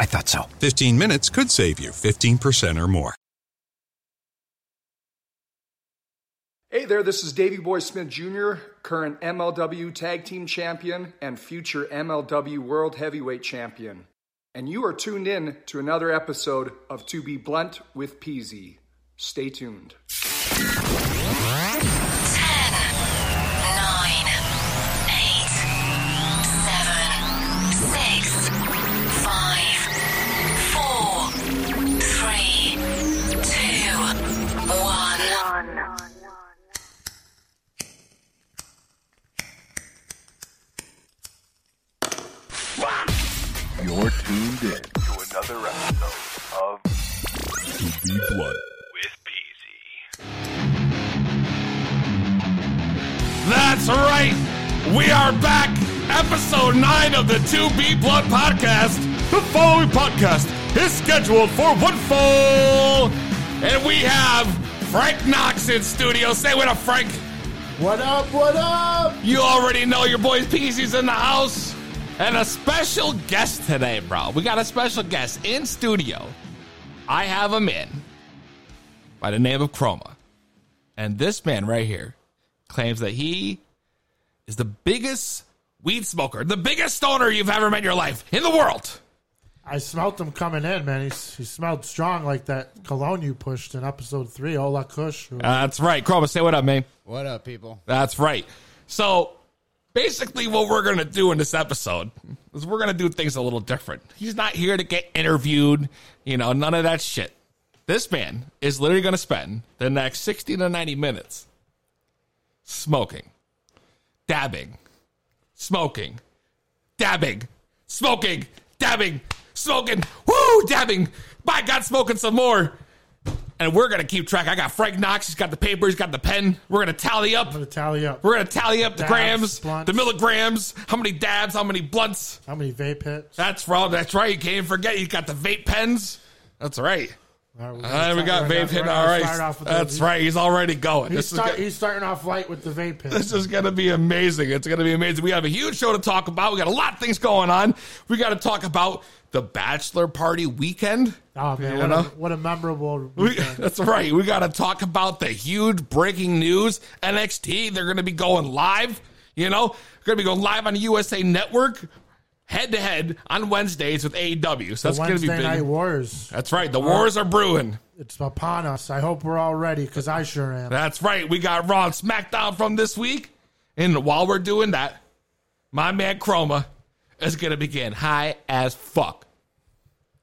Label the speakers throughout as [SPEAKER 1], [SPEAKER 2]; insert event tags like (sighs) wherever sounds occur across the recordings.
[SPEAKER 1] I thought so.
[SPEAKER 2] 15 minutes could save you 15% or more.
[SPEAKER 3] Hey there, this is Davey Boy Smith Jr., current MLW Tag Team Champion and future MLW World Heavyweight Champion. And you are tuned in to another episode of To Be Blunt with Peasy. Stay tuned.
[SPEAKER 4] 10, 9, 8, 7, 6, 5, 4, 3, 2, 1.
[SPEAKER 5] You're tuned in to another episode of To Be Blood with Peasy.
[SPEAKER 6] That's right. We are back. Episode 9 of the 2B Blood Podcast. The following podcast is scheduled for one fall. And we have Frank Knox in studio. Say what up, Frank.
[SPEAKER 7] What up? What up?
[SPEAKER 6] You already know your boy's Peasy's in the house. And a special guest today, bro. We got a special guest in studio. I have him in by the name of Chroma. And this man right here claims that he is the biggest weed smoker, the biggest stoner you've ever met in your life in the world.
[SPEAKER 7] I smelt him coming in, man. He's, he smelled strong like that cologne you pushed in episode three, Ola Kush.
[SPEAKER 6] Uh, That's right. Chroma, say what up, man.
[SPEAKER 8] What up, people?
[SPEAKER 6] That's right. So basically, what we're going to do in this episode is we're going to do things a little different. He's not here to get interviewed, you know, none of that shit. This man is literally going to spend the next 60 to 90 minutes smoking, dabbing, smoking, dabbing, smoking, dabbing, smoking, woo, dabbing, by God, smoking some more. And we're going to keep track. I got Frank Knox. He's got the paper. He's got the pen. We're going to tally up.
[SPEAKER 7] I'm going to tally up
[SPEAKER 6] We're gonna tally up the
[SPEAKER 7] Dabs,
[SPEAKER 6] grams,
[SPEAKER 7] blunts.
[SPEAKER 6] the milligrams, how many dabs, how many blunts.
[SPEAKER 7] how many vape hits.
[SPEAKER 6] That's wrong. That's right. You can't forget. You got the vape pens. That's right.
[SPEAKER 7] All right, we're
[SPEAKER 6] And Uh, we
[SPEAKER 7] gonna
[SPEAKER 6] got vape
[SPEAKER 7] start- we're
[SPEAKER 6] pen.
[SPEAKER 7] gonna
[SPEAKER 6] All
[SPEAKER 7] start
[SPEAKER 6] right.
[SPEAKER 7] off with
[SPEAKER 6] That's
[SPEAKER 7] those.
[SPEAKER 6] right. He's already going.
[SPEAKER 7] He's,
[SPEAKER 6] This is
[SPEAKER 7] start,
[SPEAKER 6] go-
[SPEAKER 7] he's starting off light with the vape hits.
[SPEAKER 6] this is gonna be amazing. It's gonna be amazing. We have a huge show to talk about. We got a lot of things going on. We got to talk about the bachelor party weekend.
[SPEAKER 7] oh, man.
[SPEAKER 6] you
[SPEAKER 7] What a,
[SPEAKER 6] know?
[SPEAKER 7] what a memorable
[SPEAKER 6] (laughs) We,
[SPEAKER 7] weekend.
[SPEAKER 6] that's right. We got to talk about the huge breaking news. NXT, they're going to be going live. You know, they're going to be going live on the USA Network head to head on Wednesdays with AEW. So that's
[SPEAKER 7] The
[SPEAKER 6] going to be
[SPEAKER 7] Wednesday
[SPEAKER 6] big.
[SPEAKER 7] Night Wars.
[SPEAKER 6] That's right. The wars are brewing.
[SPEAKER 7] It's upon us. I hope we're all ready because I sure am.
[SPEAKER 6] That's right. We got Raw and SmackDown from this week. And while we're doing that, my man Chroma is going to begin high as fuck.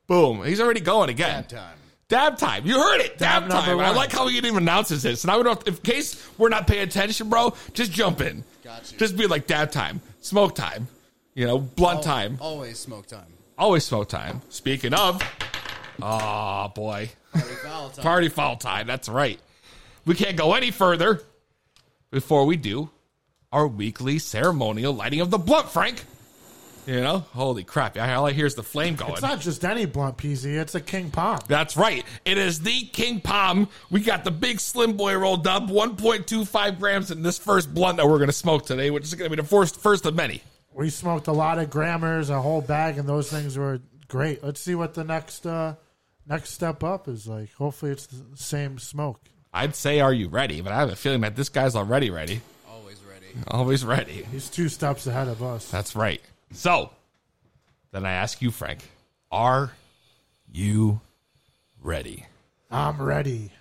[SPEAKER 6] Boom. He's already going again.
[SPEAKER 8] That time.
[SPEAKER 6] Dab time. You heard it. Dab,
[SPEAKER 7] Dab number
[SPEAKER 6] time. I
[SPEAKER 7] one.
[SPEAKER 6] like how he even announces this. And I would, if in case we're not paying attention, bro, just jump in.
[SPEAKER 8] Got you.
[SPEAKER 6] Just be like dab time, smoke time, you know, blunt time,
[SPEAKER 8] Always smoke time.
[SPEAKER 6] always smoke time. Speaking of, oh boy,
[SPEAKER 8] Party foul time.
[SPEAKER 6] party foul time. That's right. We can't go any further before we do our weekly ceremonial lighting of the blunt, Frank. You know, holy crap! I- All I hear is the flame going.
[SPEAKER 7] It's not just any blunt PZ. It's a King Palm.
[SPEAKER 6] That's right. It is the King Palm. We got the big Slim Boy rolled up, 1.25 grams in this first blunt that we're going to smoke today, which is going to be the first, first of many.
[SPEAKER 7] We smoked a lot of grammars, a whole bag, and those things were great. Let's see what the next uh, next step up is like. Hopefully, it's the same smoke.
[SPEAKER 6] I'd say, are you ready? But I have a feeling that this guy's already ready.
[SPEAKER 8] Always ready.
[SPEAKER 6] Always ready.
[SPEAKER 7] He's two steps ahead of us.
[SPEAKER 6] That's right. So, then I ask you, Frank, are you ready?
[SPEAKER 7] I'm ready.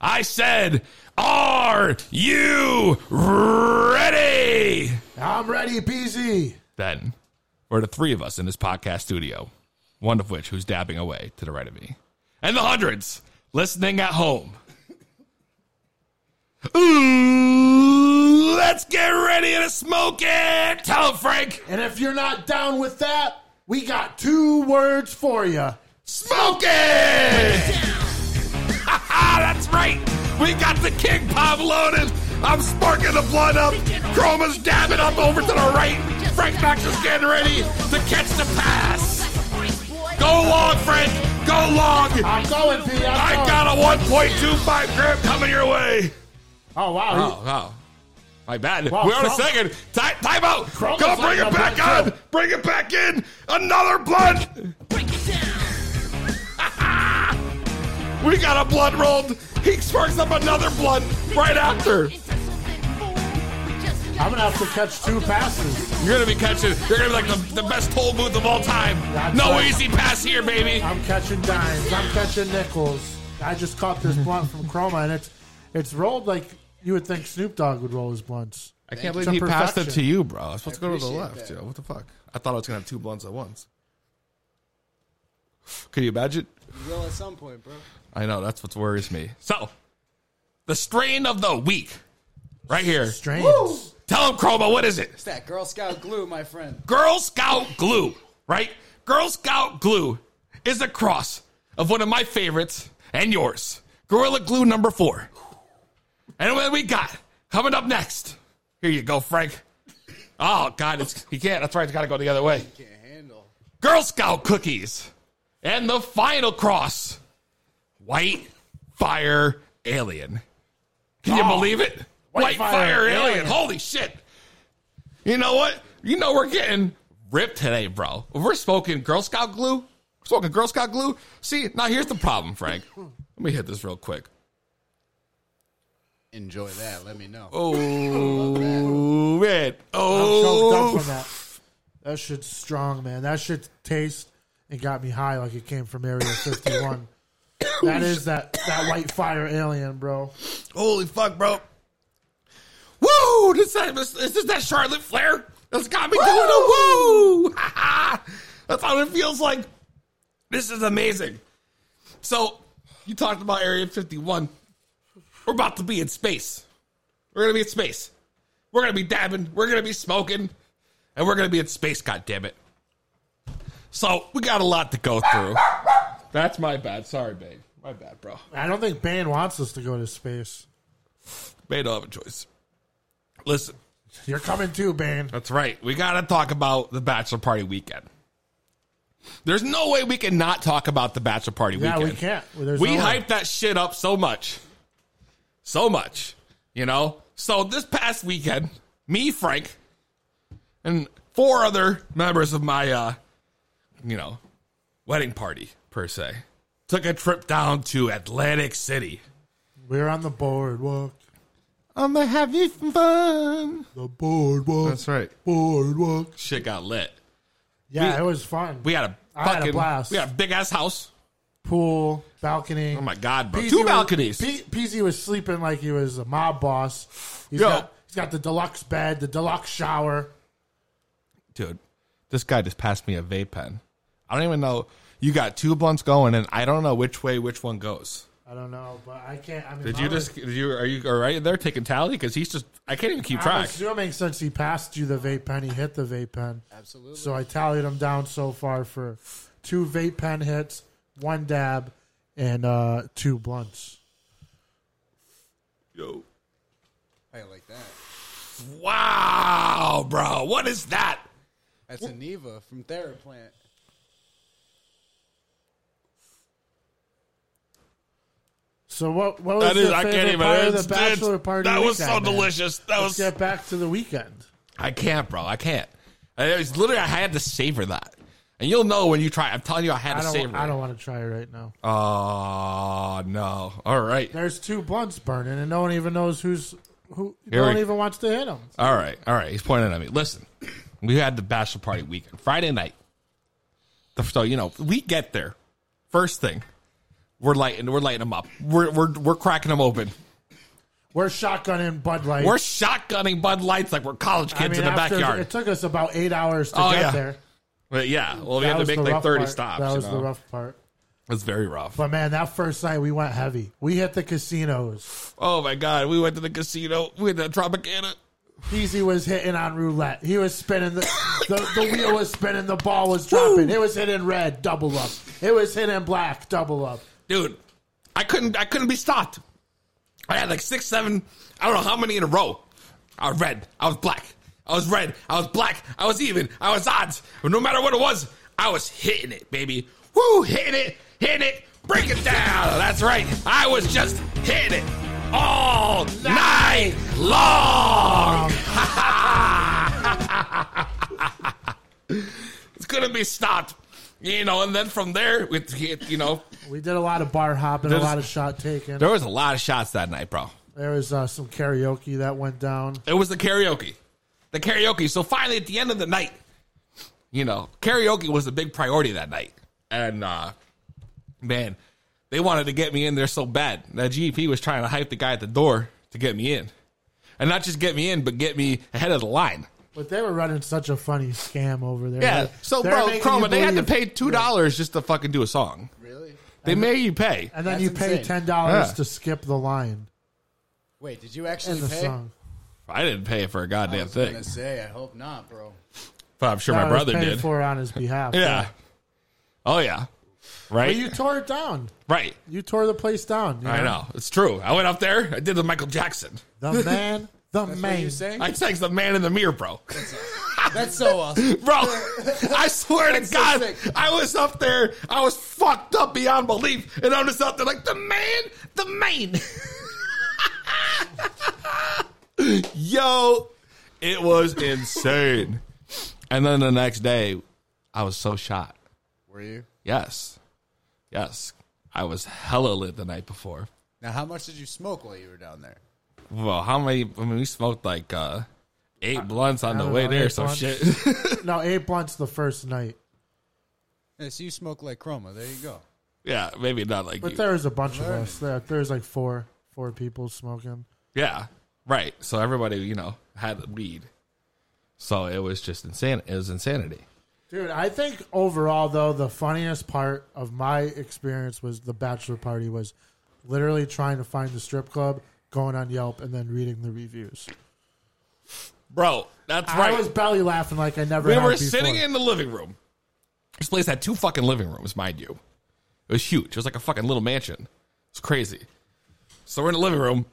[SPEAKER 6] I said, are you ready?
[SPEAKER 7] I'm ready, PZ.
[SPEAKER 6] Then we're the three of us in this podcast studio, one of which who's dabbing away to the right of me, and the hundreds listening at home. Ooh, let's get ready to smoke it. Tell 'em, Frank.
[SPEAKER 7] And if you're not down with that,
[SPEAKER 6] (laughs)
[SPEAKER 7] we got two words for you.
[SPEAKER 6] Smoke it. We got the king pop loaded. I'm sparking the blood up. Chroma's dabbing up over to the right. Frank Knox is getting ready to catch the pass. Go long, Frank. Go long.
[SPEAKER 7] I'm going, P.
[SPEAKER 6] I
[SPEAKER 7] I'm going.
[SPEAKER 6] got a 1.25 grip coming your way.
[SPEAKER 7] Oh wow. he-
[SPEAKER 6] Oh, wow. My bad.
[SPEAKER 7] Wow,
[SPEAKER 6] We're on a
[SPEAKER 7] Crom-
[SPEAKER 6] second. Time, time out.
[SPEAKER 7] Crom
[SPEAKER 6] Go
[SPEAKER 7] was
[SPEAKER 6] bring
[SPEAKER 7] like
[SPEAKER 6] it
[SPEAKER 7] a
[SPEAKER 6] back
[SPEAKER 7] black
[SPEAKER 6] on. Bring it back in. Another blood. We got a blood rolled. He sparks up another blood right after.
[SPEAKER 7] I'm gonna have to catch two passes.
[SPEAKER 6] You're going to be catching. You're going to be like the, the best toll booth of all time.
[SPEAKER 7] That's
[SPEAKER 6] no
[SPEAKER 7] right.
[SPEAKER 6] easy pass here, baby.
[SPEAKER 7] I'm catching dimes. I'm catching nickels. I just caught
[SPEAKER 6] (laughs)
[SPEAKER 7] this blunt from Chroma, and it's it's rolled like you would think Snoop Dogg would roll his blunts.
[SPEAKER 6] I can't
[SPEAKER 7] believe he passed it to
[SPEAKER 6] you, bro. I was supposed to go to the
[SPEAKER 8] appreciate
[SPEAKER 6] left, yo. What the fuck? I thought I was going to have two blunts at once. Can you imagine?
[SPEAKER 8] You will at some point, bro.
[SPEAKER 6] I know that's what worries me. So, the strain of the week, right here.
[SPEAKER 7] Strange.
[SPEAKER 6] Tell him, Chroma, what is it?
[SPEAKER 8] It's that Girl Scout glue, my friend.
[SPEAKER 6] Girl Scout glue, right? Girl Scout glue is a cross of one of my favorites and yours, Gorilla Glue number four. And what we got coming up next? Here you go, Frank. Oh God, it's he can't. That's right. It's got to go the other way.
[SPEAKER 8] Can't handle.
[SPEAKER 6] Girl Scout cookies. And the final cross White Fire Alien. Can you believe it? White, Fire,
[SPEAKER 7] Fire
[SPEAKER 6] alien.
[SPEAKER 7] Alien.
[SPEAKER 6] Holy shit. You know what? You know we're getting ripped today, bro. If we're smoking Girl Scout glue, we're smoking Girl Scout glue. See, now here's the problem, Frank. Let me hit this real quick.
[SPEAKER 8] Enjoy that. Let me know.
[SPEAKER 6] Oh, man.
[SPEAKER 7] I'm choked
[SPEAKER 6] Oh,
[SPEAKER 7] up from that. That shit's strong, man. That shit tastes and got me high like it came from
[SPEAKER 6] (coughs)
[SPEAKER 7] Area 51. that is that that white fire alien, bro.
[SPEAKER 6] Holy fuck, bro. Woo! This is, this is that Charlotte Flair that's got me going to woo! (laughs) that's how it feels like. This is amazing. So, you talked about Area 51. We're about to be in space. We're going to be in space. We're going to be dabbing. We're going to be smoking. And we're going to be in space, goddammit. So, we got a lot to go through. That's my bad. Sorry, babe. My bad, bro.
[SPEAKER 7] I don't think Bane wants us to go to space.
[SPEAKER 6] They don't have a choice. Listen,
[SPEAKER 7] You're coming too, Bane.
[SPEAKER 6] that's right. We got to talk about the bachelor party weekend. There's no way we can not talk about the bachelor party
[SPEAKER 7] Yeah,
[SPEAKER 6] weekend.
[SPEAKER 7] we can't. Well, there's
[SPEAKER 6] we
[SPEAKER 7] no way.
[SPEAKER 6] hyped that shit up so much. So much. You know? So this past weekend, me, Frank, and four other members of my uh, you know, wedding party per se, took a trip down to Atlantic City.
[SPEAKER 7] We're on the boardwalk.
[SPEAKER 6] I'm having fun.
[SPEAKER 7] The boardwalk.
[SPEAKER 6] That's right.
[SPEAKER 7] Boardwalk.
[SPEAKER 6] Shit got lit.
[SPEAKER 7] Yeah,
[SPEAKER 6] We-
[SPEAKER 7] it was fun.
[SPEAKER 6] We had a
[SPEAKER 7] I had a
[SPEAKER 6] fucking
[SPEAKER 7] blast.
[SPEAKER 6] We had a big ass house.
[SPEAKER 7] pool, balcony.
[SPEAKER 6] Oh my god, bro!
[SPEAKER 7] PZ
[SPEAKER 6] Two
[SPEAKER 7] was-
[SPEAKER 6] balconies.
[SPEAKER 7] P- PZ was sleeping like he was a mob boss. He's
[SPEAKER 6] Yo.
[SPEAKER 7] got he's got the deluxe bed, the deluxe shower.
[SPEAKER 6] Dude, this guy just passed me a vape pen. I don't even know. You got two blunts going, and I don't know which way which one goes.
[SPEAKER 7] I don't know, but I can't. I mean,
[SPEAKER 6] Did
[SPEAKER 7] I
[SPEAKER 6] you
[SPEAKER 7] was-
[SPEAKER 6] just? Did you? Are you all right? They're taking tally because he's just. I can't even keep
[SPEAKER 7] I'm
[SPEAKER 6] track.
[SPEAKER 7] assuming since he passed you the vape pen, he hit the vape pen. Absolutely. So I tallied him down so far for two vape pen hits, one dab, and uh, two blunts.
[SPEAKER 6] Yo.
[SPEAKER 8] I like that.
[SPEAKER 6] Wow, bro! What is that?
[SPEAKER 8] That's a Neva from Theraplant.
[SPEAKER 7] So what? What was
[SPEAKER 6] That is.
[SPEAKER 7] your
[SPEAKER 6] I can't
[SPEAKER 7] favorite
[SPEAKER 6] even.
[SPEAKER 7] part of
[SPEAKER 6] it's-
[SPEAKER 7] the bachelor
[SPEAKER 6] it's-
[SPEAKER 7] party?
[SPEAKER 6] that was so
[SPEAKER 7] weekend, man?
[SPEAKER 6] delicious. That
[SPEAKER 7] Let's
[SPEAKER 6] was.
[SPEAKER 7] get back to the weekend.
[SPEAKER 6] I can't, bro. I can't. I, it was literally. I had to savor that, and you'll know when you try. I'm telling you, I had
[SPEAKER 7] I
[SPEAKER 6] to savor.
[SPEAKER 7] don't.
[SPEAKER 6] it.
[SPEAKER 7] I don't want to try it right now.
[SPEAKER 6] Oh no! All right,
[SPEAKER 7] There's two blunts burning, and no one even knows who's who.
[SPEAKER 6] Here
[SPEAKER 7] no one
[SPEAKER 6] we-
[SPEAKER 7] even wants to hit him.
[SPEAKER 6] all right, all right. He's pointing at me. Listen, we had the bachelor party weekend Friday night. The- So you know, we get there. First thing, we're lighting, we're lighting them up. We're we're we're cracking them open.
[SPEAKER 7] We're shotgunning Bud Light.
[SPEAKER 6] We're shotgunning Bud Lights like we're college kids in the
[SPEAKER 7] after-
[SPEAKER 6] backyard.
[SPEAKER 7] It took us about eight hours to
[SPEAKER 6] Oh,
[SPEAKER 7] get
[SPEAKER 6] yeah.
[SPEAKER 7] there.
[SPEAKER 6] but yeah, well, we
[SPEAKER 7] That
[SPEAKER 6] had to
[SPEAKER 7] was
[SPEAKER 6] make
[SPEAKER 7] the
[SPEAKER 6] like
[SPEAKER 7] rough
[SPEAKER 6] thirty
[SPEAKER 7] part.
[SPEAKER 6] stops.
[SPEAKER 7] That was
[SPEAKER 6] you
[SPEAKER 7] the
[SPEAKER 6] know?
[SPEAKER 7] rough part.
[SPEAKER 6] It was very rough.
[SPEAKER 7] But man, that first night we went heavy. We hit the casinos.
[SPEAKER 6] Oh my god, we went to the casino. We went to Tropicana.
[SPEAKER 7] Peasy was hitting on roulette. He was spinning the, the the wheel was spinning. The ball was dropping. It was hitting red, double up. It was hitting black, double up.
[SPEAKER 6] dude. I couldn't. I couldn't be stopped. I had like six, seven, I don't know how many in a row. I was red. I was black. I was red. I was black. I was even. I was odds. But no matter what it was, I was hitting it, baby. Woo, hitting it, hitting it, break it down. That's right. I was just hitting it all night long. (laughs) it's gonna be stopped, you know. And then from there, with you know,
[SPEAKER 7] We did a lot of bar hopping,
[SPEAKER 6] There's-
[SPEAKER 7] a lot of shot taking.
[SPEAKER 6] there was a lot of shots that night, bro.
[SPEAKER 7] There was uh, some karaoke that went down.
[SPEAKER 6] It was the karaoke. The karaoke. So finally, at the end of the night, you know, karaoke was a big priority that night. And, uh, man, they wanted to get me in there so bad. That GEP was trying to hype the guy at the door to get me in. And not just get me in, but get me ahead of the line.
[SPEAKER 7] But they were running such a funny scam over there.
[SPEAKER 6] Yeah.
[SPEAKER 7] They-
[SPEAKER 6] So,
[SPEAKER 7] they were
[SPEAKER 6] bro,
[SPEAKER 7] making you
[SPEAKER 6] Chroma, they had to
[SPEAKER 7] believe-
[SPEAKER 6] pay $2 just to fucking do a song.
[SPEAKER 8] Really?
[SPEAKER 6] They made you pay.
[SPEAKER 7] And then
[SPEAKER 8] That's
[SPEAKER 7] you pay
[SPEAKER 8] insane.
[SPEAKER 7] ten dollars
[SPEAKER 6] Yeah.
[SPEAKER 7] to skip the line
[SPEAKER 8] Wait, did you
[SPEAKER 7] in
[SPEAKER 8] actually
[SPEAKER 7] the
[SPEAKER 8] pay?
[SPEAKER 7] song.
[SPEAKER 6] I didn't pay for a
[SPEAKER 8] I
[SPEAKER 6] goddamn
[SPEAKER 8] was
[SPEAKER 6] thing.
[SPEAKER 8] gonna say, I hope not, bro.
[SPEAKER 6] But I'm sure
[SPEAKER 7] No,
[SPEAKER 6] my
[SPEAKER 7] it was
[SPEAKER 6] brother
[SPEAKER 7] paid
[SPEAKER 6] did.
[SPEAKER 7] for on his behalf.
[SPEAKER 6] yeah. Oh, yeah.
[SPEAKER 7] But
[SPEAKER 6] Right?
[SPEAKER 7] you tore it down.
[SPEAKER 6] right.
[SPEAKER 7] You tore the place down. you
[SPEAKER 6] I know. It's true. I went up there. I did the Michael Jackson. (laughs)
[SPEAKER 7] The man, the
[SPEAKER 8] That's what
[SPEAKER 7] man.
[SPEAKER 8] you say?
[SPEAKER 6] I sang the man in the mirror, bro.
[SPEAKER 8] (laughs)
[SPEAKER 6] (laughs)
[SPEAKER 8] That's so awesome.
[SPEAKER 6] Bro, I swear to
[SPEAKER 8] That's so
[SPEAKER 6] God,
[SPEAKER 8] sick.
[SPEAKER 6] I was up there. I was fucked up beyond belief. And I'm just up there like, the man, the man. (laughs) Yo, it was insane. And then the next day, I was so shot.
[SPEAKER 8] Were you?
[SPEAKER 6] Yes. Yes. I was hella lit the night before.
[SPEAKER 8] Now, how much did you smoke while you were down there?
[SPEAKER 6] Well, how many? I mean, we smoked like uh, eight blunts on the
[SPEAKER 7] don't
[SPEAKER 6] way
[SPEAKER 7] know,
[SPEAKER 6] there,
[SPEAKER 7] eight
[SPEAKER 6] so
[SPEAKER 7] blunts.
[SPEAKER 6] shit. (laughs)
[SPEAKER 7] No, eight blunts the first night,
[SPEAKER 8] Yes, you smoke like Chroma. There you go.
[SPEAKER 6] yeah, maybe not like
[SPEAKER 7] but
[SPEAKER 6] you.
[SPEAKER 7] there was a bunch of us. There, there was like four, four people smoking.
[SPEAKER 6] Yeah, right. So everybody, you know, had weed. So it was just insane. It was insanity.
[SPEAKER 7] Dude, I think overall though the funniest part of my experience was the bachelor party was literally trying to find the strip club, going on Yelp, and then reading the reviews.
[SPEAKER 6] Bro, that's
[SPEAKER 7] I
[SPEAKER 6] right.
[SPEAKER 7] was belly laughing like I never.
[SPEAKER 6] we
[SPEAKER 7] had
[SPEAKER 6] were
[SPEAKER 7] before.
[SPEAKER 6] sitting in the living room. This place had two fucking living rooms, mind you. It was huge. It was like a fucking little mansion. It's crazy. So we're in the living room,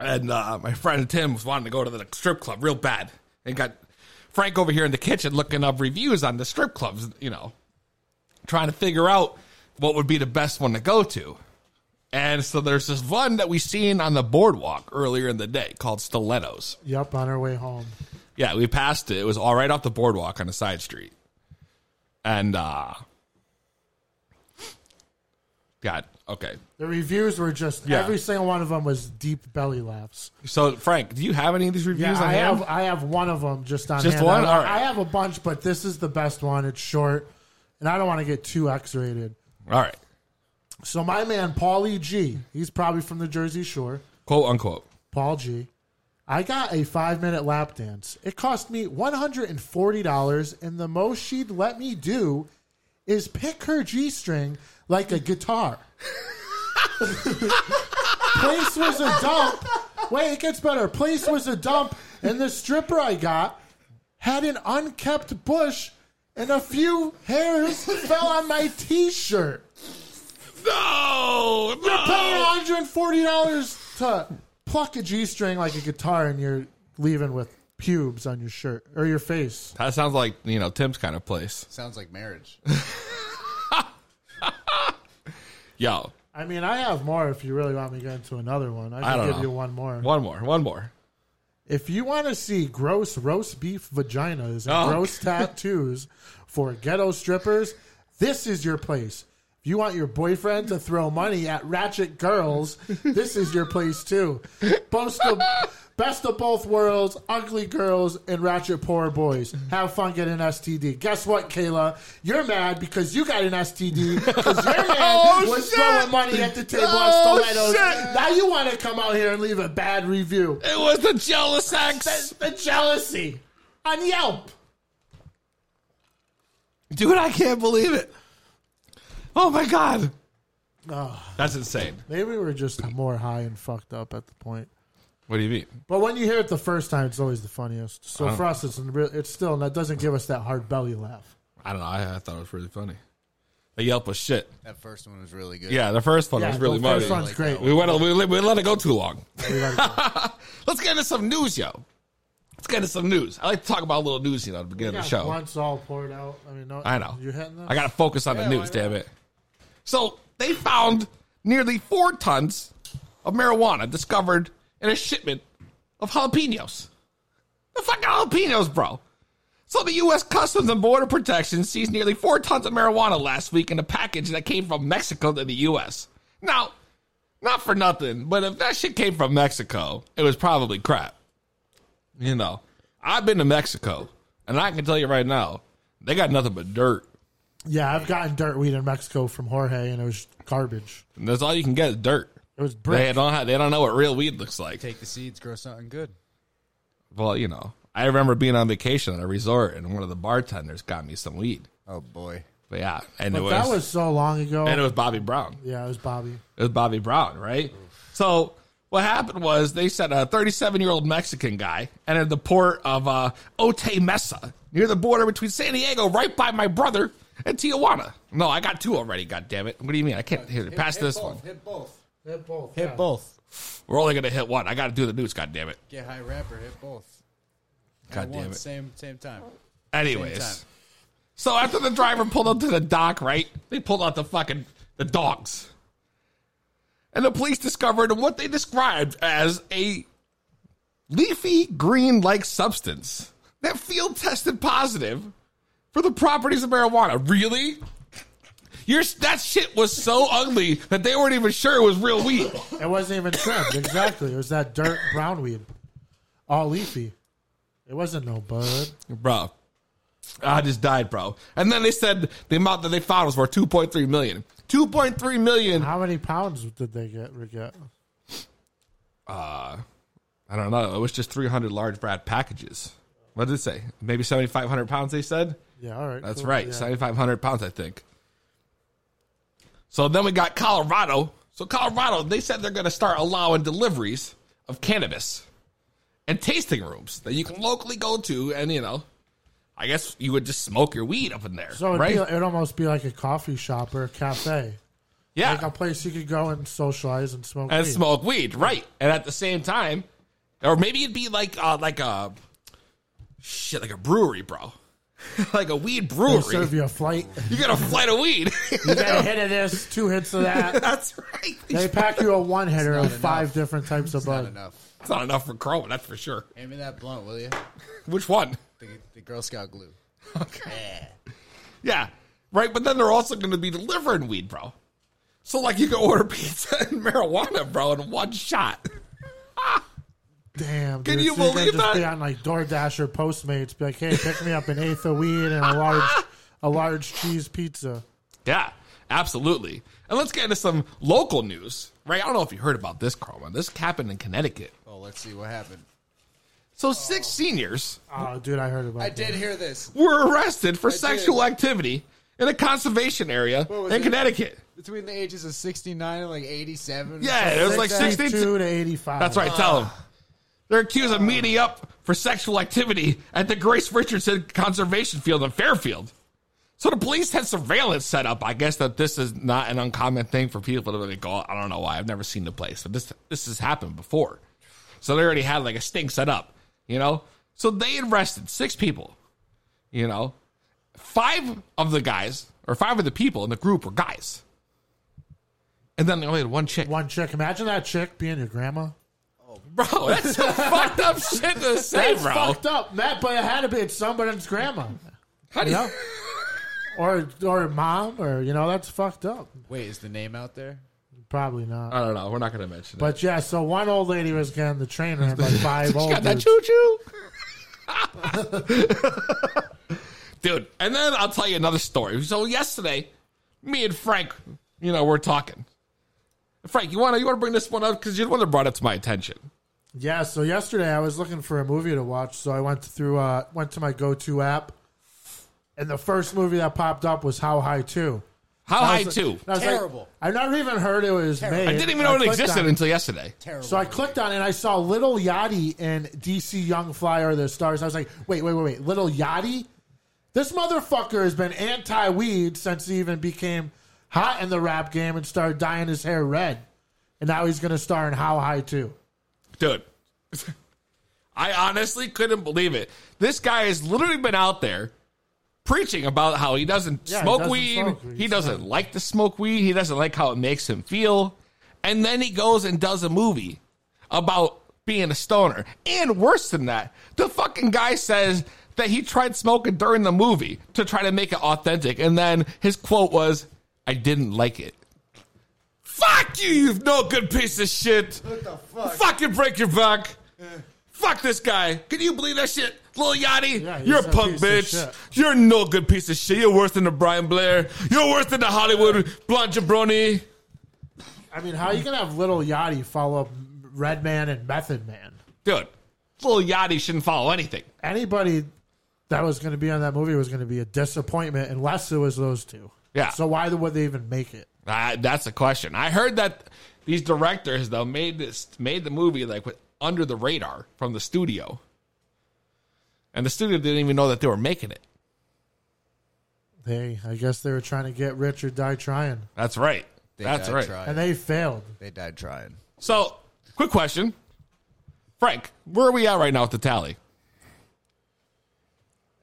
[SPEAKER 6] and uh, my friend Tim was wanting to go to the strip club real bad, and got Frank over here in the kitchen looking up reviews on the strip clubs. You know, trying to figure out what would be the best one to go to. And so there's this one that we seen on the boardwalk earlier in the day called Stilettos.
[SPEAKER 7] Yep, on our way home.
[SPEAKER 6] Yeah, we passed it. It was all right off the boardwalk on a side street. And uh God, okay.
[SPEAKER 7] The reviews were just
[SPEAKER 6] Yeah.
[SPEAKER 7] every single one of them was deep belly laughs.
[SPEAKER 6] So Frank, do you have any of these
[SPEAKER 7] Yeah,
[SPEAKER 6] reviews on
[SPEAKER 7] I
[SPEAKER 6] hand?
[SPEAKER 7] have I have one of them just on
[SPEAKER 6] Just
[SPEAKER 7] hand.
[SPEAKER 6] one?
[SPEAKER 7] I,
[SPEAKER 6] All right.
[SPEAKER 7] I have a bunch, but this is the best one. It's short, and I don't want to get too X rated.
[SPEAKER 6] all right.
[SPEAKER 7] So my man Paulie G, he's probably from the Jersey Shore.
[SPEAKER 6] Quote unquote.
[SPEAKER 7] Paul G. I got a five minute lap dance. It cost me $140, and the most she'd let me do is pick her G string like a guitar. Place was a dump. Wait, it gets better. Place was a dump, and the stripper I got had an unkept bush, and a few hairs fell on my t shirt.
[SPEAKER 6] No,
[SPEAKER 7] Paying
[SPEAKER 6] no.
[SPEAKER 7] $140 to pluck a G string like a guitar and you're leaving with pubes on your shirt or your face.
[SPEAKER 6] That sounds like, you know, Tim's kind of place.
[SPEAKER 8] Sounds like
[SPEAKER 6] (laughs)
[SPEAKER 8] marriage.
[SPEAKER 6] Yo,
[SPEAKER 7] I mean, I have more if you really want me to get into another one. I can
[SPEAKER 6] don't
[SPEAKER 7] give
[SPEAKER 6] know.
[SPEAKER 7] you one more.
[SPEAKER 6] one more, one more.
[SPEAKER 7] If you want to see gross roast beef vaginas and
[SPEAKER 6] Oh.
[SPEAKER 7] gross tattoos for ghetto strippers, this is your place. If you want your boyfriend to throw money at ratchet girls, this is your place too. Both of, best of both worlds, ugly girls and ratchet poor boys. Have fun getting an STD. Guess what, Kayla? You're mad because you got an STD because
[SPEAKER 6] (laughs)
[SPEAKER 7] your man
[SPEAKER 6] Oh,
[SPEAKER 7] was
[SPEAKER 6] shit.
[SPEAKER 7] throwing money at the table
[SPEAKER 6] Oh,
[SPEAKER 7] on Stilettos.
[SPEAKER 6] shit.
[SPEAKER 7] Now you want to come out here and leave a bad review
[SPEAKER 6] It was the jealous ex.
[SPEAKER 7] the, the jealousy on Yelp.
[SPEAKER 6] Dude, I can't believe it. Oh my god. That's insane.
[SPEAKER 7] Maybe we were just more high and fucked up at the point.
[SPEAKER 6] What do you mean?
[SPEAKER 7] But when you hear it the first time, it's always the funniest. So for us, it's real, it's still that doesn't give us that hard belly laugh.
[SPEAKER 6] I don't know. I, I thought it was really funny. The Yelp was shit.
[SPEAKER 8] That first one was really good.
[SPEAKER 6] Yeah, the first one
[SPEAKER 7] Yeah,
[SPEAKER 6] was really
[SPEAKER 7] the first
[SPEAKER 6] muddy.
[SPEAKER 7] one's great.
[SPEAKER 6] We went. We, let- we let it go too long. (laughs) Let's get into some news, yo. Let's get into some news. I like to talk about a little news, you know, at the beginning
[SPEAKER 7] You
[SPEAKER 6] of the
[SPEAKER 7] got
[SPEAKER 6] show.
[SPEAKER 7] Once all poured out. I mean, no,
[SPEAKER 6] I know.
[SPEAKER 7] You're hitting that.
[SPEAKER 6] I got to focus on the news, damn it. So they found nearly four tons of marijuana discovered in a shipment of jalapenos. The fucking jalapenos, bro. So the U.S. Customs and Border Protection seized nearly four tons of marijuana last week in a package that came from Mexico to the U.S. Now, not for nothing, but if that shit came from Mexico, it was probably crap. You know, I've been to Mexico, and I can tell you right now, they got nothing but dirt.
[SPEAKER 7] Yeah, I've gotten dirt weed in Mexico from Jorge, and it was garbage.
[SPEAKER 6] And that's all you can get is dirt.
[SPEAKER 7] It was
[SPEAKER 6] They
[SPEAKER 7] brick.
[SPEAKER 6] don't have, they don't know what real weed looks like.
[SPEAKER 8] Take the seeds, grow something good.
[SPEAKER 6] Well, you know, I remember being on vacation at a resort, and one of the bartenders got me some weed.
[SPEAKER 8] Oh boy.
[SPEAKER 6] But yeah, and
[SPEAKER 7] But
[SPEAKER 6] it was,
[SPEAKER 7] that was so long ago.
[SPEAKER 6] and it was Bobby Brown.
[SPEAKER 7] yeah, it was Bobby.
[SPEAKER 6] It was Bobby Brown, right? So what happened was they said a 37 year old Mexican guy entered the port of uh, Ote Mesa near the border between San Diego, right by my brother, and Tijuana. No, I got two already. God damn it! What do you mean? I can't hear. Pass this one.
[SPEAKER 8] Hit both.
[SPEAKER 7] Hit both.
[SPEAKER 8] Hit both.
[SPEAKER 6] We're only gonna hit one. I got to do the news. God damn it!
[SPEAKER 8] Get high rapper. Hit both.
[SPEAKER 6] God
[SPEAKER 8] At
[SPEAKER 6] damn
[SPEAKER 8] once,
[SPEAKER 6] it!
[SPEAKER 8] Same same time. Same
[SPEAKER 6] Anyways,
[SPEAKER 8] time.
[SPEAKER 6] so after the driver pulled up to the dock, right? They pulled out the fucking the dogs, and the police discovered what they described as a leafy green-like substance that field tested positive for the properties of marijuana. Really? Your that shit was so ugly that they weren't even sure it was real weed.
[SPEAKER 7] It wasn't even trimmed. Exactly. It was that dirt brown weed, all leafy. It wasn't no bud.
[SPEAKER 6] bro. I just died, bro. And then they said the amount that they found was worth 2.3 million. 2.3 million.
[SPEAKER 7] How many pounds did they get? we Get
[SPEAKER 6] I don't know. It was just 300 large Brad packages. What did it say? Maybe 7,500 pounds, they said?
[SPEAKER 7] yeah, all right.
[SPEAKER 6] That's
[SPEAKER 7] cool,
[SPEAKER 6] right.
[SPEAKER 7] yeah.
[SPEAKER 6] 7,500 pounds, I think. So then we got Colorado. So, Colorado, they said they're going to start allowing deliveries of cannabis and tasting rooms that you can locally go to. And, you know, I guess you would just smoke your weed up in there.
[SPEAKER 7] So it'd,
[SPEAKER 6] right?
[SPEAKER 7] be, it'd almost be like a coffee shop or a cafe,
[SPEAKER 6] yeah.
[SPEAKER 7] like a place you could go and socialize and smoke.
[SPEAKER 6] and
[SPEAKER 7] weed.
[SPEAKER 6] smoke weed, right? And at the same time, or maybe it'd be like uh, like a shit, like a brewery, bro, (laughs) like a weed
[SPEAKER 7] They
[SPEAKER 6] brewery.
[SPEAKER 7] serve you a flight.
[SPEAKER 6] (laughs) You got a flight of weed. (laughs)
[SPEAKER 7] You got a hit of this, two hits of that.
[SPEAKER 6] That's right.
[SPEAKER 7] They pack you a one hitter of
[SPEAKER 8] enough.
[SPEAKER 7] five different types of
[SPEAKER 8] Not
[SPEAKER 7] bud.
[SPEAKER 8] enough.
[SPEAKER 6] It's not enough for Crow, that's for sure.
[SPEAKER 8] Hand me that blunt, will you?
[SPEAKER 6] Which one?
[SPEAKER 8] The, the Girl Scout glue.
[SPEAKER 6] (laughs) Yeah, right. But then they're also going to be delivering weed, bro. So like you can order pizza (laughs) and marijuana, bro, in one shot.
[SPEAKER 7] Damn,
[SPEAKER 6] Can
[SPEAKER 7] dude.
[SPEAKER 6] you
[SPEAKER 7] So you're gonna
[SPEAKER 6] believe
[SPEAKER 7] just
[SPEAKER 6] that?
[SPEAKER 7] Be on like DoorDash or Postmates, be like, hey, pick me up an eighth of weed and a large, a large cheese pizza.
[SPEAKER 6] Yeah, absolutely. And let's get into some local news, right? I don't know if you heard about this, Carl. This happened in Connecticut.
[SPEAKER 8] Oh, let's see what happened.
[SPEAKER 6] So six seniors
[SPEAKER 7] Oh, dude, I heard about.
[SPEAKER 8] I
[SPEAKER 7] that.
[SPEAKER 8] did hear this.
[SPEAKER 6] were arrested for
[SPEAKER 8] did.
[SPEAKER 6] sexual activity in a conservation area
[SPEAKER 8] was
[SPEAKER 6] in
[SPEAKER 8] it?
[SPEAKER 6] Connecticut.
[SPEAKER 8] Between the ages of 69 and like 87.
[SPEAKER 6] Yeah, it was like
[SPEAKER 7] 62
[SPEAKER 6] 16.
[SPEAKER 7] to 85.
[SPEAKER 6] That's right, tell them. They're accused of meeting up for sexual activity at the Grace Richardson Conservation Field in Fairfield. So the police had surveillance set up. I guess that this is not an uncommon thing for people to really go. I don't know why. I've never seen the place, but this this has happened before. So they already had like a sting set up, you know. So they arrested six people, you know. Five of the guys or five of the people in the group were guys, and then they only had one chick.
[SPEAKER 7] One chick. Imagine that chick being your grandma.
[SPEAKER 6] Bro, (laughs) that's some fucked up shit to say,
[SPEAKER 7] That's
[SPEAKER 6] bro.
[SPEAKER 7] fucked up, Matt. But it had to be it's somebody's grandma.
[SPEAKER 6] How do
[SPEAKER 7] You
[SPEAKER 6] you-
[SPEAKER 7] know? or or mom, or you know, that's fucked up.
[SPEAKER 8] Wait, is the name out there?
[SPEAKER 7] Probably not.
[SPEAKER 6] I don't know. We're not gonna mention it.
[SPEAKER 7] But yeah, so one old lady was getting the train
[SPEAKER 6] (laughs)
[SPEAKER 7] ran by five
[SPEAKER 6] She
[SPEAKER 7] old
[SPEAKER 6] got that
[SPEAKER 7] dudes.
[SPEAKER 6] choo choo,
[SPEAKER 7] (laughs)
[SPEAKER 6] dude. And then I'll tell you another story. So yesterday, me and Frank, you know, we're talking. Frank, you wanna you wanna bring this one up because you're the one that brought it to my attention.
[SPEAKER 7] Yeah, so yesterday I was looking for a movie to watch, so I went through uh went to my go to app, and the first movie that popped up was How High Two.
[SPEAKER 6] How
[SPEAKER 7] I
[SPEAKER 6] high
[SPEAKER 7] was
[SPEAKER 6] too?
[SPEAKER 7] And I was like,
[SPEAKER 8] Terrible.
[SPEAKER 7] I've never even heard it was made.
[SPEAKER 6] I didn't even know it
[SPEAKER 7] clicked
[SPEAKER 6] existed
[SPEAKER 7] on
[SPEAKER 6] until yesterday.
[SPEAKER 8] Terrible.
[SPEAKER 7] So I clicked on it and I saw Little Yachty and DC Young Fly are the stars. I was like, wait, wait, wait, wait. Little Yachty? This motherfucker has been anti weed since he even became hot in the rap game and started dyeing his hair red. And now he's going to star in How High too.
[SPEAKER 6] dude. I honestly couldn't believe it. This guy has literally been out there preaching about how he doesn't
[SPEAKER 7] Yeah, he
[SPEAKER 6] smoke
[SPEAKER 7] doesn't
[SPEAKER 6] weed.
[SPEAKER 7] smoke weed,
[SPEAKER 6] He doesn't like to smoke weed. He doesn't like how it makes him feel. And then he goes and does a movie about being a stoner. And worse than that, the fucking guy says that he tried smoking during the movie to try to make it authentic. And then his quote was, I didn't like it. Fuck you, you no good piece of shit. What the fuck? Fucking break your back. Fuck this guy. Can you believe that shit? Lil Yachty,
[SPEAKER 7] Yeah, he's
[SPEAKER 6] you're a
[SPEAKER 7] a
[SPEAKER 6] punk
[SPEAKER 7] piece of
[SPEAKER 6] bitch.
[SPEAKER 7] shit.
[SPEAKER 6] You're no good piece of shit. You're worse than the Brian Blair. You're worse than the Hollywood blonde jabroni.
[SPEAKER 7] I mean, how you going to have Little Yachty follow up Red Man and Method Man?
[SPEAKER 6] Dude, Lil Yachty shouldn't follow anything.
[SPEAKER 7] Anybody that was going to be on that movie was going to be a disappointment unless it was those two.
[SPEAKER 6] Yeah.
[SPEAKER 7] So why would they even make it?
[SPEAKER 6] Uh, that's a question. I heard that these directors though made this made the movie like with, under the radar from the studio, and the studio didn't even know that they were making it.
[SPEAKER 7] They, I guess they were trying to get rich or die trying,
[SPEAKER 6] That's right.
[SPEAKER 8] They
[SPEAKER 6] that's
[SPEAKER 8] died
[SPEAKER 6] right.
[SPEAKER 8] Trying.
[SPEAKER 7] and they failed.
[SPEAKER 8] they died trying.
[SPEAKER 6] So, quick question, Frank, where are we at right now with the tally?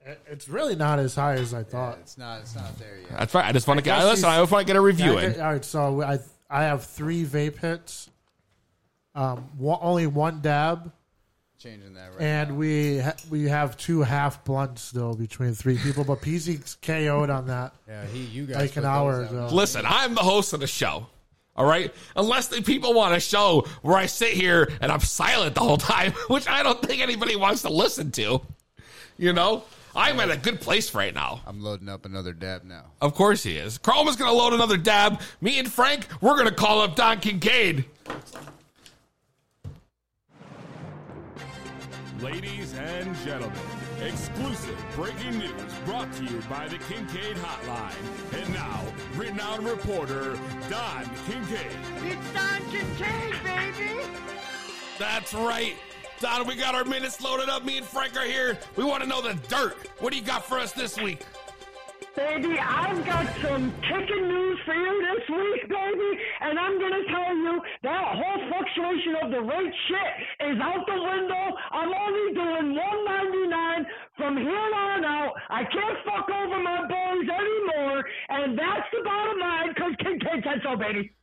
[SPEAKER 7] It- It's really not as high as I thought.
[SPEAKER 8] It's not. It's not there yet.
[SPEAKER 6] That's right. I just want to get
[SPEAKER 7] guess
[SPEAKER 6] listen.
[SPEAKER 7] he's-
[SPEAKER 6] I just want to get a review
[SPEAKER 7] Yeah, I get-
[SPEAKER 6] in.
[SPEAKER 7] all right, so I I have three vape hits, um, one, only one dab,
[SPEAKER 8] Changing that right.
[SPEAKER 7] and we ha- we have two half blunts still between three people. But PZ KO'd on that.
[SPEAKER 8] yeah, he. You guys.
[SPEAKER 7] Like an
[SPEAKER 8] put
[SPEAKER 7] hour
[SPEAKER 8] those out.
[SPEAKER 7] ago.
[SPEAKER 6] Listen, I'm the host of the show. All right, unless the people want a show where I sit here and I'm silent the whole time, (laughs) which I don't think anybody wants to listen to. You know, I'm at a good place right now.
[SPEAKER 8] I'm loading up another dab now.
[SPEAKER 6] Of course he is. Chrome is going to load another dab. Me and Frank, we're going to call up Don Kincaid.
[SPEAKER 9] Ladies and gentlemen, exclusive breaking news brought to you by the Kincaid Hotline. And now, renowned reporter Don Kincaid.
[SPEAKER 6] That's right. Don, we got our minutes loaded up. Me and Frank are here. We want to know the dirt. What do you got for us this week?
[SPEAKER 10] Baby, I've got some kicking news for you this week, baby, and I'm gonna tell you that whole fluctuation of the rate shit is out the window. I'm only doing 199 from here on out. I can't fuck over my boys anymore, and that's the bottom line, cause Kincaid said so, baby.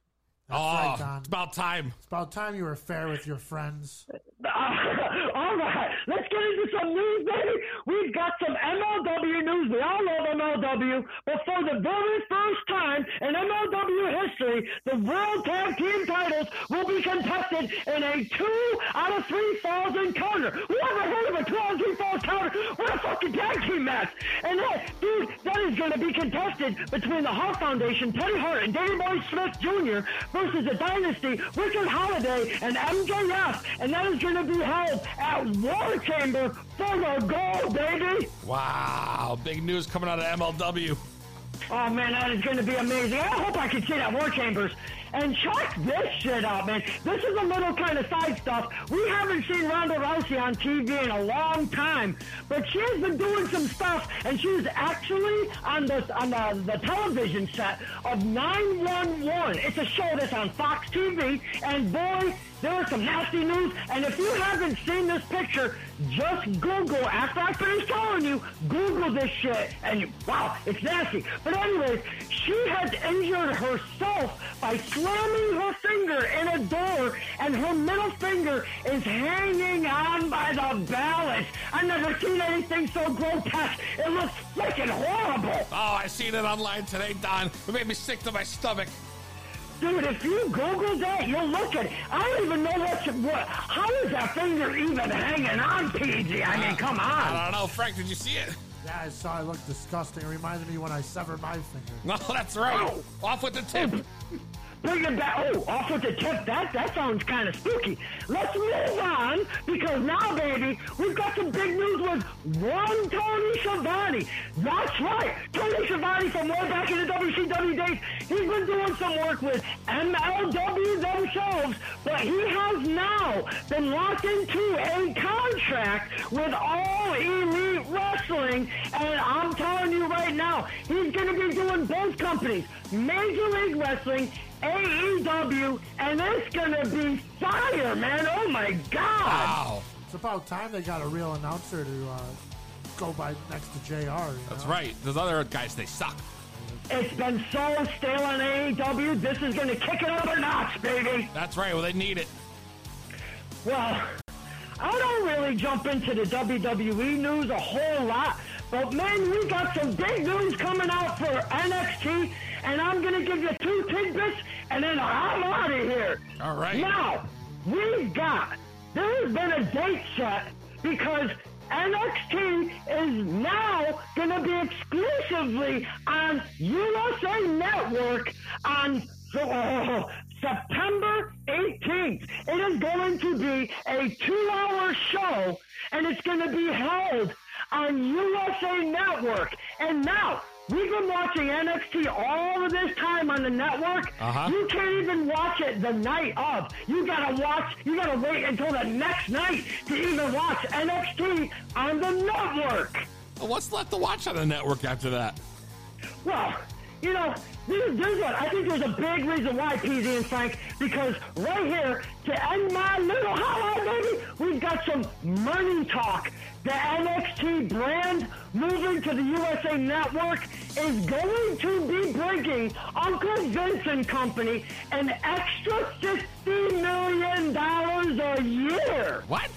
[SPEAKER 6] Oh,
[SPEAKER 7] right, Don.
[SPEAKER 6] it's about time.
[SPEAKER 7] It's about time you were fair with your friends.
[SPEAKER 10] Uh, (laughs) all right, let's get into some news, baby. We've got some MLW news. We all love MLW, but for the very first time in MLW history, the World Tag Team titles will be contested in a two out of three falls encounter. We ever heard of a two out of three falls counter? What a fucking tag team match! And that, dude, that is going to be contested between the Hart Foundation, Teddy Hart, and Davey Boy Smith Jr. versus the Dynasty, Richard Holiday, and MJF. And that is going to be held at War Chamber for the gold, baby!
[SPEAKER 6] Wow, big news coming out of MLW.
[SPEAKER 10] Oh man, that is going to be amazing. I hope I can see that War Chambers. And check this shit out, man. This is a little kind of side stuff. We haven't seen Ronda Rousey on TV in a long time, but she has been doing some stuff, and she's actually on the on the, the television set of 911. It's a show that's on Fox TV, and boy, there is some nasty news. And if you haven't seen this picture, just Google. After I finish telling you, Google this shit. And you, wow, it's nasty. But anyways, she has injured herself by slamming her finger in a door, and her middle finger is hanging on by the ballast. I've never seen anything so grotesque. It looks freaking horrible.
[SPEAKER 6] Oh, I seen it online today, Don. It made me sick to my stomach.
[SPEAKER 10] Dude, if you Google that, you'll look at. I don't even know what's what. How is that finger even hanging on, PG? I mean, come
[SPEAKER 6] I
[SPEAKER 10] on.
[SPEAKER 6] don't know, Frank, did you see it? (laughs)
[SPEAKER 7] Yeah, I saw. I looked disgusting. It reminded me when I severed my finger.
[SPEAKER 6] No, that's right.
[SPEAKER 10] Ow.
[SPEAKER 6] Off with the tip.
[SPEAKER 10] Bring it back. Oh, offer to tip. That that sounds kind of spooky. Let's move on because now, baby, we've got some big news with one Tony Schiavone. That's right, Tony Schiavone from way back in the WCW days. He's been doing some work with MLW themselves, but he has now been locked into a contract with All Elite Wrestling, and I'm telling you right now, he's going to be doing both companies, Major League Wrestling, AEW, and it's going to be fire, man! Oh my God!
[SPEAKER 7] It's about time they got a real announcer to uh, go by next to JR. you
[SPEAKER 6] That's
[SPEAKER 7] know?
[SPEAKER 6] right. Those other guys, they suck.
[SPEAKER 10] It's been so stale on AEW. This is going to kick it up a notch, baby.
[SPEAKER 6] That's right. Well, they need it.
[SPEAKER 10] Well, I don't really jump into the WWE news a whole lot, but man, we got some big news coming out for NXT, and I'm going to give you two tidbits, and then I'm out of here.
[SPEAKER 6] All right.
[SPEAKER 10] Now, we've got, there has been a date set because NXT is now going to be exclusively on USA Network on oh, September 18th. It is going to be a two hour show and it's going to be held on USA Network. And now, we've been watching NXT all of this time on the network.
[SPEAKER 4] Uh-huh.
[SPEAKER 10] You can't even watch it the night of. You gotta watch, you gotta wait until the next night to even watch NXT on the network.
[SPEAKER 6] Well, what's left to watch on the network after that?
[SPEAKER 10] Well, you know, there's, there's a, I think there's a big reason why PZ and Frank, because right here, to end my little highlight, baby, we've got some money talk. The NXT brand moving to the USA Network is going to be bringing Uncle Vince and Company an extra $50 million a year.
[SPEAKER 6] What?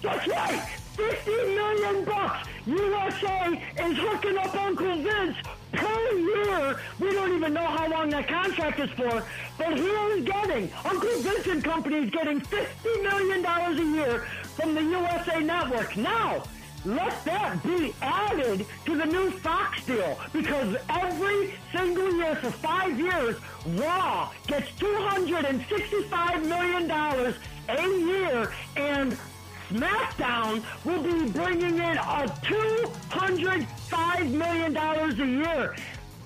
[SPEAKER 10] That's right. 50 million bucks. USA is hooking up Uncle Vince per year. We don't even know how long that contract is for, but he is getting, Uncle Vince and Company is getting $50 million a year from the USA Network. Now, let that be added to the new Fox deal because every single year for five years, Raw gets $265 million a year and SmackDown will be bringing in a $205 million a year.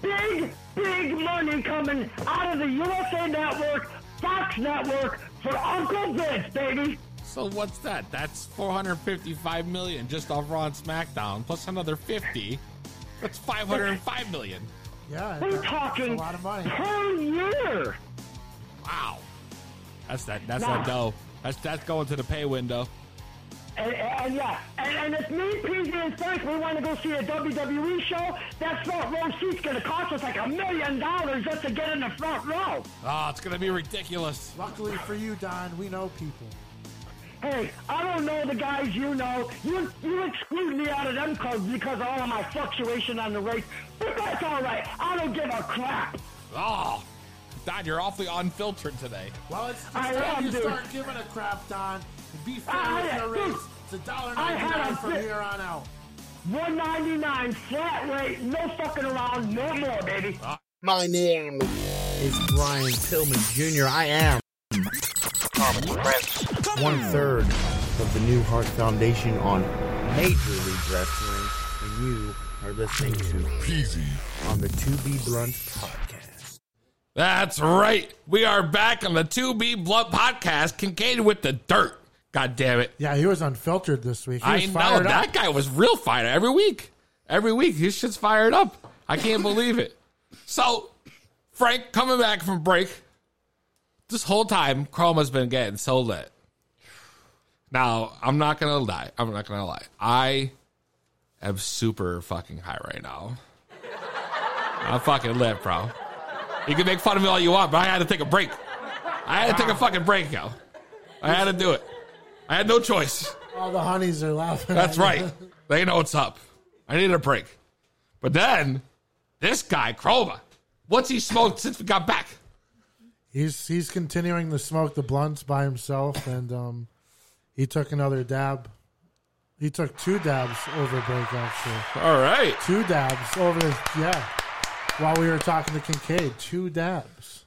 [SPEAKER 10] Big, big money coming out of the USA Network, Fox Network for Uncle Vince, baby.
[SPEAKER 6] So what's that? That's 455 million just off Raw and SmackDown, plus another 50. That's 505 million.
[SPEAKER 7] Yeah,
[SPEAKER 6] We're
[SPEAKER 7] that's
[SPEAKER 6] talking
[SPEAKER 7] a lot of money.
[SPEAKER 10] per year.
[SPEAKER 6] Wow. That's that. That's
[SPEAKER 10] Nah.
[SPEAKER 6] that dough. That's that's going to the pay window.
[SPEAKER 10] And, and yeah, and, and if me, PZ, and Frank, we want to go see a WWE show, that front row seat's going to cost us like a million dollars just to get in the front row.
[SPEAKER 6] Oh, it's gonna be ridiculous.
[SPEAKER 7] Luckily for you, Don, we know people.
[SPEAKER 10] Hey, I don't know the guys you know. You you exclude me out of them clubs because of all of my fluctuation on the race. But that's all right. I don't give a crap.
[SPEAKER 6] Oh, Don, you're awfully unfiltered today.
[SPEAKER 7] Well, it's, it's
[SPEAKER 10] I
[SPEAKER 7] time
[SPEAKER 10] am,
[SPEAKER 7] you
[SPEAKER 10] dude.
[SPEAKER 7] start giving a crap, Don. And be fair
[SPEAKER 10] I-
[SPEAKER 7] with
[SPEAKER 10] I-
[SPEAKER 7] your
[SPEAKER 10] dude,
[SPEAKER 7] rates. It's a dollar
[SPEAKER 10] I had
[SPEAKER 7] ninety-nine
[SPEAKER 10] a
[SPEAKER 7] from
[SPEAKER 10] bit-
[SPEAKER 7] here on out.
[SPEAKER 10] 199 flat rate, no fucking around, no more, baby.
[SPEAKER 11] My name is Brian Pillman Jr. I am one third of the New Heart Foundation on Major League Wrestling, and you are listening to Peasy on the To Be Blunt podcast.
[SPEAKER 6] That's right. We are back on the 2B Blood Podcast, Kincaid with the dirt. God damn it.
[SPEAKER 7] Yeah, he was unfiltered this week. He was
[SPEAKER 6] I know.
[SPEAKER 7] fired
[SPEAKER 6] That
[SPEAKER 7] up.
[SPEAKER 6] guy was real fired every week. Every week, his shit's fired up. I
[SPEAKER 7] (laughs)
[SPEAKER 6] can't believe it. So, Frank, coming back from break, this whole time, Chroma's been getting so lit. Now, I'm not going to lie. I'm not going to lie. I am super fucking high right now. I'm fucking lit, bro. You can make fun of me all you want, but I had to take a break. I had to take a fucking break, yo. I had to do it. I had no choice.
[SPEAKER 7] All the honeys are laughing.
[SPEAKER 6] That's
[SPEAKER 7] at him.
[SPEAKER 6] right. They know what's up. I need a break. But then this guy, Croma, what's he smoked since we got back?
[SPEAKER 7] (laughs) He's he's continuing to smoke the blunts by himself, and um, he took another dab. He took two dabs over break, actually.
[SPEAKER 6] All right.
[SPEAKER 7] Two dabs over, yeah. While we were talking to Kincaid, two dabs.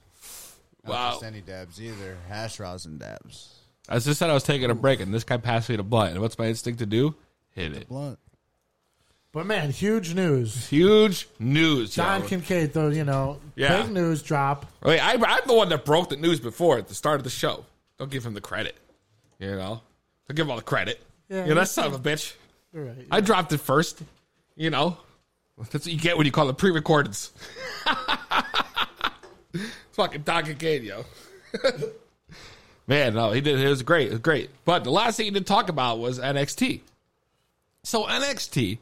[SPEAKER 8] Not just any dabs either. Hash rosin dabs.
[SPEAKER 6] I just said I was taking a break, and this guy passed me the blunt. And what's my instinct to do? Hit it.
[SPEAKER 8] Blunt.
[SPEAKER 7] But man, huge news.
[SPEAKER 6] Huge news.
[SPEAKER 7] Don
[SPEAKER 6] yo.
[SPEAKER 7] Kincaid, though, you know,
[SPEAKER 6] Yeah.
[SPEAKER 7] big news drop.
[SPEAKER 6] Wait, I, I'm the one that broke the news before at the start of the show. Don't give him the credit. You know, don't give him all the credit.
[SPEAKER 7] Yeah,
[SPEAKER 6] you know, that son of a bitch.
[SPEAKER 7] All right.
[SPEAKER 6] I dropped it first. You know, that's what you get when you call it pre-recordings. (laughs) Fucking Doc again, yo. (laughs) Man, no, he did. It was great. It was great. But the last thing he didn't talk about was NXT. So NXT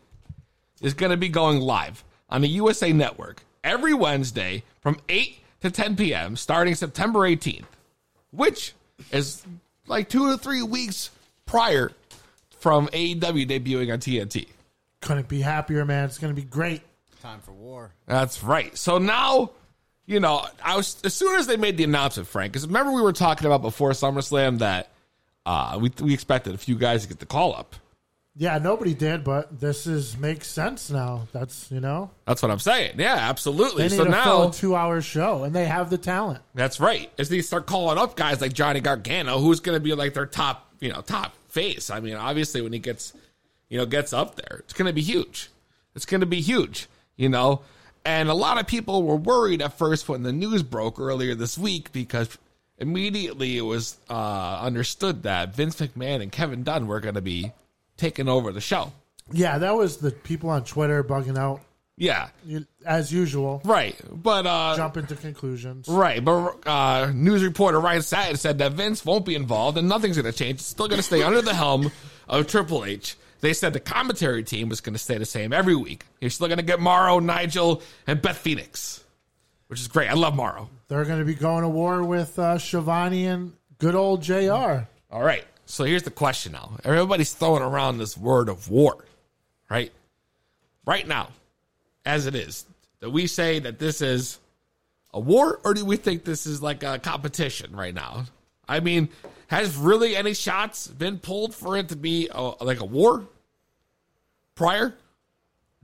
[SPEAKER 6] is going to be going live on the USA Network every Wednesday from 8 to 10 p.m. starting September 18th, which is like two to three weeks prior from AEW debuting on TNT.
[SPEAKER 7] Couldn't be happier, man. It's going to be great.
[SPEAKER 8] Time for war.
[SPEAKER 6] That's right. So now, you know, I was as soon as they made the announcement, Frank, because remember we were talking about before SummerSlam that uh, we we expected a few guys to get the call up.
[SPEAKER 7] Yeah, nobody did, but this is makes sense now. That's you know,
[SPEAKER 6] That's what I'm saying. Yeah, absolutely.
[SPEAKER 7] they need
[SPEAKER 6] So
[SPEAKER 7] to fill
[SPEAKER 6] now,
[SPEAKER 7] a two-hour show, and they have the talent.
[SPEAKER 6] that's right. As they start calling up guys like Johnny Gargano, who's going to be like their top, you know, top face. I mean, obviously when he gets, you know, gets up there, it's going to be huge. It's going to be huge, you know. And a lot of people were worried at first when the news broke earlier this week because immediately it was uh, understood that Vince McMahon and Kevin Dunn were going to be taking over the show.
[SPEAKER 7] Yeah, that was the people on Twitter bugging out
[SPEAKER 6] Yeah,
[SPEAKER 7] you- as usual.
[SPEAKER 6] right. But uh,
[SPEAKER 7] Jump into conclusions.
[SPEAKER 6] Right, but uh, news reporter Ryan Satin said that Vince won't be involved and nothing's going to change. It's still going to stay under the helm of Triple H. They said the commentary team was going to stay the same every week. You're still going to get Morrow, Nigel, and Beth Phoenix, which is great. I love Morrow.
[SPEAKER 7] They're going to be going to war with uh, Shivani and good old Jr.
[SPEAKER 6] All right, so here's the question now. Everybody's throwing around this word of war, right? Right now, as it is, do we say that this is a war or do we think this is like a competition right now? I mean, has really any shots been pulled for it to be a, like a war prior?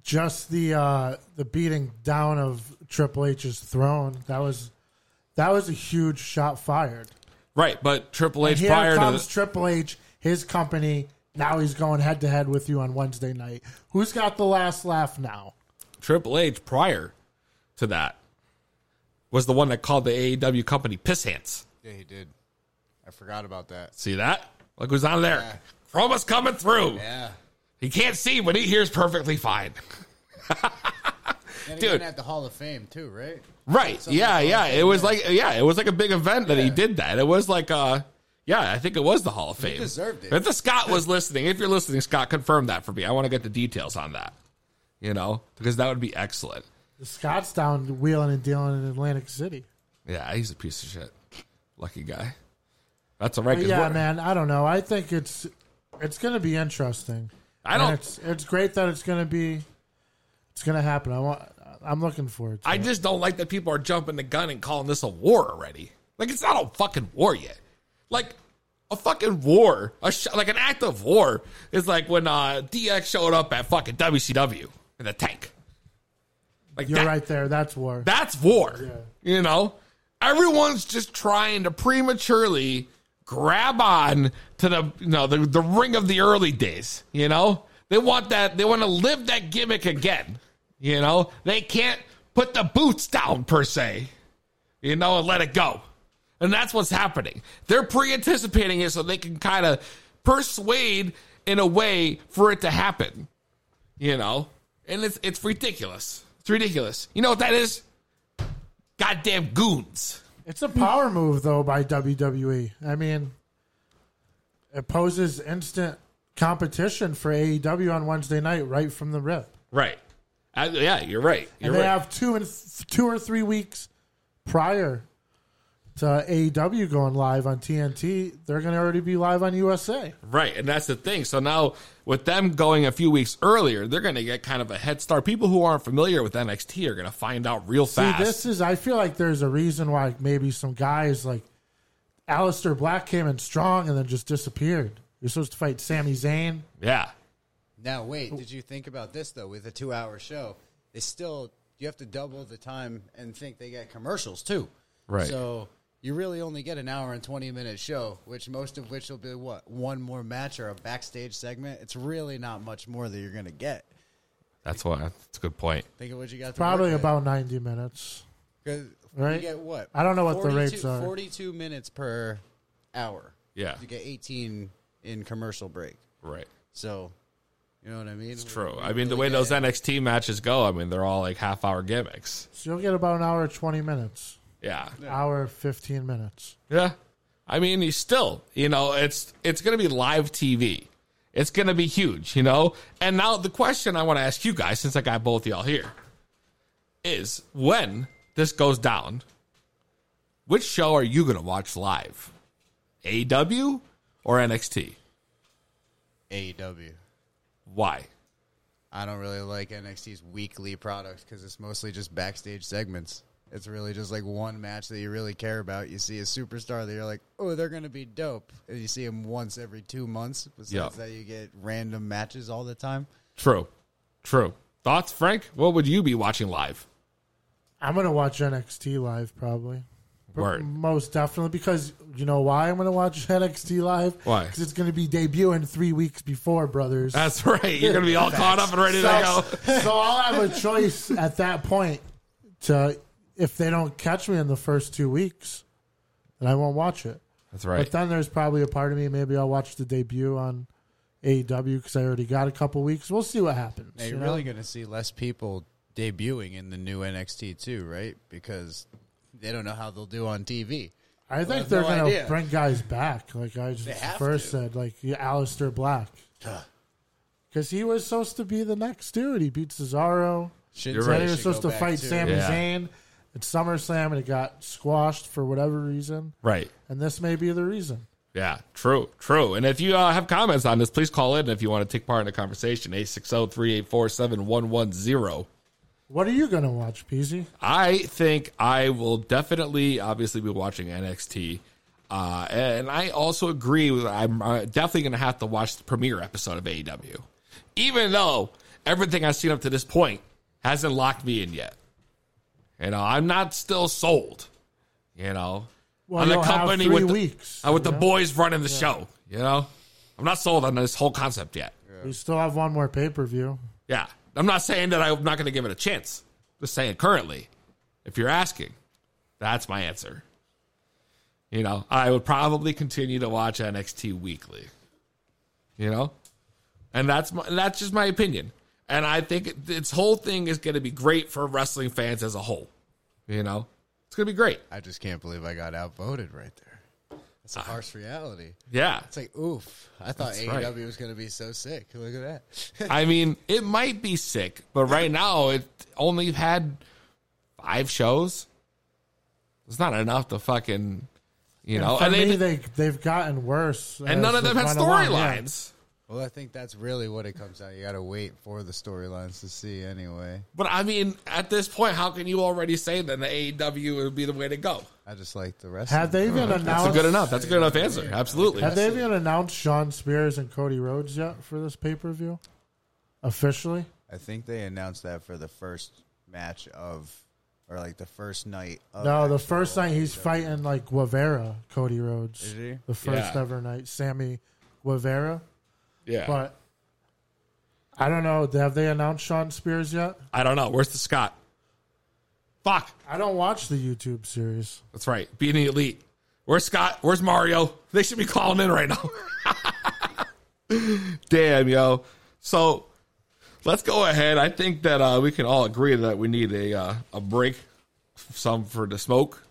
[SPEAKER 7] Just the uh, the beating down of Triple H's throne. That was that was a huge shot fired.
[SPEAKER 6] Right, but Triple
[SPEAKER 7] And
[SPEAKER 6] H
[SPEAKER 7] here
[SPEAKER 6] prior to
[SPEAKER 7] comes
[SPEAKER 6] the,
[SPEAKER 7] Triple H, his company. Now he's going head to head with you on Wednesday night. Who's got the last laugh now?
[SPEAKER 6] Triple H prior to that was the one that called the AEW company piss hands.
[SPEAKER 8] Yeah, he did. I forgot about that.
[SPEAKER 6] See that? Look who's on there. Chroma's coming through.
[SPEAKER 8] Yeah.
[SPEAKER 6] He can't see, but he hears perfectly fine.
[SPEAKER 8] And
[SPEAKER 6] Dude.
[SPEAKER 8] again at the Hall of Fame too, right?
[SPEAKER 6] Right.
[SPEAKER 8] Something
[SPEAKER 6] yeah,
[SPEAKER 8] like
[SPEAKER 6] yeah.
[SPEAKER 8] that,
[SPEAKER 6] It was
[SPEAKER 8] yeah.
[SPEAKER 6] like yeah, it was like a big event that he did that. It was like uh yeah, I think it was the Hall of Fame.
[SPEAKER 8] deserved it.
[SPEAKER 6] If the Scott was listening, if you're listening, Scott, confirm that for me. I want to get the details on that. You know, because that would be excellent.
[SPEAKER 7] The Scots down wheeling and dealing in Atlantic City.
[SPEAKER 6] Yeah, he's a piece of shit. Lucky guy. That's all right.
[SPEAKER 7] But
[SPEAKER 6] 'cause
[SPEAKER 7] yeah,
[SPEAKER 6] we're-
[SPEAKER 7] man. I don't know. I think it's it's going to be interesting.
[SPEAKER 6] I don't-
[SPEAKER 7] And It's, it's great that it's going to be. It's going to happen. I want. I'm looking forward. To
[SPEAKER 6] I
[SPEAKER 7] it.
[SPEAKER 6] just don't like that people are jumping the gun and calling this a war already. Like it's not a fucking war yet. Like a fucking war, a sh- like an act of war is like when uh, DX showed up at fucking WCW in the tank. Like
[SPEAKER 7] You're
[SPEAKER 6] that,
[SPEAKER 7] right there. That's war.
[SPEAKER 6] that's war. You know, everyone's just trying to prematurely grab on to the you know the, the ring of the early days. You know, they want that. They want to live that gimmick again. You know, they can't put the boots down per se. You know, and let it go. And that's what's happening. They're pre anticipating it so they can kind of persuade in a way for it to happen you know, and it's it's ridiculous. It's ridiculous. You know what that is? Goddamn goons.
[SPEAKER 7] It's a power move though by WWE. I mean, it poses instant competition for AEW on Wednesday night right from the rip.
[SPEAKER 6] Right. Uh, yeah, you're right.
[SPEAKER 7] and they have two and th- two or three weeks prior to AEW going live on TNT. They're going to already be live on USA.
[SPEAKER 6] Right, and that's the thing. So now with them going a few weeks earlier, they're going to get kind of a head start. People who aren't familiar with NXT are going to find out real fast.
[SPEAKER 7] See, this is. I feel like there's a reason why maybe some guys like Alistair Black came in strong and then just disappeared. You're supposed to fight Sami Zayn.
[SPEAKER 6] yeah.
[SPEAKER 8] Now wait, did you think about this though? With a two-hour show, they still you have to double the time and think they got commercials too.
[SPEAKER 6] Right.
[SPEAKER 8] So you really only get an hour and 20 minute show, which most of which will be what? One more match or a backstage segment? It's really not much more that you're going to get.
[SPEAKER 6] That's what. That's a good point.
[SPEAKER 8] Think of what you got to
[SPEAKER 7] Probably
[SPEAKER 8] work with.
[SPEAKER 7] about 90 minutes.
[SPEAKER 8] 'Cause
[SPEAKER 7] Right?
[SPEAKER 8] You get what?
[SPEAKER 7] I don't know what the
[SPEAKER 8] 42
[SPEAKER 7] rates are.
[SPEAKER 8] 42 minutes per hour.
[SPEAKER 6] Yeah.
[SPEAKER 8] You get 18 in commercial break.
[SPEAKER 6] Right.
[SPEAKER 8] So, you know what I mean?
[SPEAKER 6] It's true. I mean, the way those NXT matches go, I mean, they're all like half hour gimmicks.
[SPEAKER 7] So you'll get about an hour and 20 minutes.
[SPEAKER 6] Yeah.
[SPEAKER 7] Hour 15 minutes.
[SPEAKER 6] Yeah. I mean, he's still, you know, it's it's going to be live TV. It's going to be huge, you know? And now the question I want to ask you guys since I got both y'all here is when this goes down, which show are you going to watch live? AW or NXT?
[SPEAKER 8] AEW.
[SPEAKER 6] Why?
[SPEAKER 8] E I don't really like NXT's weekly product because it's mostly just backstage segments. It's really just like one match that you really care about. You see a superstar that you're like, oh, they're going to be dope. And you see them once every two months. Besides
[SPEAKER 6] Yeah.
[SPEAKER 8] that, you get random matches all the time.
[SPEAKER 6] True. True. Thoughts, Frank? What would you be watching live?
[SPEAKER 7] I'm gonna watch NXT live probably. But
[SPEAKER 6] Word.
[SPEAKER 7] Most definitely because you know why I'm gonna watch (laughs) NXT live.
[SPEAKER 6] Why?
[SPEAKER 7] Because it's gonna be debuting three weeks before, brothers.
[SPEAKER 6] That's right. You're gonna be all caught up and ready to
[SPEAKER 7] So-
[SPEAKER 6] go.
[SPEAKER 7] (laughs) so I'll have a choice at that point to if they don't catch me in the first two weeks, then I won't watch it.
[SPEAKER 6] That's right.
[SPEAKER 7] But then there's probably a part of me maybe I'll watch the debut on AEW because I already got a couple weeks. We'll see what happens.
[SPEAKER 8] Now,
[SPEAKER 7] you
[SPEAKER 8] you're
[SPEAKER 7] know?
[SPEAKER 8] really going to see less people debuting in the new NXT too, right? Because they don't know how they'll do on TV.
[SPEAKER 7] I
[SPEAKER 8] They'll
[SPEAKER 7] think
[SPEAKER 8] have
[SPEAKER 7] they're
[SPEAKER 8] no
[SPEAKER 7] gonna
[SPEAKER 8] idea.
[SPEAKER 7] bring guys back. Like I
[SPEAKER 8] They
[SPEAKER 7] just
[SPEAKER 8] have
[SPEAKER 7] first said, like yeah, Alistair Black, because he was supposed to be the next dude. He beat Cesaro.
[SPEAKER 8] Shinsuke
[SPEAKER 7] Said he
[SPEAKER 8] should
[SPEAKER 7] was supposed
[SPEAKER 8] go
[SPEAKER 7] to
[SPEAKER 8] back,
[SPEAKER 7] fight
[SPEAKER 8] too.
[SPEAKER 7] Sami
[SPEAKER 6] Yeah.
[SPEAKER 7] Zayn at SummerSlam, and it got squashed for whatever reason.
[SPEAKER 6] Right.
[SPEAKER 7] And this may be the reason.
[SPEAKER 6] Yeah, true, true. And if you uh, have comments on this, please call in if you want to take part in the conversation. oh, 860 384 7110.
[SPEAKER 7] What are you gonna watch, Peasy?
[SPEAKER 6] I think I will definitely, obviously, be watching NXT. Uh, and I also agree with, I'm uh, definitely going to have to watch the premiere episode of AEW, even though everything I've seen up to this point hasn't locked me in yet. You know, I'm not still sold, you know,
[SPEAKER 7] Well, you'll have three
[SPEAKER 6] with, the,
[SPEAKER 7] weeks,
[SPEAKER 6] uh, with
[SPEAKER 7] you
[SPEAKER 6] the
[SPEAKER 7] know?
[SPEAKER 6] boys running the show, you know. I'm not sold on this whole concept yet.
[SPEAKER 7] We still have one more pay per view.
[SPEAKER 6] Yeah. I'm not saying that I'm not going to give it a chance. Just saying currently, if you're asking, that's my answer. You know, I would probably continue to watch NXT weekly. You know? And that's my, that's just my opinion. And I think it, this whole thing is going to be great for wrestling fans as a whole. You know? It's going to be great.
[SPEAKER 8] I just can't believe I got outvoted right there. That's a harsh reality.
[SPEAKER 6] Yeah.
[SPEAKER 8] It's like, oof. I thought
[SPEAKER 6] Ah. That's right.
[SPEAKER 8] AEW was going to be so sick. Look at that.
[SPEAKER 6] I mean, it might be sick, but right now it only had five shows. It's not enough to fucking, you know.
[SPEAKER 7] and for
[SPEAKER 6] And they,
[SPEAKER 7] me, they, they have gotten worse,
[SPEAKER 6] And none of them have storylines.
[SPEAKER 8] Well, I think that's really what it comes down. You got to wait for the storylines to see anyway.
[SPEAKER 6] but I mean, at this point, how can you already say that the AEW would be the way to go?
[SPEAKER 8] I just like the rest.
[SPEAKER 7] Have they even
[SPEAKER 6] That's
[SPEAKER 7] announced?
[SPEAKER 6] a good enough. That's a good enough answer. Absolutely.
[SPEAKER 7] Have they even announced Sean Spears and Cody Rhodes yet for this pay per view? Officially?
[SPEAKER 8] I think they announced that for the first match of, or like the first night of.
[SPEAKER 7] no, the
[SPEAKER 8] actual
[SPEAKER 7] first night he's
[SPEAKER 8] AEW.
[SPEAKER 7] fighting like Guevara, Cody Rhodes.
[SPEAKER 8] Is he?
[SPEAKER 7] The first
[SPEAKER 8] Yeah.
[SPEAKER 7] ever night, Sammy Guevara.
[SPEAKER 6] Yeah.
[SPEAKER 7] But I don't know. Have they announced Sean Spears yet?
[SPEAKER 6] I don't know. Where's the Scott? Fuck.
[SPEAKER 7] I don't watch the YouTube series.
[SPEAKER 6] That's right. Being the elite. Where's Scott? Where's Mario? They should be calling in right now. (laughs) Damn, yo. So let's go ahead. I think that uh, we can all agree that we need a uh, a break. Some for the smoke,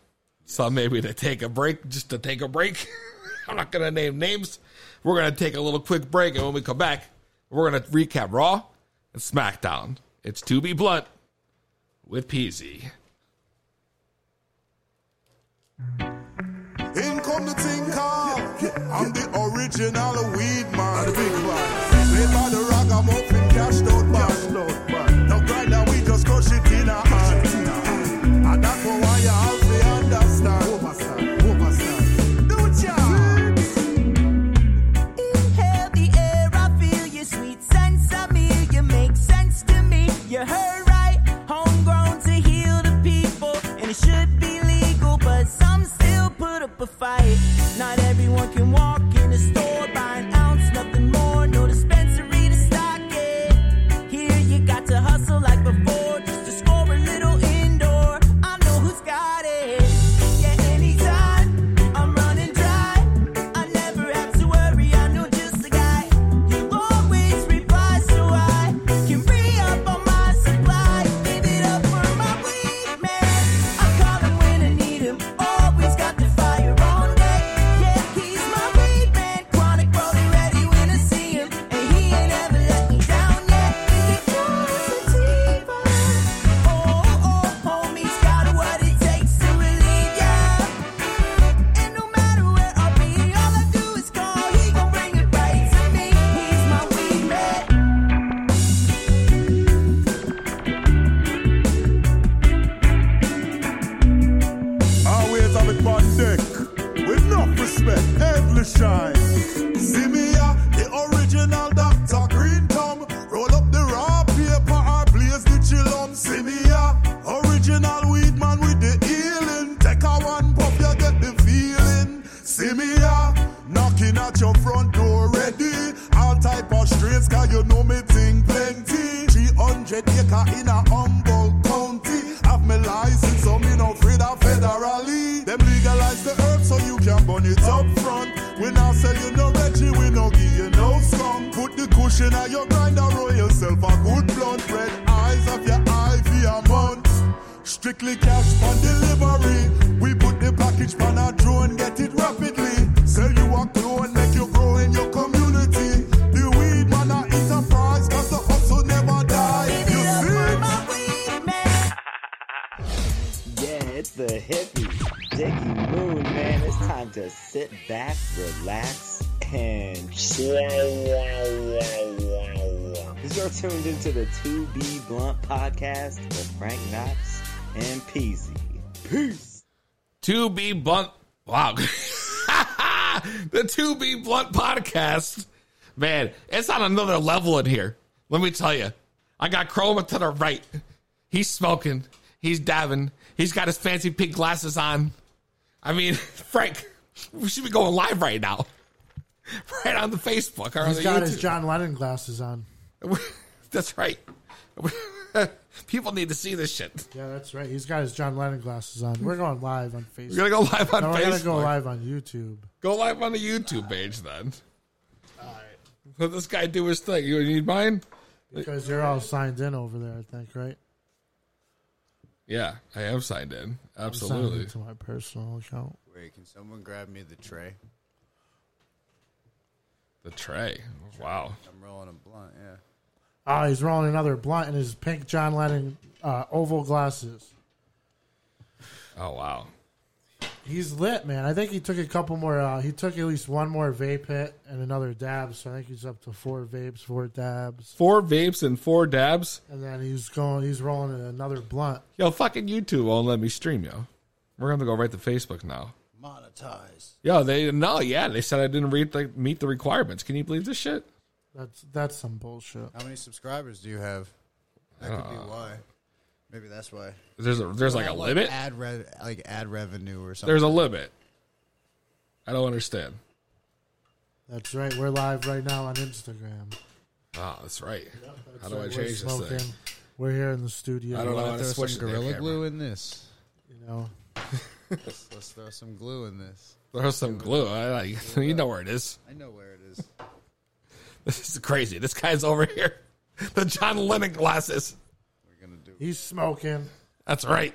[SPEAKER 6] some maybe to take a break, just to take a break. (laughs) I'm not gonna name names. We're gonna take a little quick break, and when we come back, we're gonna recap Raw and SmackDown. It's to be blunt with Peasy.
[SPEAKER 12] In come the thing called. I'm the original weed man. The big man. Played by the rock, I'm up in cashed out man. No grind that we just crush it in our hand. And that's for why you have to understand. Overstand, overstand. Do it, ya.
[SPEAKER 13] Inhale the air, I feel your sweet sense of me. You make sense to me. You're her right, homegrown to heal the people. And it should be legal, but some still put Everyone can walk in a store, buy an ounce, nothing more. No dispensary to stock it. Here you got to hustle like before, just to score a little indoor. I know who's got it. Yeah, anytime I'm running dry, I never have to worry. I know just the guy who always replies, so I can free up on my supply. Give it up for my weak man. I call him when I need him. Always got the fire on deck. Yeah, he's my weak man. Chronic rolling ready when I see him, and he ain't ever let me down yet. Is it positive? Oh, oh, homie's got what it takes to relieve ya. And no matter where I'll be, all I do is call. He gon' bring it right to me. He's my weak man.
[SPEAKER 12] Always have it on deck with no respect, every shine. See me, uh, the original Dr. Green Thumb. Roll up the raw paper or blaze the chillum. See me, uh, original weed man with the healing. Take a one puff, you get the feeling. See me, uh, knocking at your front door ready. All type of strains, cause you know me thing plenty. 300 acre in a humble county. Have me license, so me no afraid of federally. Them legalize the herb so you can burn it up front. We now sell you no Reggie, we no give you no scum. Put the cushion at your grinder, roll yourself a good blunt. Red eyes of your eye for a month. Strictly cash on delivery. We put the package on our drone, get it rapidly. Sell you a clone, make you grow in your community. The weed man a enterprise, cause the hustle never die. You
[SPEAKER 14] Yeah, it's the hippie, Dickie Moon, man. It's time to sit back, relax, and chill. You're tuned into the 2B Blunt podcast with Frank Knox and Peasy. Peace.
[SPEAKER 6] To be blunt. Wow. (laughs) the To Be Blunt podcast. Man, it's on another level in here. Let me tell you. I got Chroma to the right. He's smoking. He's dabbing. He's got his fancy pink glasses on. I mean, (laughs) Frank, we should be going live right now. (laughs) Right on the Facebook. Or on
[SPEAKER 7] He's
[SPEAKER 6] the
[SPEAKER 7] got
[SPEAKER 6] YouTube.
[SPEAKER 7] his John Lennon glasses on.
[SPEAKER 6] (laughs) That's right. People need to see this shit.
[SPEAKER 7] Yeah, that's right. He's got his John Lennon glasses on. We're going live on Facebook.
[SPEAKER 6] We're gonna go live on
[SPEAKER 7] No, We're gonna go
[SPEAKER 6] Facebook.
[SPEAKER 7] live on YouTube.
[SPEAKER 6] Go live on the YouTube page then. All right. Let this guy do his thing. You need mine?
[SPEAKER 7] Because you're all signed in over there, I think, right?
[SPEAKER 6] Yeah, I am signed in.
[SPEAKER 7] I'm signed
[SPEAKER 6] Absolutely.
[SPEAKER 7] into my personal account.
[SPEAKER 8] Wait, can someone grab me the tray?
[SPEAKER 6] The tray. Wow.
[SPEAKER 8] I'm rolling a blunt. Yeah.
[SPEAKER 7] Ah, he's rolling another blunt in his pink John Lennon uh, oval glasses.
[SPEAKER 6] Oh wow.
[SPEAKER 7] He's lit, man. I think he took a couple more. Uh, he took at least one more vape hit and another dab. So I think he's up to four vapes, four dabs,
[SPEAKER 6] Four vapes and four dabs.
[SPEAKER 7] and then he's going. He's rolling another blunt.
[SPEAKER 6] Yo, fucking YouTube won't let me stream, yo. We're gonna go right to Facebook now.
[SPEAKER 11] Monetize.
[SPEAKER 6] Yo, they no, yeah, they said I didn't read the, meet the requirements. Can you believe this shit?
[SPEAKER 7] That's that's some bullshit.
[SPEAKER 8] How many subscribers do you have? That could be
[SPEAKER 6] Uh,
[SPEAKER 8] why. Maybe that's why.
[SPEAKER 6] There's a- there's like a limit?
[SPEAKER 8] Ad re- like ad revenue or something.
[SPEAKER 6] There's a limit. I don't understand.
[SPEAKER 7] That's right. We're live right now on Instagram.
[SPEAKER 6] Oh, that's right.
[SPEAKER 7] That's
[SPEAKER 6] How do
[SPEAKER 7] right,
[SPEAKER 6] I
[SPEAKER 7] we're
[SPEAKER 6] change this thing?
[SPEAKER 7] smoking. We're here in the studio.
[SPEAKER 6] I don't know
[SPEAKER 8] Wanna
[SPEAKER 6] how to
[SPEAKER 8] throw
[SPEAKER 6] switch
[SPEAKER 8] some
[SPEAKER 6] the damn
[SPEAKER 8] gorilla
[SPEAKER 6] camera.
[SPEAKER 8] glue in this.
[SPEAKER 7] You know,
[SPEAKER 8] let's, (laughs) let's throw some glue in this.
[SPEAKER 6] Throw some glue. I, I, (laughs) you know where it is.
[SPEAKER 8] I know where it is.
[SPEAKER 6] (laughs) This is crazy. This guy's over here. (laughs) The John Lennon glasses.
[SPEAKER 7] He's smoking.
[SPEAKER 6] That's right.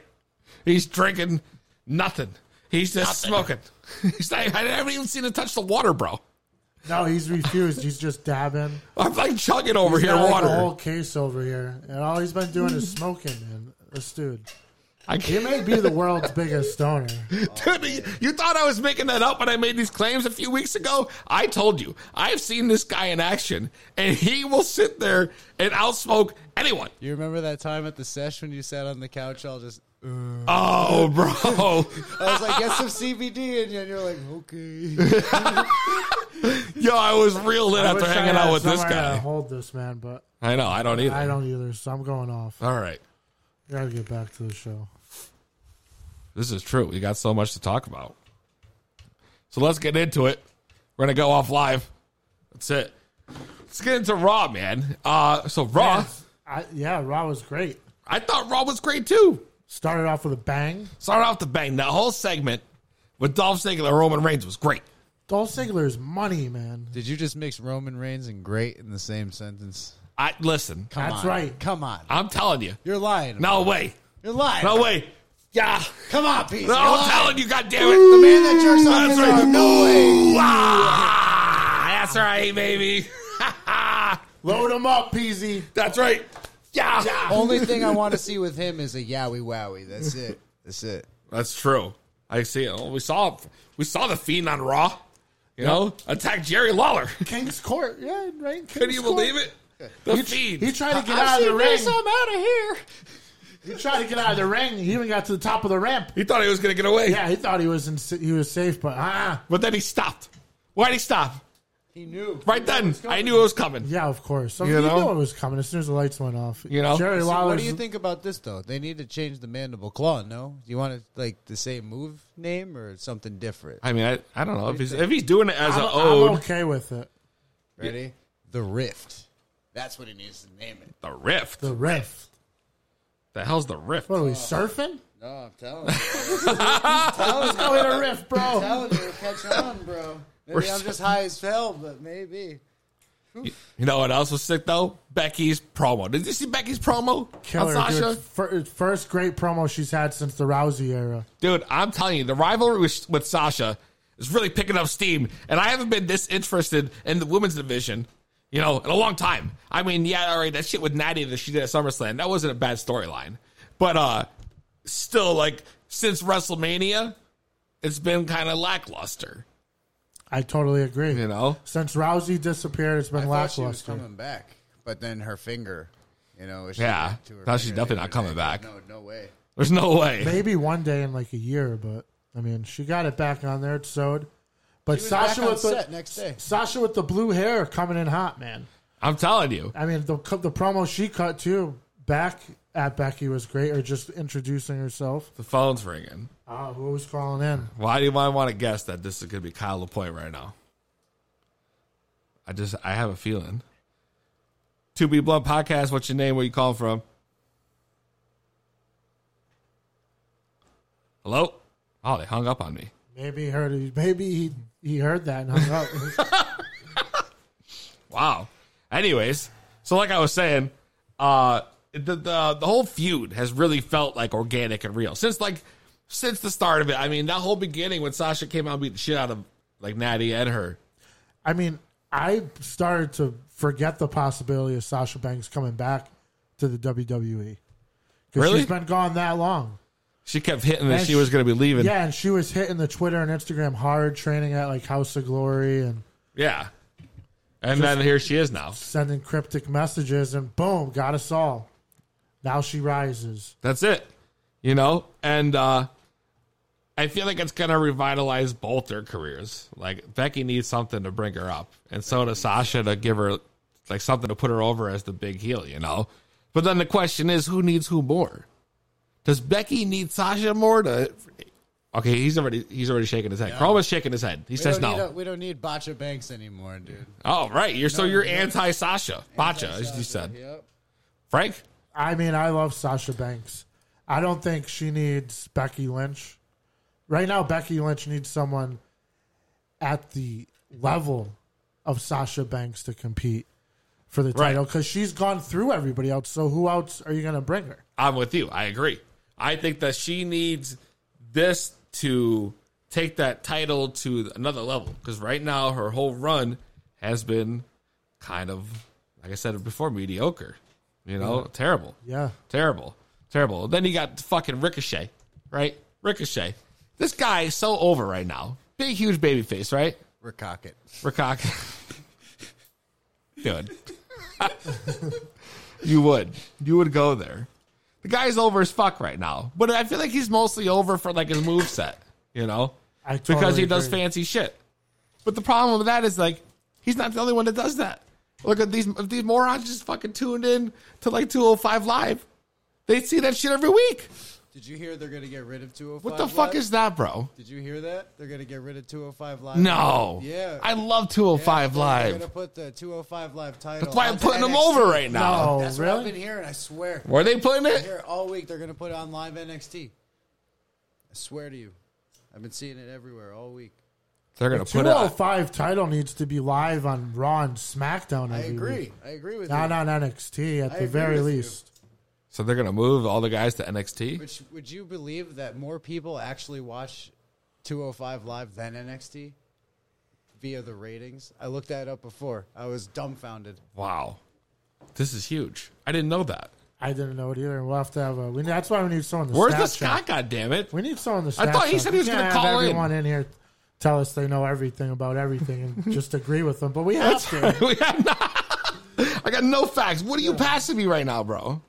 [SPEAKER 6] He's drinking nothing. He's just smoking. (laughs) He's not, I haven't even seen him touch the water, bro.
[SPEAKER 7] No, he's refused. he's just
[SPEAKER 8] (laughs)
[SPEAKER 7] dabbing.
[SPEAKER 6] I'm like chugging over
[SPEAKER 7] He's
[SPEAKER 6] here
[SPEAKER 7] got, like,
[SPEAKER 6] water.
[SPEAKER 7] a whole case over here, and all he's been doing is smoking, man. This dude.
[SPEAKER 6] I
[SPEAKER 7] He may be the world's biggest stoner.
[SPEAKER 6] Dude, you- you thought I was making that up when I made these claims a few weeks ago? I told you, I've seen this guy in action, and he will sit there and outsmoke anyone.
[SPEAKER 8] You remember that time at the sesh when you sat on the couch all just. uh,
[SPEAKER 6] Oh, bro.
[SPEAKER 8] (laughs) I was like, get some CBD in you, and you're like, okay.
[SPEAKER 6] Yo, I was real lit
[SPEAKER 7] I
[SPEAKER 6] after
[SPEAKER 7] wish I
[SPEAKER 6] hanging
[SPEAKER 7] had
[SPEAKER 6] out with this
[SPEAKER 7] somewhere
[SPEAKER 6] guy.
[SPEAKER 7] to hold this man, but
[SPEAKER 6] I know, I don't either.
[SPEAKER 7] I don't either. So I'm going off.
[SPEAKER 6] All right.
[SPEAKER 7] Gotta get back to the show.
[SPEAKER 6] This is true. We got so much to talk about. So let's get into it. We're gonna go off live. That's it. Let's get into Raw, man. Uh, so Raw.
[SPEAKER 7] I, yeah, Raw was great.
[SPEAKER 6] I thought Raw was great too.
[SPEAKER 7] Started off with a bang.
[SPEAKER 6] Started off the bang. That whole segment with Dolph Ziggler and Roman Reigns was great.
[SPEAKER 7] Dolph Ziggler's money, man.
[SPEAKER 8] Did you just mix Roman Reigns and great in the same sentence?
[SPEAKER 6] I listen.
[SPEAKER 8] Come
[SPEAKER 7] That's
[SPEAKER 8] on.
[SPEAKER 7] right.
[SPEAKER 8] Come on.
[SPEAKER 6] I'm telling you.
[SPEAKER 8] You're lying.
[SPEAKER 6] No
[SPEAKER 8] about
[SPEAKER 6] way.
[SPEAKER 8] it. You're lying.
[SPEAKER 6] No way. Yeah.
[SPEAKER 8] Come on, Pete.
[SPEAKER 6] No,
[SPEAKER 8] You're
[SPEAKER 6] I'm
[SPEAKER 8] lying.
[SPEAKER 6] telling you, goddammit.
[SPEAKER 8] The man that jerks off his arm. No way.
[SPEAKER 6] Ah, that's right, baby. (laughs)
[SPEAKER 7] Load him up, PZ.
[SPEAKER 6] That's right. Yeah.
[SPEAKER 8] Only thing I want to see with him is a yowie wowie. That's it. That's it.
[SPEAKER 6] That's true. I see it. Well, we saw we saw the fiend on Raw. You
[SPEAKER 7] Yeah.
[SPEAKER 6] know, attack
[SPEAKER 8] (laughs)
[SPEAKER 6] Jerry Lawler.
[SPEAKER 7] King's Court. Yeah, right. King's
[SPEAKER 6] Can you
[SPEAKER 7] Court.
[SPEAKER 6] believe it? The
[SPEAKER 7] He-
[SPEAKER 6] fiend.
[SPEAKER 7] He tried to get
[SPEAKER 6] I- I
[SPEAKER 7] out of the
[SPEAKER 6] see
[SPEAKER 7] ring.
[SPEAKER 6] this, I'm out of here.
[SPEAKER 7] He tried to get out of the ring. He even got to the top of the ramp.
[SPEAKER 6] He thought he was going to get away.
[SPEAKER 7] Yeah, he thought he was in, he was safe, but ah,
[SPEAKER 6] But then he stopped. Why'd he stop?
[SPEAKER 8] He knew.
[SPEAKER 6] Right then, I knew it was coming.
[SPEAKER 7] yeah, of course. So
[SPEAKER 6] You
[SPEAKER 7] you, know?
[SPEAKER 6] know?
[SPEAKER 7] it was coming as soon as the lights went off.
[SPEAKER 6] You know?
[SPEAKER 7] Jerry
[SPEAKER 8] So
[SPEAKER 7] Lawler's.
[SPEAKER 8] what do you think about this though? They need to change the mandible claw. No, do you want to like the same move name or something different?
[SPEAKER 6] I mean, I, I don't know if he's if he's doing it as
[SPEAKER 7] I'm,
[SPEAKER 6] an
[SPEAKER 7] I'm
[SPEAKER 6] ode.
[SPEAKER 7] okay with it.
[SPEAKER 8] Ready? The rift. That's what he needs to name it.
[SPEAKER 6] The rift.
[SPEAKER 7] The rift.
[SPEAKER 6] The hell's the rift?
[SPEAKER 7] What are we surfing?
[SPEAKER 8] Oh. No, I'm telling you. (laughs)
[SPEAKER 7] Let's go hit a rift,
[SPEAKER 8] I'm
[SPEAKER 7] bro.
[SPEAKER 8] telling you, catch on, (laughs) bro. Maybe
[SPEAKER 6] We're
[SPEAKER 8] I'm
[SPEAKER 6] so-
[SPEAKER 8] just high as hell, but maybe.
[SPEAKER 6] You know what else was sick though? Becky's promo. Did you see Becky's promo
[SPEAKER 7] Killer,
[SPEAKER 6] on Sasha?
[SPEAKER 7] dude. Fir- First great promo she's had since the Rousey era.
[SPEAKER 6] Dude, I'm telling you, the rivalry with, with Sasha is really picking up steam, and I haven't been this interested in the women's division, you know, in a long time. I mean, yeah, all right, that shit with Natty that she did at SummerSlam, that wasn't a bad storyline, but uh, still, like since WrestleMania, it's been kind of lackluster.
[SPEAKER 7] I totally agree.
[SPEAKER 6] You know,
[SPEAKER 7] Since Rousey disappeared, it's
[SPEAKER 8] I
[SPEAKER 7] been
[SPEAKER 8] thought she was
[SPEAKER 7] lackluster.
[SPEAKER 8] coming back, but then her finger. You know, she
[SPEAKER 6] Yeah.
[SPEAKER 8] went to her
[SPEAKER 6] Now she's
[SPEAKER 8] finger,
[SPEAKER 6] definitely
[SPEAKER 8] they
[SPEAKER 6] not
[SPEAKER 8] were
[SPEAKER 6] coming
[SPEAKER 8] like,
[SPEAKER 6] back.
[SPEAKER 8] No, no way.
[SPEAKER 6] there's no way.
[SPEAKER 7] Maybe one day in like a year, but I mean, she got it back on there. It's sewed. But
[SPEAKER 8] She was
[SPEAKER 7] Sasha
[SPEAKER 8] back on
[SPEAKER 7] with the
[SPEAKER 8] set next day.
[SPEAKER 7] Sasha with the blue hair coming in hot, man.
[SPEAKER 6] I'm telling you,
[SPEAKER 7] I mean, the the promo she cut too back at Becky was great, or just introducing herself.
[SPEAKER 6] the phone's ringing.
[SPEAKER 7] Uh, who was calling in?
[SPEAKER 6] Why do I want to guess that this is going to be Kyle Lapointe right now? I just I have a feeling. To be blunt podcast. What's your name? Where you calling from? Hello. Oh, they hung up on me.
[SPEAKER 7] Maybe he heard. Maybe he he heard that
[SPEAKER 8] (laughs)
[SPEAKER 7] and hung up.
[SPEAKER 6] Wow. Anyways, so like I was saying, uh, the the the whole feud has really felt like organic and real since like since the start of it. I mean, that whole beginning when Sasha came out and beat the shit out of like Natty and her.
[SPEAKER 7] I mean, I started to forget the possibility of Sasha Banks coming back to the WWE because
[SPEAKER 6] Really?
[SPEAKER 7] she's been gone that long.
[SPEAKER 6] She kept hitting that
[SPEAKER 7] And
[SPEAKER 6] she was
[SPEAKER 7] she-
[SPEAKER 6] going to be leaving.
[SPEAKER 7] yeah, and she was hitting the Twitter and Instagram hard, training at like House of Glory and
[SPEAKER 6] Yeah. And then here she is now.
[SPEAKER 7] sending cryptic messages, and boom, got us all. Now she rises.
[SPEAKER 6] That's it. You know? And uh I feel like it's gonna revitalize both their careers. Like Becky needs something to bring her up. And so does Sasha to give her like something to put her over as the big heel, you know? But then the question is who needs who more? Does Becky need Sasha more to Okay, he's already he's already shaking his head. Croma's shaking his head. He
[SPEAKER 8] We
[SPEAKER 6] says
[SPEAKER 8] don't need
[SPEAKER 6] no.
[SPEAKER 8] a- we don't need Botcha Banks anymore, dude.
[SPEAKER 6] oh, right. You're so you're
[SPEAKER 8] no.
[SPEAKER 6] anti Sasha. Bacha, as you said.
[SPEAKER 8] Yep.
[SPEAKER 6] Frank?
[SPEAKER 7] I mean, I love Sasha Banks. I don't think she needs Becky Lynch. Right now, Becky Lynch needs someone at the level of Sasha Banks to compete for the
[SPEAKER 6] Right.
[SPEAKER 7] title because she's gone through everybody else. So who else are you going to bring her?
[SPEAKER 6] I'm with you. I agree. I think that she needs this to take that title to another level because right now her whole run has been kind of, like I said before, mediocre. You know, terrible,
[SPEAKER 7] Yeah,
[SPEAKER 6] terrible, terrible. Then you got fucking Ricochet, right? Ricochet. This guy is so over right now. Big, huge baby face, right?
[SPEAKER 8] Recock it.
[SPEAKER 6] Ricock. (laughs) Dude. you would. You would go there. The guy's over as fuck right now. But I feel like he's mostly over for like his moveset, you know?
[SPEAKER 7] I
[SPEAKER 6] because he
[SPEAKER 7] totally
[SPEAKER 6] does
[SPEAKER 7] agree.
[SPEAKER 6] fancy shit. But the problem with that is like he's not the only one that does that. Look at these if these oh morons just fucking tuned in to like 205 live. They see that shit every week.
[SPEAKER 8] Did you hear they're going to get rid of 205?
[SPEAKER 6] What the fuck
[SPEAKER 8] Live?
[SPEAKER 6] is that, bro?
[SPEAKER 8] Did you hear that? They're going to get rid of 205 Live.
[SPEAKER 6] No.
[SPEAKER 8] Yeah.
[SPEAKER 6] I love 205
[SPEAKER 8] they're
[SPEAKER 6] Live.
[SPEAKER 8] gonna put the 205 Live title.
[SPEAKER 6] That's why I'm
[SPEAKER 8] onto
[SPEAKER 6] putting them
[SPEAKER 8] NXT.
[SPEAKER 6] over right
[SPEAKER 7] Oh,
[SPEAKER 6] now. No,
[SPEAKER 8] That's what
[SPEAKER 6] really?
[SPEAKER 8] I've been hearing. I swear.
[SPEAKER 6] Were they putting it?
[SPEAKER 8] Here all week they're gonna put it on live NXT. I swear to you, I've been seeing it everywhere all week.
[SPEAKER 6] They're
[SPEAKER 7] The
[SPEAKER 6] gonna put it on-
[SPEAKER 7] 205 title needs to be live on Raw and SmackDown.
[SPEAKER 8] I
[SPEAKER 7] every
[SPEAKER 8] agree.
[SPEAKER 7] week.
[SPEAKER 8] I agree with
[SPEAKER 7] Not
[SPEAKER 8] you.
[SPEAKER 7] on NXT
[SPEAKER 8] I
[SPEAKER 7] at
[SPEAKER 8] agree
[SPEAKER 7] the very
[SPEAKER 8] with you.
[SPEAKER 7] least.
[SPEAKER 6] So they're gonna move all the guys to NXT.
[SPEAKER 8] Which would you believe that more people actually watch 205 Live than NXT via the ratings? I looked that up before. I was dumbfounded.
[SPEAKER 6] Wow, this is huge. I didn't know that.
[SPEAKER 7] I didn't know it either. We'll have to have a. We, that's why we need someone. To
[SPEAKER 6] Where's
[SPEAKER 7] stat
[SPEAKER 6] the
[SPEAKER 7] check.
[SPEAKER 6] Scott? God damn it!
[SPEAKER 7] We need someone. To
[SPEAKER 6] I thought he
[SPEAKER 7] stat
[SPEAKER 6] said
[SPEAKER 7] check.
[SPEAKER 6] he was
[SPEAKER 7] We
[SPEAKER 6] gonna
[SPEAKER 7] can't
[SPEAKER 6] call
[SPEAKER 7] have
[SPEAKER 6] in.
[SPEAKER 7] everyone in here tell us they know everything about everything
[SPEAKER 6] (laughs)
[SPEAKER 7] and just agree with them, but we have
[SPEAKER 6] That's
[SPEAKER 7] to.
[SPEAKER 6] right. (laughs) We have not. I got no facts. What are you passing me right now, bro?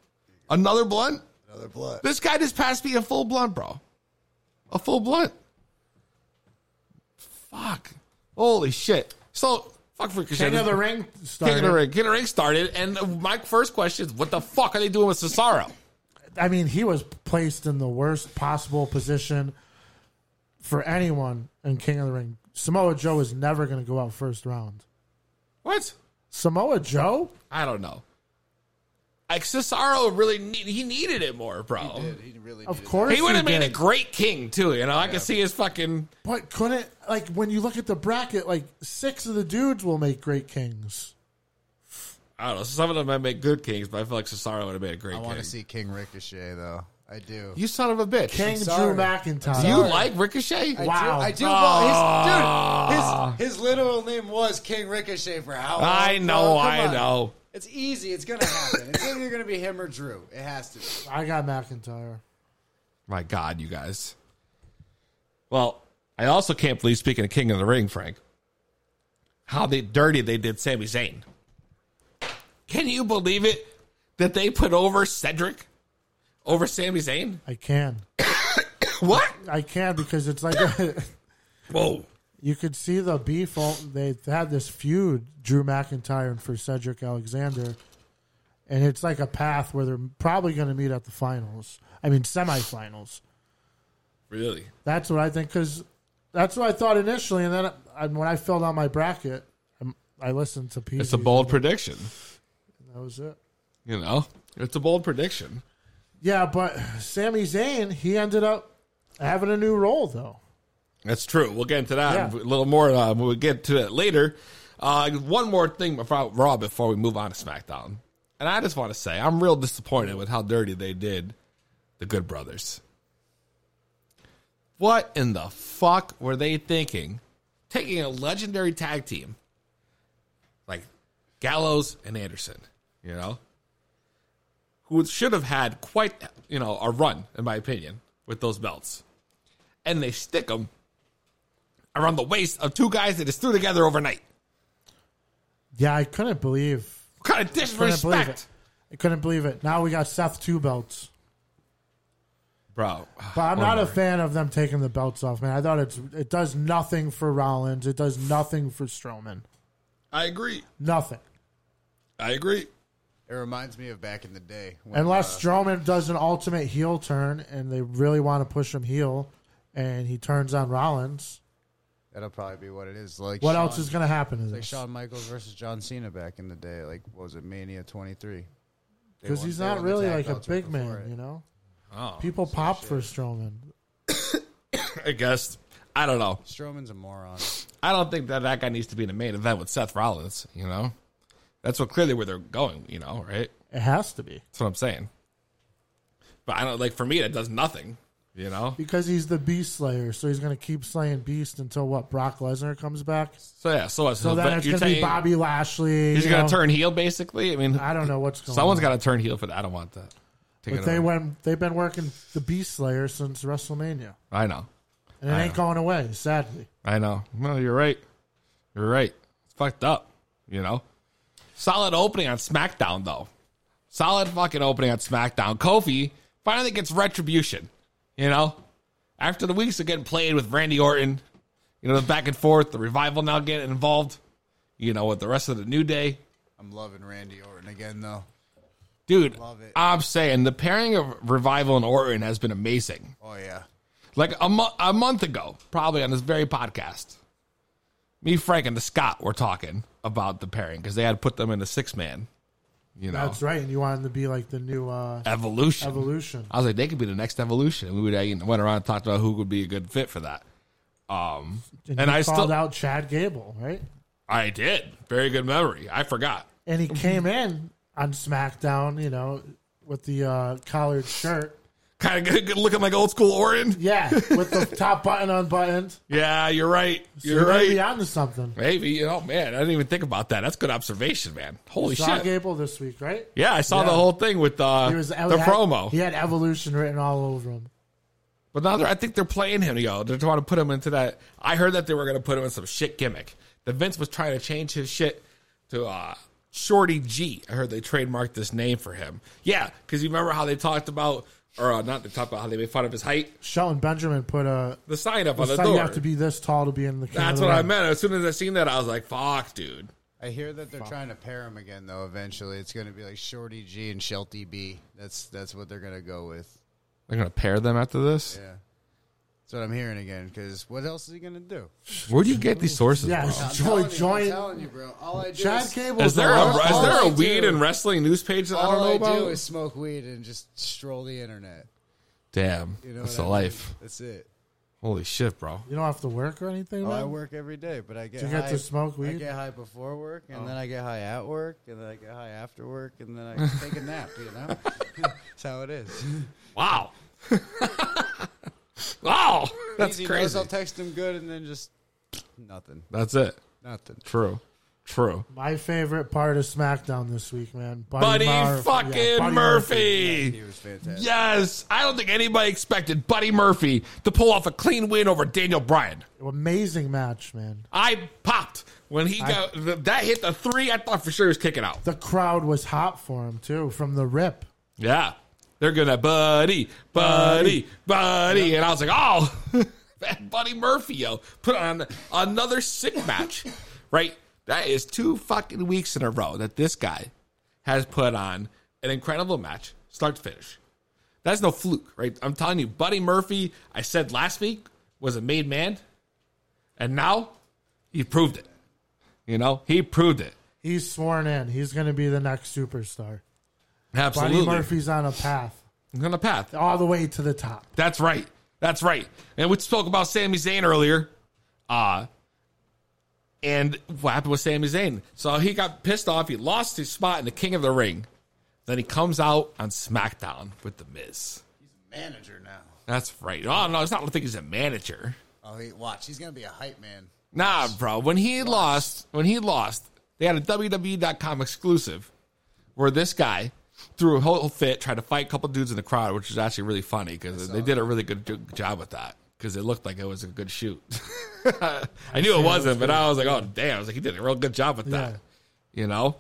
[SPEAKER 6] Another blunt?
[SPEAKER 8] Another blood.
[SPEAKER 6] This guy just passed me a full blunt, bro. A full blunt. Fuck. Holy shit. So fuck for
[SPEAKER 7] King of the Ring
[SPEAKER 6] King of
[SPEAKER 7] started.
[SPEAKER 6] the Ring. King of the Ring started. And my first question is, what the fuck are they doing with Cesaro?
[SPEAKER 7] I mean, he was placed in the worst possible position for anyone in King of the Ring. Samoa Joe is never going to go out first round.
[SPEAKER 6] What?
[SPEAKER 7] Samoa Joe?
[SPEAKER 6] I don't know. Like Cesaro really need, he needed it more, bro. He did.
[SPEAKER 8] He really
[SPEAKER 7] Of course
[SPEAKER 6] He would have
[SPEAKER 7] he
[SPEAKER 6] made a
[SPEAKER 7] did.
[SPEAKER 6] great king too. You know, I can see his fucking
[SPEAKER 7] But couldn't like when you look at the bracket, like six of the dudes will make great kings.
[SPEAKER 6] I don't know. Some of them might make good kings, but I feel like Cesaro would have made a great
[SPEAKER 8] I want
[SPEAKER 6] king.
[SPEAKER 8] to see King Ricochet though. I do.
[SPEAKER 6] You son of a bitch.
[SPEAKER 7] King
[SPEAKER 8] I'm sorry.
[SPEAKER 7] Drew McIntyre.
[SPEAKER 8] I'm
[SPEAKER 6] You
[SPEAKER 8] sorry.
[SPEAKER 6] like Ricochet?
[SPEAKER 8] I
[SPEAKER 7] Wow.
[SPEAKER 8] do. I do.
[SPEAKER 6] Ah.
[SPEAKER 8] well, his, dude, his, his literal name was King Ricochet for how long?
[SPEAKER 6] I know,
[SPEAKER 8] bro? Come
[SPEAKER 6] I
[SPEAKER 8] on.
[SPEAKER 6] know.
[SPEAKER 8] It's easy. It's going to happen. it's either going to be him or Drew. It has to be.
[SPEAKER 7] I got McIntyre.
[SPEAKER 6] My God, you guys. Well, I also can't believe, speaking of King of the Ring, Frank, how they dirty they did Sami Zayn. Can you believe it that they put over Cedric over Sami Zayn?
[SPEAKER 7] I can.
[SPEAKER 6] what?
[SPEAKER 7] I can because it's
[SPEAKER 6] (laughs)
[SPEAKER 7] like (laughs)
[SPEAKER 6] Whoa.
[SPEAKER 7] you could see the beef. all- They had this feud, Drew McIntyre and for Cedric Alexander, and it's like a path where they're probably going to meet at the finals. I mean, semifinals.
[SPEAKER 6] Really?
[SPEAKER 7] That's what I think because that's what I thought initially, and then I, when I filled out my bracket, um, i I listened to Pete.
[SPEAKER 6] It's a bold prediction.
[SPEAKER 7] That was it.
[SPEAKER 6] You know? It's a bold prediction.
[SPEAKER 7] Yeah, but Sami Zayn, he ended up having a new role though.
[SPEAKER 6] That's true. We'll get into that a
[SPEAKER 7] Yeah.
[SPEAKER 6] little more uh, when we get to it later. Uh, one more thing about Raw before we move on to SmackDown. And I just want to say, I'm real disappointed with how dirty they did the Good Brothers. What in the fuck were they thinking? Taking a legendary tag team like Gallows and Anderson, you know, who should have had quite, you know, a run, in my opinion, with those belts. And they stick them around the waist of two guys that just threw together overnight.
[SPEAKER 7] Yeah, I couldn't believe.
[SPEAKER 6] What kind of
[SPEAKER 7] Couldn't believe it.
[SPEAKER 6] disrespect,
[SPEAKER 7] I couldn't believe it. Now we got Seth two belts.
[SPEAKER 6] bro?
[SPEAKER 7] But I'm not a
[SPEAKER 6] Whatever.
[SPEAKER 7] fan of them taking the belts off, man. I thought it's it does nothing for Rollins. It does nothing for Strowman.
[SPEAKER 6] I agree.
[SPEAKER 7] Nothing.
[SPEAKER 6] I agree.
[SPEAKER 8] It reminds me of back in the day. when,
[SPEAKER 7] Unless
[SPEAKER 8] uh,
[SPEAKER 7] Strowman does an ultimate heel turn and they really want to push him heel and he turns on Rollins.
[SPEAKER 8] that'll probably be what it is. Like
[SPEAKER 7] What
[SPEAKER 8] Shawn-
[SPEAKER 7] else is gonna happen to
[SPEAKER 8] it's Like
[SPEAKER 7] this?
[SPEAKER 8] Shawn Michaels versus John Cena back in the day. Like what was it Mania 23? They
[SPEAKER 7] Because
[SPEAKER 8] won-
[SPEAKER 7] he's
[SPEAKER 8] they
[SPEAKER 7] not
[SPEAKER 8] won the
[SPEAKER 7] really
[SPEAKER 8] tag
[SPEAKER 7] like a
[SPEAKER 8] belts right
[SPEAKER 7] big man,
[SPEAKER 8] before it.
[SPEAKER 7] you know?
[SPEAKER 6] Oh,
[SPEAKER 7] People pop for Strowman.
[SPEAKER 6] I guess I don't know.
[SPEAKER 8] Strowman's a moron.
[SPEAKER 6] I don't think that that guy needs to be in the main event with Seth Rollins. You know, that's what clearly where they're going. You know, right?
[SPEAKER 7] It has to be.
[SPEAKER 6] That's what I'm saying. But I don't like for me that does nothing. You know.
[SPEAKER 7] Because he's the beast slayer, so he's gonna keep slaying beast until what, Brock Lesnar comes back?
[SPEAKER 6] So yeah. So what?
[SPEAKER 7] So then it's
[SPEAKER 6] you're
[SPEAKER 7] gonna be
[SPEAKER 6] saying
[SPEAKER 7] Bobby Lashley.
[SPEAKER 6] He's
[SPEAKER 7] you
[SPEAKER 6] gonna
[SPEAKER 7] know?
[SPEAKER 6] turn heel, basically. I mean,
[SPEAKER 7] I don't know what's going
[SPEAKER 6] someone's
[SPEAKER 7] on.
[SPEAKER 6] got to turn heel for that. I don't want that. Take
[SPEAKER 7] But
[SPEAKER 6] it
[SPEAKER 7] they
[SPEAKER 6] away.
[SPEAKER 7] went. They've been working the Beast Slayer since WrestleMania,
[SPEAKER 6] I know.
[SPEAKER 7] and it
[SPEAKER 6] I
[SPEAKER 7] ain't going away. Sadly,
[SPEAKER 6] I know. No, you're right. You're right. It's fucked up. You know. Solid opening on SmackDown though. Solid fucking opening on SmackDown. Kofi finally gets retribution. You know, after the weeks of getting played with Randy Orton, you know the back and forth, the revival now getting involved. You know, with the rest of the New Day.
[SPEAKER 8] I'm loving Randy Orton again though.
[SPEAKER 6] Dude, I'm saying the pairing of Revival and Orton has been amazing.
[SPEAKER 8] Oh yeah.
[SPEAKER 6] Like a, mo- a month ago, probably on this very podcast, me, Frank, and the Scott were talking about the pairing because they had put them in a six man. You know,
[SPEAKER 7] That's right. And you want him to be like the new uh,
[SPEAKER 6] evolution.
[SPEAKER 7] Evolution.
[SPEAKER 6] I was like, they could be the next evolution. And we would uh, you know, went around and talked about who would be a good fit for that. Um, and
[SPEAKER 7] And, you
[SPEAKER 6] I
[SPEAKER 7] called
[SPEAKER 6] still,
[SPEAKER 7] out Chad Gable, right?
[SPEAKER 6] I did. Very good memory. I forgot.
[SPEAKER 7] And he came in on SmackDown, you know, with the uh, collared shirt.
[SPEAKER 6] Kind of looking like old school Orton. (laughs)
[SPEAKER 7] Yeah, with the top button unbuttoned.
[SPEAKER 6] Yeah, you're right.
[SPEAKER 7] So
[SPEAKER 6] You're
[SPEAKER 7] Maybe
[SPEAKER 6] right.
[SPEAKER 7] onto something.
[SPEAKER 6] Maybe you know, man. I didn't even think about that. That's good observation, man. Holy
[SPEAKER 7] saw
[SPEAKER 6] shit!
[SPEAKER 7] Gable this week, right?
[SPEAKER 6] Yeah, I saw the whole thing with uh,
[SPEAKER 7] He was-
[SPEAKER 6] the
[SPEAKER 7] had-
[SPEAKER 6] promo.
[SPEAKER 7] He had evolution written all over him.
[SPEAKER 6] But now they're, I think they're playing him, yo. They're trying to put him into that. I heard that they were going to put him in some shit gimmick. The Vince was trying to change his shit to uh, Shorty G. I heard they trademarked this name for him. Yeah, because you remember how they talked about, or uh, not they talked about how they made fun of his height.
[SPEAKER 7] Shelton Benjamin put a
[SPEAKER 6] The sign up on the
[SPEAKER 7] sign,
[SPEAKER 6] door.
[SPEAKER 7] You have to be this tall to be in the. king of
[SPEAKER 6] That's
[SPEAKER 7] the
[SPEAKER 6] what I
[SPEAKER 7] ring.
[SPEAKER 6] meant. As soon as I seen that, I was like, "Fuck, dude."
[SPEAKER 8] I hear that they're trying to pair them again though. Eventually, it's going to be like Shorty G and Shelty B. That's that's what they're going to go with.
[SPEAKER 6] They're going to pair them after this.
[SPEAKER 8] Yeah. That's what I'm hearing again. Because what else is he going to do?
[SPEAKER 6] Where do you get these sources?
[SPEAKER 7] Yeah,
[SPEAKER 6] bro?
[SPEAKER 7] it's
[SPEAKER 8] I'm
[SPEAKER 7] Joy
[SPEAKER 8] telling you, I'm
[SPEAKER 7] Joint.
[SPEAKER 8] telling you, bro. All I do
[SPEAKER 7] Chad
[SPEAKER 8] is-
[SPEAKER 6] (laughs)
[SPEAKER 7] Gable.
[SPEAKER 6] Is there a
[SPEAKER 7] all-
[SPEAKER 6] is
[SPEAKER 7] all
[SPEAKER 6] there
[SPEAKER 7] I
[SPEAKER 6] a
[SPEAKER 7] do-
[SPEAKER 6] weed and wrestling news page that I don't
[SPEAKER 8] All
[SPEAKER 6] know
[SPEAKER 8] I
[SPEAKER 6] about?
[SPEAKER 8] do is smoke weed and just stroll the internet.
[SPEAKER 6] Damn,
[SPEAKER 8] You know
[SPEAKER 6] that's
[SPEAKER 8] what I
[SPEAKER 6] the
[SPEAKER 8] mean?
[SPEAKER 6] life.
[SPEAKER 8] That's it.
[SPEAKER 6] Holy shit, bro.
[SPEAKER 7] You don't have to work or anything.
[SPEAKER 8] Oh, I
[SPEAKER 7] man?
[SPEAKER 8] work every day, but I get
[SPEAKER 7] Do you get
[SPEAKER 8] high,
[SPEAKER 7] to smoke
[SPEAKER 8] I
[SPEAKER 7] weed?
[SPEAKER 8] get high before work, and
[SPEAKER 7] Oh.
[SPEAKER 8] then I get high at work, and then I get high after work, and then
[SPEAKER 7] (laughs)
[SPEAKER 8] I take a nap. You know, (laughs) that's how it is.
[SPEAKER 6] Wow. (laughs) wow, that's
[SPEAKER 8] Easy knows
[SPEAKER 6] crazy.
[SPEAKER 8] I'll text him good, and then just nothing.
[SPEAKER 6] That's it.
[SPEAKER 8] Nothing.
[SPEAKER 6] True. True.
[SPEAKER 7] My favorite part of SmackDown this week, man.
[SPEAKER 6] Buddy,
[SPEAKER 7] Murphy.
[SPEAKER 6] fucking
[SPEAKER 7] Yeah, Buddy
[SPEAKER 6] Murphy.
[SPEAKER 8] He was fantastic.
[SPEAKER 6] Yes, I don't think anybody expected Buddy Murphy to pull off a clean win over Daniel Bryan.
[SPEAKER 7] Amazing match, man.
[SPEAKER 6] I popped when he got that hit the three. I thought for sure he was kicking out.
[SPEAKER 7] The crowd was hot for him too from the rip.
[SPEAKER 6] Yeah, they're gonna buddy, buddy, buddy, and I was like, oh, (laughs) Bad Buddy Murphy, yo, put on another sick match, right? That is two fucking weeks in a row that this guy has put on an incredible match, start to finish. That's no fluke, right? I'm telling you, Buddy Murphy. I said last week was a made man, and now he proved it. You know, he proved it.
[SPEAKER 7] He's sworn in. He's going to be the next superstar.
[SPEAKER 6] Absolutely,
[SPEAKER 7] Buddy Murphy's on a path
[SPEAKER 6] on a path.
[SPEAKER 7] all the way to the top.
[SPEAKER 6] That's right. That's right. And we spoke about Sami Zayn earlier. Uh and what happened with Sami Zayn? So he got pissed off. He lost his spot in the King of the Ring. Then he comes out on SmackDown with The Miz.
[SPEAKER 8] Manager now.
[SPEAKER 6] That's right. Oh, no, it's not I don't think he's a manager.
[SPEAKER 8] Oh, he, watch. He's gonna be a hype man.
[SPEAKER 6] Nah, bro. When he lost, when he lost, they had a WWE.com exclusive where this guy threw a whole fit, tried to fight a couple dudes in the crowd, which is actually really funny because they did a really good jo- job with that because it looked like it was a good shoot. (laughs) I knew
[SPEAKER 9] Yeah,
[SPEAKER 6] it
[SPEAKER 9] it
[SPEAKER 6] wasn't,
[SPEAKER 9] was
[SPEAKER 6] but
[SPEAKER 9] good.
[SPEAKER 6] I was like, oh damn! I was like, he did a real good job with that,
[SPEAKER 9] Yeah.
[SPEAKER 6] you know.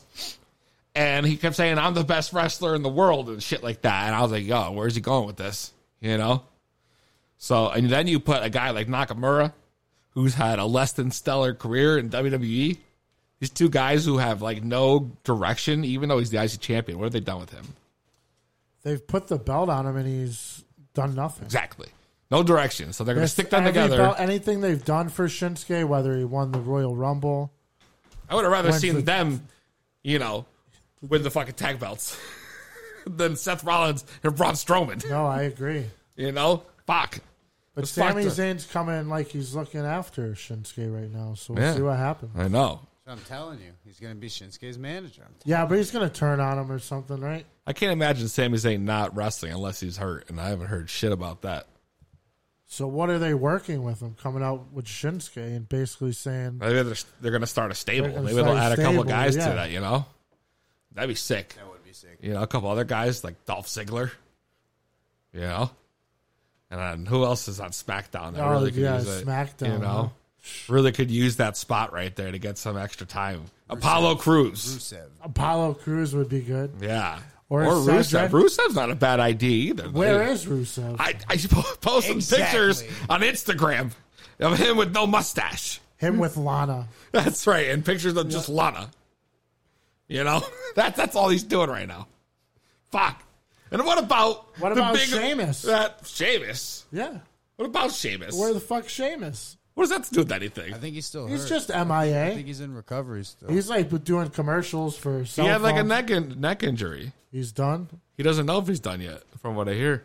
[SPEAKER 6] And he kept saying, "I'm the best wrestler in the world" and shit like that. And I was like, yo, where's he going with this, you know? So, and then you put a guy like Nakamura, who's had a less than stellar career in WWE. These two guys who have like no direction, even though he's the IC champion. What have they done with him?
[SPEAKER 7] They've put the belt on him and he's done nothing.
[SPEAKER 6] Exactly, no direction. So they're going to
[SPEAKER 7] This-
[SPEAKER 6] stick them
[SPEAKER 7] every
[SPEAKER 6] together.
[SPEAKER 7] belt- anything they've done for Shinsuke, whether he won the Royal Rumble,
[SPEAKER 6] I would have rather
[SPEAKER 7] When's
[SPEAKER 6] seen
[SPEAKER 7] the-
[SPEAKER 6] them, you know, win the fucking tag belts (laughs) than Seth Rollins and Braun Strowman.
[SPEAKER 7] No, I agree.
[SPEAKER 6] You know, fuck.
[SPEAKER 7] But
[SPEAKER 6] It's
[SPEAKER 7] Sami
[SPEAKER 6] fucked up.
[SPEAKER 7] Zayn's coming like he's looking after Shinsuke right now, so we'll
[SPEAKER 6] Yeah.
[SPEAKER 7] see what happens.
[SPEAKER 6] I know.
[SPEAKER 8] So I'm telling you, he's gonna be Shinsuke's manager. I'm
[SPEAKER 7] Yeah, but he's gonna turn on him or something, right?
[SPEAKER 6] I can't imagine Sami Zayn not wrestling unless he's hurt, and I haven't heard shit about that.
[SPEAKER 7] So what are they working with him? Coming out with Shinsuke and basically saying
[SPEAKER 6] Maybe they're, they're going to start a stable.
[SPEAKER 7] They're gonna
[SPEAKER 6] Maybe they'll
[SPEAKER 7] start a
[SPEAKER 6] add a couple
[SPEAKER 7] stable,
[SPEAKER 6] guys
[SPEAKER 7] yeah.
[SPEAKER 6] to that. You know, that'd be sick. That would be sick. You know, a couple other guys like Dolph Ziggler. You know, and then who else is on SmackDown? That
[SPEAKER 7] Oh,
[SPEAKER 6] really could
[SPEAKER 7] yeah,
[SPEAKER 6] use it, You
[SPEAKER 7] SmackDown,
[SPEAKER 6] know, really could use that spot right there to get some extra time. Apollo Cruz.
[SPEAKER 7] Apollo Cruz would be good.
[SPEAKER 6] Yeah.
[SPEAKER 7] Or
[SPEAKER 6] Rusev.
[SPEAKER 7] Cedric.
[SPEAKER 6] Rusev's not a bad idea either.
[SPEAKER 7] Where is Rusev?
[SPEAKER 6] I, I (laughs) po- post some pictures on Instagram of him with no mustache. (laughs)
[SPEAKER 7] Him with Lana.
[SPEAKER 6] That's right, (laughs) and pictures of just Lana. You know, that that's all he's doing right now. Fuck. And what about
[SPEAKER 7] What about Seamus?
[SPEAKER 6] That Seamus.
[SPEAKER 7] Yeah.
[SPEAKER 6] What about Seamus?
[SPEAKER 7] Where the fuck Seamus?
[SPEAKER 6] What does that have to do with anything? I
[SPEAKER 8] think he's still.
[SPEAKER 7] He's
[SPEAKER 8] hurt.
[SPEAKER 7] just
[SPEAKER 8] I
[SPEAKER 7] MIA.
[SPEAKER 8] think he's in recovery still.
[SPEAKER 7] He's like doing commercials for.
[SPEAKER 6] He
[SPEAKER 7] Cell
[SPEAKER 6] had like a
[SPEAKER 7] phones.
[SPEAKER 6] neck in, neck injury.
[SPEAKER 7] He's done.
[SPEAKER 6] He doesn't know if he's done yet, from what I hear.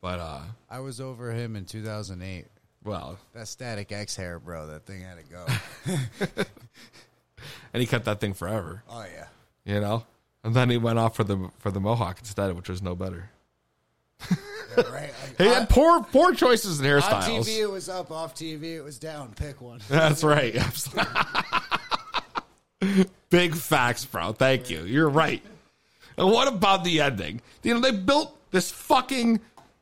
[SPEAKER 6] But uh,
[SPEAKER 8] I was over him in 2008.
[SPEAKER 6] Well,
[SPEAKER 8] that Static X hair, bro. That thing had to go.
[SPEAKER 6] (laughs) and he kept that thing forever.
[SPEAKER 8] Oh, yeah.
[SPEAKER 6] you know. And then he went off for the for the mohawk instead, which was no better.
[SPEAKER 8] right.
[SPEAKER 6] (laughs) He had poor poor choices in
[SPEAKER 8] On
[SPEAKER 6] hairstyles.
[SPEAKER 8] TV it was up. Off TV it was down. Pick one.
[SPEAKER 6] (laughs) That's right. Absolutely. (laughs) Big facts, bro. Thank you. You're right. And what about the ending? You know, they built this fucking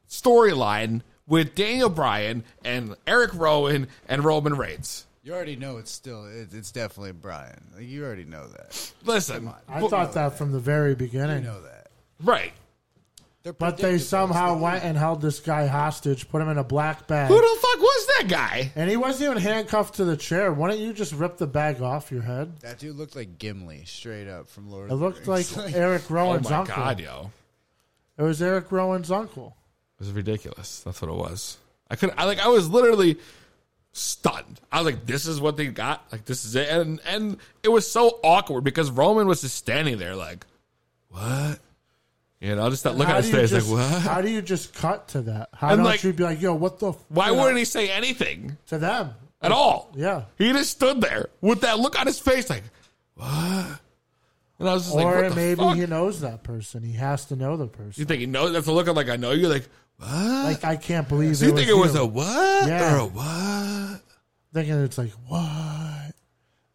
[SPEAKER 6] storyline with Daniel Bryan and Eric Rowan and Roman Reigns.
[SPEAKER 8] You already know it's still. It, it's definitely Brian. Like, you already know that.
[SPEAKER 6] Listen,
[SPEAKER 7] I thought that from the very beginning.
[SPEAKER 8] know that.
[SPEAKER 6] Right.
[SPEAKER 7] But they somehow went and held this guy hostage, put him in a black bag.
[SPEAKER 6] Who the fuck was that guy?
[SPEAKER 7] And he wasn't even handcuffed to the chair. Why don't you just rip the bag off your head?
[SPEAKER 8] That dude looked like Gimli, straight up from Lord.
[SPEAKER 7] It
[SPEAKER 8] of the
[SPEAKER 7] looked like
[SPEAKER 6] (laughs)
[SPEAKER 8] Rings.
[SPEAKER 7] Eric Rowan's
[SPEAKER 6] oh my
[SPEAKER 7] uncle.
[SPEAKER 6] god, yo. It
[SPEAKER 7] It was Eric Rowan's uncle.
[SPEAKER 6] was ridiculous. That's what it was. I could I like I was literally stunned. I was like, this is what they got? Like this is it. And and it was so awkward because Roman was just standing there like, What? You know, just that look
[SPEAKER 7] How
[SPEAKER 6] on his
[SPEAKER 7] do you
[SPEAKER 6] face
[SPEAKER 7] just-
[SPEAKER 6] like what?
[SPEAKER 7] How do you just cut to that? How
[SPEAKER 6] And,
[SPEAKER 7] don't
[SPEAKER 6] like,
[SPEAKER 7] you be like, yo, what the? F-?
[SPEAKER 6] Why
[SPEAKER 7] you know,
[SPEAKER 6] wouldn't he say anything?
[SPEAKER 7] to them
[SPEAKER 6] At all.
[SPEAKER 7] Yeah.
[SPEAKER 6] He just stood there with that look on his face like, What? And I was just like,
[SPEAKER 7] or
[SPEAKER 6] what the
[SPEAKER 7] maybe
[SPEAKER 6] fuck?
[SPEAKER 7] he knows that person. He has to know the person.
[SPEAKER 6] You think he knows that's the look I'm like I know you like
[SPEAKER 7] Like I can't believe.
[SPEAKER 6] So you think it was
[SPEAKER 7] you.
[SPEAKER 6] a what
[SPEAKER 7] Yeah.
[SPEAKER 6] or a what?
[SPEAKER 7] Thinking it's like what?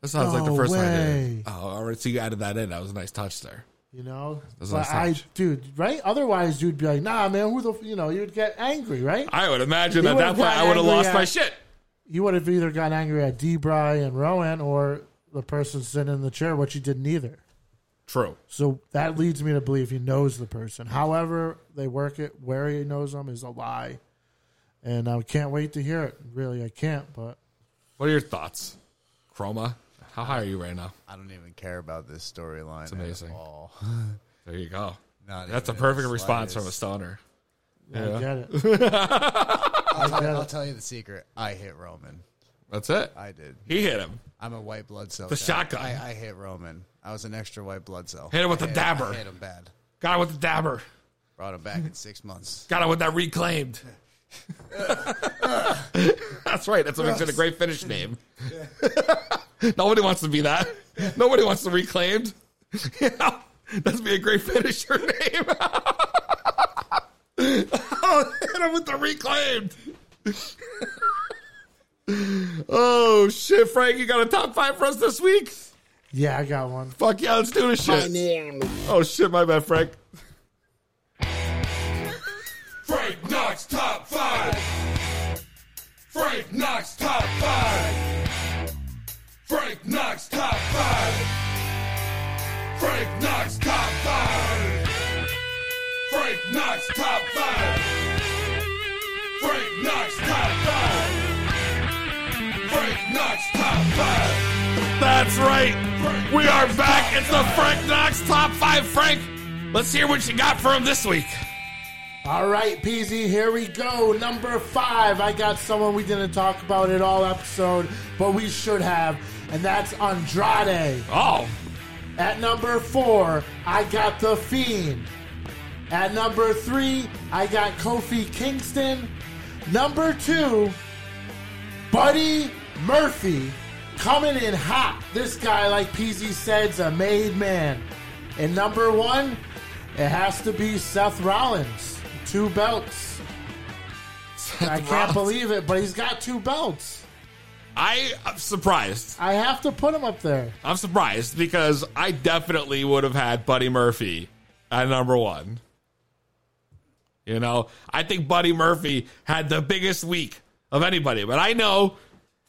[SPEAKER 6] That sounds like the
[SPEAKER 7] No
[SPEAKER 6] first one I
[SPEAKER 7] way.
[SPEAKER 6] did. Oh, all right. So you added that in. That was a nice touch there.
[SPEAKER 7] You know,
[SPEAKER 6] That's
[SPEAKER 7] but
[SPEAKER 6] nice
[SPEAKER 7] I,
[SPEAKER 6] touch.
[SPEAKER 7] dude, right? Otherwise, you'd be like, nah, man, who the, f-? you know, you'd get angry, right?
[SPEAKER 6] I would imagine
[SPEAKER 7] You uh,
[SPEAKER 6] at that
[SPEAKER 7] would've
[SPEAKER 6] point
[SPEAKER 7] got
[SPEAKER 6] I would have
[SPEAKER 7] angry
[SPEAKER 6] lost
[SPEAKER 7] at-
[SPEAKER 6] my shit.
[SPEAKER 7] You would have either gotten angry at Debray and Rowan or the person sitting in the chair, which you didn't either.
[SPEAKER 6] True.
[SPEAKER 7] So that leads me to believe he knows the person. However, they work it where he knows them is a lie, and I can't wait to hear it. Really, I can't. But
[SPEAKER 6] What are your thoughts, Chroma? How high are you right now?
[SPEAKER 8] I don't even care about this storyline.
[SPEAKER 6] It's amazing. There you go.
[SPEAKER 8] (laughs) Not
[SPEAKER 6] That's a
[SPEAKER 8] even in the
[SPEAKER 6] perfect response from a
[SPEAKER 8] slightest.
[SPEAKER 6] stoner.
[SPEAKER 7] Yeah,
[SPEAKER 6] (laughs)
[SPEAKER 7] I get
[SPEAKER 8] I'll,
[SPEAKER 7] it.
[SPEAKER 8] tell,
[SPEAKER 7] I get
[SPEAKER 8] I'll
[SPEAKER 7] it.
[SPEAKER 8] tell you the secret. I hit Roman.
[SPEAKER 6] That's it.
[SPEAKER 8] I did.
[SPEAKER 6] He hit him.
[SPEAKER 8] I'm a white blood cell.
[SPEAKER 6] The
[SPEAKER 8] guy.
[SPEAKER 6] shotgun.
[SPEAKER 8] I, I hit Roman. I was an extra white blood cell.
[SPEAKER 6] Hit him with
[SPEAKER 8] I
[SPEAKER 6] the dabber.
[SPEAKER 8] I hit him bad.
[SPEAKER 6] Got him with the dabber.
[SPEAKER 8] Brought him back in six months.
[SPEAKER 6] Got him with
[SPEAKER 8] (laughs)
[SPEAKER 6] that reclaimed. That's right. That's what makes it a great Finnish name. (laughs) Nobody wants to be that. Nobody wants to reclaimed. (laughs) You know, That's be a great finisher name. (laughs) oh, hit him with the reclaimed. (laughs) oh shit, Frank! You got a top five for us this week?
[SPEAKER 7] yeah, I got one.
[SPEAKER 6] Fuck yeah, let's do this shit. Oh shit, my bad, Frank.
[SPEAKER 9] Frank Knox Top 5. Frank Knox Top 5. Frank Knox Top 5. Frank Knox Top 5. Frank Knox Top 5. Frank Knox Top 5. Frank Knox Top 5.
[SPEAKER 6] That's right. We are back. It's the Frank Knox Top 5. Frank, let's hear what you got for him this week.
[SPEAKER 7] All right, PZ, here we go. Number five. I got someone we didn't talk about at all episode, but we should have, and that's Andrade.
[SPEAKER 6] Oh.
[SPEAKER 7] At number four, I got The Fiend. At number three, I got Kofi Kingston. Number two, Buddy Murphy coming in hot. This guy, like PZ said, is a made man. And number one, it has to be Seth Rollins. Two belts.
[SPEAKER 6] (laughs)
[SPEAKER 7] I can't
[SPEAKER 6] Rollins.
[SPEAKER 7] believe it, but he's got two belts.
[SPEAKER 6] I am surprised.
[SPEAKER 7] I have to put him up there.
[SPEAKER 6] I'm surprised because I definitely would have had Buddy Murphy at number one. You know, I think Buddy Murphy had the biggest week of anybody, but I know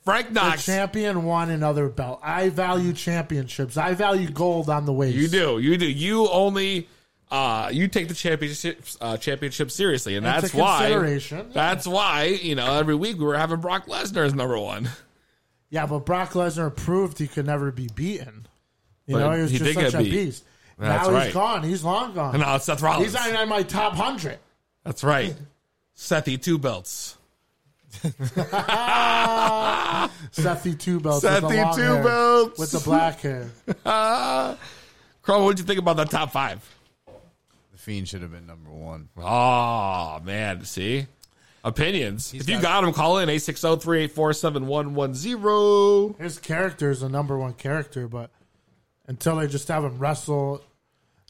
[SPEAKER 6] Frank
[SPEAKER 7] The
[SPEAKER 6] Knox.
[SPEAKER 7] champion won another belt. I value championships. I value gold on the waist.
[SPEAKER 6] You do, you do. You only, uh, you take the championship uh, championship seriously, and
[SPEAKER 7] It's a
[SPEAKER 6] that's why.
[SPEAKER 7] consideration, yeah.
[SPEAKER 6] That's why you know every week we were having Brock Lesnar as number one.
[SPEAKER 7] Yeah, but Brock Lesnar proved he could never be beaten. You
[SPEAKER 6] But
[SPEAKER 7] know, he was
[SPEAKER 6] he
[SPEAKER 7] just
[SPEAKER 6] did
[SPEAKER 7] such
[SPEAKER 6] get
[SPEAKER 7] a
[SPEAKER 6] beat.
[SPEAKER 7] beast.
[SPEAKER 6] That's
[SPEAKER 7] now
[SPEAKER 6] right.
[SPEAKER 7] he's gone. He's long gone.
[SPEAKER 6] No, it's Seth Rollins.
[SPEAKER 7] He's not even on my top hundred.
[SPEAKER 6] That's right. (laughs) Sethy two belts.
[SPEAKER 7] Sethy E two belts. with the
[SPEAKER 6] Sethy
[SPEAKER 7] long
[SPEAKER 6] E two
[SPEAKER 7] hair,
[SPEAKER 6] belts.
[SPEAKER 7] with the black hair.
[SPEAKER 6] Carl, what'd you think about the top five?
[SPEAKER 8] The Fiend should have been number one.
[SPEAKER 6] Oh, man. See? Opinions. if you
[SPEAKER 8] got-
[SPEAKER 6] got them, call in 860 384 7110.
[SPEAKER 7] His character is the number one character, but until they just have him wrestle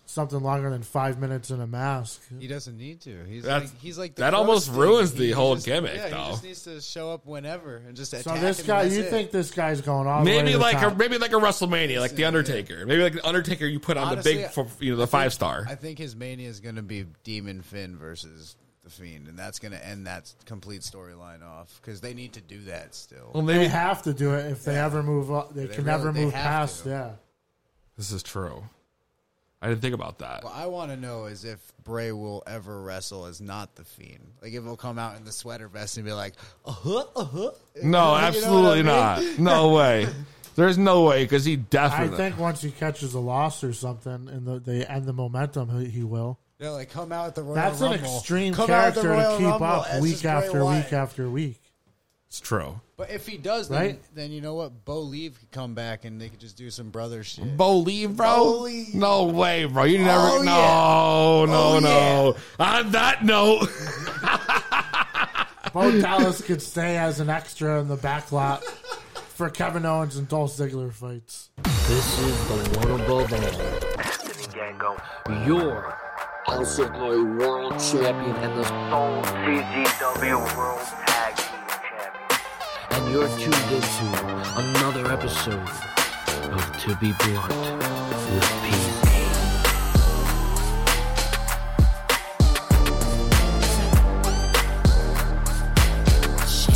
[SPEAKER 7] something longer than five minutes in a mask,
[SPEAKER 8] He doesn't (laughs) need to. He's
[SPEAKER 7] That's-
[SPEAKER 8] like he's like the
[SPEAKER 7] that
[SPEAKER 8] Ghost
[SPEAKER 7] almost
[SPEAKER 8] thing.
[SPEAKER 7] ruins
[SPEAKER 8] He
[SPEAKER 7] the
[SPEAKER 8] just-
[SPEAKER 7] whole gimmick,
[SPEAKER 8] Yeah,
[SPEAKER 6] though.
[SPEAKER 8] he just needs to show up whenever and just attack.
[SPEAKER 7] So this
[SPEAKER 8] him
[SPEAKER 7] guy,
[SPEAKER 8] and that's
[SPEAKER 7] you
[SPEAKER 8] it.
[SPEAKER 7] think this guy's going all the way
[SPEAKER 6] Maybe
[SPEAKER 7] to the
[SPEAKER 6] like
[SPEAKER 7] top.
[SPEAKER 6] a maybe like a WrestleMania, like the Undertaker. Maybe like the Undertaker you put on
[SPEAKER 8] Honestly,
[SPEAKER 6] the big, for, you know, the five star.
[SPEAKER 8] I think his mania is going to be Demon Finn versus the Fiend, and that's going to end that complete storyline off because they need to do that still.
[SPEAKER 7] they have to do it if they ever move up. They,
[SPEAKER 8] They
[SPEAKER 7] can
[SPEAKER 8] really-
[SPEAKER 7] never
[SPEAKER 8] they
[SPEAKER 7] move
[SPEAKER 8] have
[SPEAKER 7] past. Yeah,
[SPEAKER 6] This is true. I didn't think about that.
[SPEAKER 8] What I want to know is if Bray will ever wrestle as not the Fiend. Like if he'll come out in the sweater vest and be like, uh huh, uh huh.
[SPEAKER 6] No, absolutely not. No way. There's no way because he
[SPEAKER 7] I
[SPEAKER 6] definitely.
[SPEAKER 7] think once he catches a loss or something, and the, they end the momentum, he, he will.
[SPEAKER 8] Yeah, like come out at the Royal
[SPEAKER 7] That's an
[SPEAKER 8] Rumble.
[SPEAKER 7] extreme
[SPEAKER 8] Come out at the
[SPEAKER 7] character to
[SPEAKER 8] Royal
[SPEAKER 7] keep
[SPEAKER 8] Rumble
[SPEAKER 7] up
[SPEAKER 8] as
[SPEAKER 7] week
[SPEAKER 8] just Bray
[SPEAKER 7] after
[SPEAKER 8] Wyatt.
[SPEAKER 7] week after week.
[SPEAKER 6] It's true.
[SPEAKER 8] But if he does, then,
[SPEAKER 7] Right?
[SPEAKER 8] then you know what? Bo Leave could come back and they could just do some brother shit.
[SPEAKER 6] Bo Lee, bro.
[SPEAKER 8] Bo Lee.
[SPEAKER 6] No way, bro. You never.
[SPEAKER 8] Oh,
[SPEAKER 6] no,
[SPEAKER 8] yeah.
[SPEAKER 6] no,
[SPEAKER 8] Oh,
[SPEAKER 6] no. On that note,
[SPEAKER 7] Bo Dallas could stay as an extra in the back lot for Kevin Owens and Dolph Ziggler fights.
[SPEAKER 15] This is the one above all. Your LCW World Champion and the Stone CZW World Tag Team Champion. And you're tuned into another episode of To Be Blunt with PZ.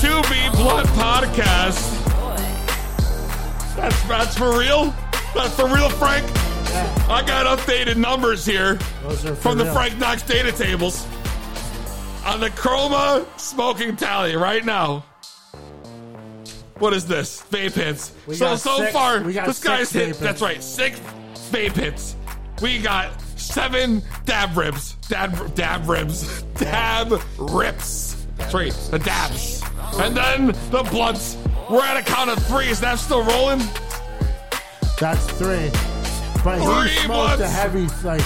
[SPEAKER 6] To Be Blunt podcast. That's that's for real. That's for real, Frank. I got updated numbers here
[SPEAKER 7] Those are for
[SPEAKER 6] from the
[SPEAKER 7] real.
[SPEAKER 6] Frank Knox data tables on the Chroma smoking tally right now. What is this? Vape hits.
[SPEAKER 7] We
[SPEAKER 6] so
[SPEAKER 7] got
[SPEAKER 6] so
[SPEAKER 7] six-
[SPEAKER 6] far,
[SPEAKER 7] we got
[SPEAKER 6] this
[SPEAKER 7] six
[SPEAKER 6] guy's
[SPEAKER 7] vape
[SPEAKER 6] hit.
[SPEAKER 7] hits.
[SPEAKER 6] That's right, six vape hits. We got seven dab ribs, dab dab ribs, (laughs) dab rips. Three, the dabs, and then the blunts. We're at a count of three. Is that still rolling?
[SPEAKER 7] That's three. But he
[SPEAKER 6] Three
[SPEAKER 7] smoked
[SPEAKER 6] months.
[SPEAKER 7] a heavy like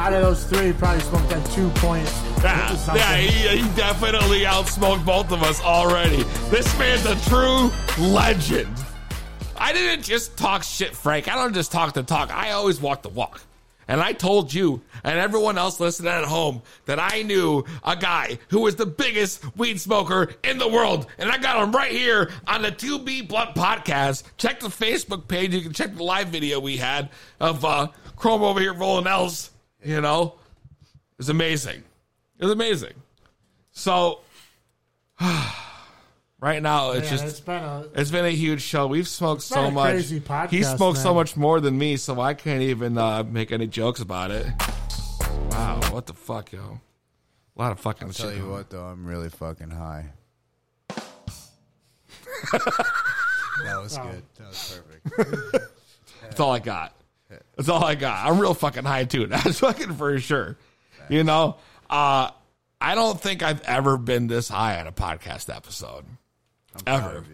[SPEAKER 7] out of those three, he probably smoked that two point.
[SPEAKER 6] Yeah,
[SPEAKER 7] something.
[SPEAKER 6] yeah he, he definitely outsmoked both of us already. This man's a true legend. I didn't just talk shit, Frank. I don't just talk the talk. I always walk the walk. And I told you and everyone else listening at home that I knew a guy who was the biggest weed smoker in the world. And I got him right here on the 2B Blunt podcast. Check the Facebook page. You can check the live video we had of uh, Chrome over here rolling L's. You know, it's amazing. It's amazing. So, (sighs) right now, it's
[SPEAKER 7] Yeah,
[SPEAKER 6] just.
[SPEAKER 7] it's been a
[SPEAKER 6] It's been a huge show. We've smoked
[SPEAKER 7] It's
[SPEAKER 6] so
[SPEAKER 7] been a
[SPEAKER 6] much.
[SPEAKER 7] crazy podcast,
[SPEAKER 6] he smoked so
[SPEAKER 7] man.
[SPEAKER 6] much more than me, so I can't even uh, make any jokes about it. Wow, what the fuck, yo? A lot of fucking
[SPEAKER 8] I'll
[SPEAKER 6] shit.
[SPEAKER 8] tell you what, though, I'm really fucking high.
[SPEAKER 15] (laughs)
[SPEAKER 8] that was
[SPEAKER 7] Oh.
[SPEAKER 8] good. That was perfect.
[SPEAKER 6] That's all I got. That's all I got. I'm real fucking high too. (laughs) That's fucking for sure. You know, uh, I don't think I've ever been this high on a podcast episode. ever.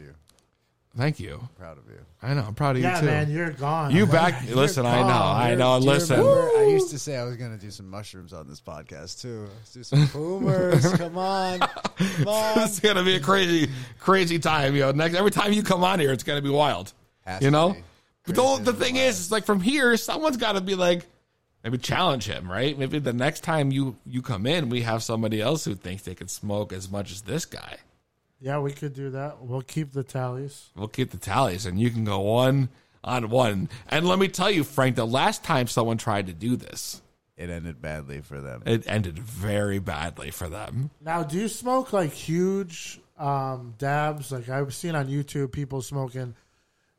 [SPEAKER 6] Thank you. I'm
[SPEAKER 8] proud of you.
[SPEAKER 6] I know. I'm proud of
[SPEAKER 7] yeah,
[SPEAKER 6] you too.
[SPEAKER 7] man, you're gone.
[SPEAKER 6] You
[SPEAKER 7] I'm
[SPEAKER 6] back?
[SPEAKER 7] like, (laughs) you're
[SPEAKER 6] listen, I know.
[SPEAKER 7] gone.
[SPEAKER 6] I
[SPEAKER 7] You're-
[SPEAKER 6] know.
[SPEAKER 8] Do you
[SPEAKER 6] Listen.
[SPEAKER 8] remember- I used to say I was going to do some mushrooms on this podcast too. Let's do some
[SPEAKER 15] (laughs)
[SPEAKER 8] boomers. Come on, come on.
[SPEAKER 6] (laughs) it's gonna be a crazy, crazy time. You know, next every time you come on here, it's gonna be wild.
[SPEAKER 8] Has
[SPEAKER 6] you
[SPEAKER 8] to
[SPEAKER 6] know, but the, the thing is, it's like from here, someone's got to be like, maybe challenge him, right? Maybe the next time you you come in, we have somebody else who thinks they can smoke as much as this guy.
[SPEAKER 7] Yeah, we could do that. We'll keep the tallies.
[SPEAKER 6] We'll keep the tallies, and you can go one on one. And let me tell you, Frank, the last time someone tried to do this,
[SPEAKER 8] It ended badly for them.
[SPEAKER 6] it ended very badly for them.
[SPEAKER 7] Now, do you smoke like huge um, dabs? Like I've seen on YouTube, people smoking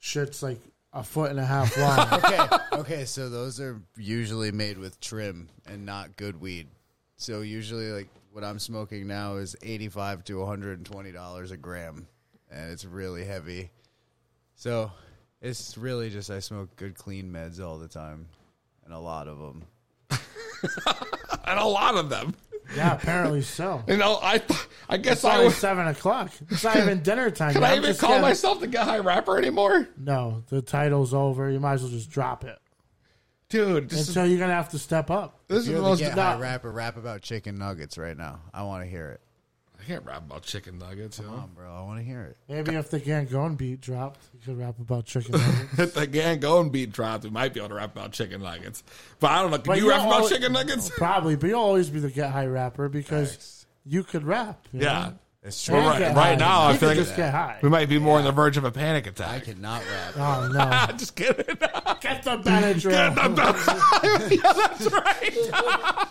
[SPEAKER 7] shits like a foot and
[SPEAKER 6] (laughs)
[SPEAKER 7] a half long.
[SPEAKER 8] okay, okay. So those are usually made with trim and not good weed. So usually, like what I'm smoking now is eighty-five to one hundred and twenty dollars a gram, and it's really heavy. So it's really just I smoke good clean meds all the time. and a lot of them.
[SPEAKER 6] and a lot of them.
[SPEAKER 7] Yeah,
[SPEAKER 6] (laughs)
[SPEAKER 7] apparently so.
[SPEAKER 6] You know, I I guess
[SPEAKER 7] it's
[SPEAKER 6] I
[SPEAKER 7] only
[SPEAKER 6] would-
[SPEAKER 7] seven o'clock. It's not even
[SPEAKER 6] (laughs)
[SPEAKER 7] dinner time.
[SPEAKER 6] Can
[SPEAKER 7] yet.
[SPEAKER 6] I
[SPEAKER 7] I'm
[SPEAKER 6] even
[SPEAKER 7] just
[SPEAKER 6] call
[SPEAKER 7] kidding.
[SPEAKER 6] myself the Get High rapper anymore?
[SPEAKER 7] No, the title's over. You might as well just drop it,
[SPEAKER 6] dude.
[SPEAKER 8] this is-
[SPEAKER 7] Until you're gonna have to step up.
[SPEAKER 8] This is the most get high
[SPEAKER 7] No,
[SPEAKER 8] rapper. Rap about chicken nuggets right now. I want to hear it.
[SPEAKER 6] I can't rap about chicken nuggets. Come
[SPEAKER 8] on, bro. I want to hear it.
[SPEAKER 7] Maybe if the Gangone beat dropped, you could rap
[SPEAKER 6] (laughs)
[SPEAKER 7] about chicken. nuggets.
[SPEAKER 6] If the Gangone beat dropped, we might be able to rap about chicken nuggets. But I don't know. Can
[SPEAKER 7] But
[SPEAKER 6] you
[SPEAKER 7] you'll
[SPEAKER 6] rap about
[SPEAKER 7] alwa-
[SPEAKER 6] chicken nuggets?
[SPEAKER 7] Probably, but you'll always be the get high rapper because you could rap. you
[SPEAKER 6] Yeah.
[SPEAKER 7] know?
[SPEAKER 6] But
[SPEAKER 7] And
[SPEAKER 6] right,
[SPEAKER 7] get high.
[SPEAKER 6] right now, I
[SPEAKER 7] You
[SPEAKER 6] feel
[SPEAKER 7] could
[SPEAKER 6] like
[SPEAKER 7] just get high.
[SPEAKER 6] we might be more on the verge of a panic attack. I
[SPEAKER 8] cannot rap.
[SPEAKER 7] Oh no!
[SPEAKER 6] just kidding.
[SPEAKER 7] Get the Benadryl.
[SPEAKER 6] Get the Benadryl. yeah, that's right.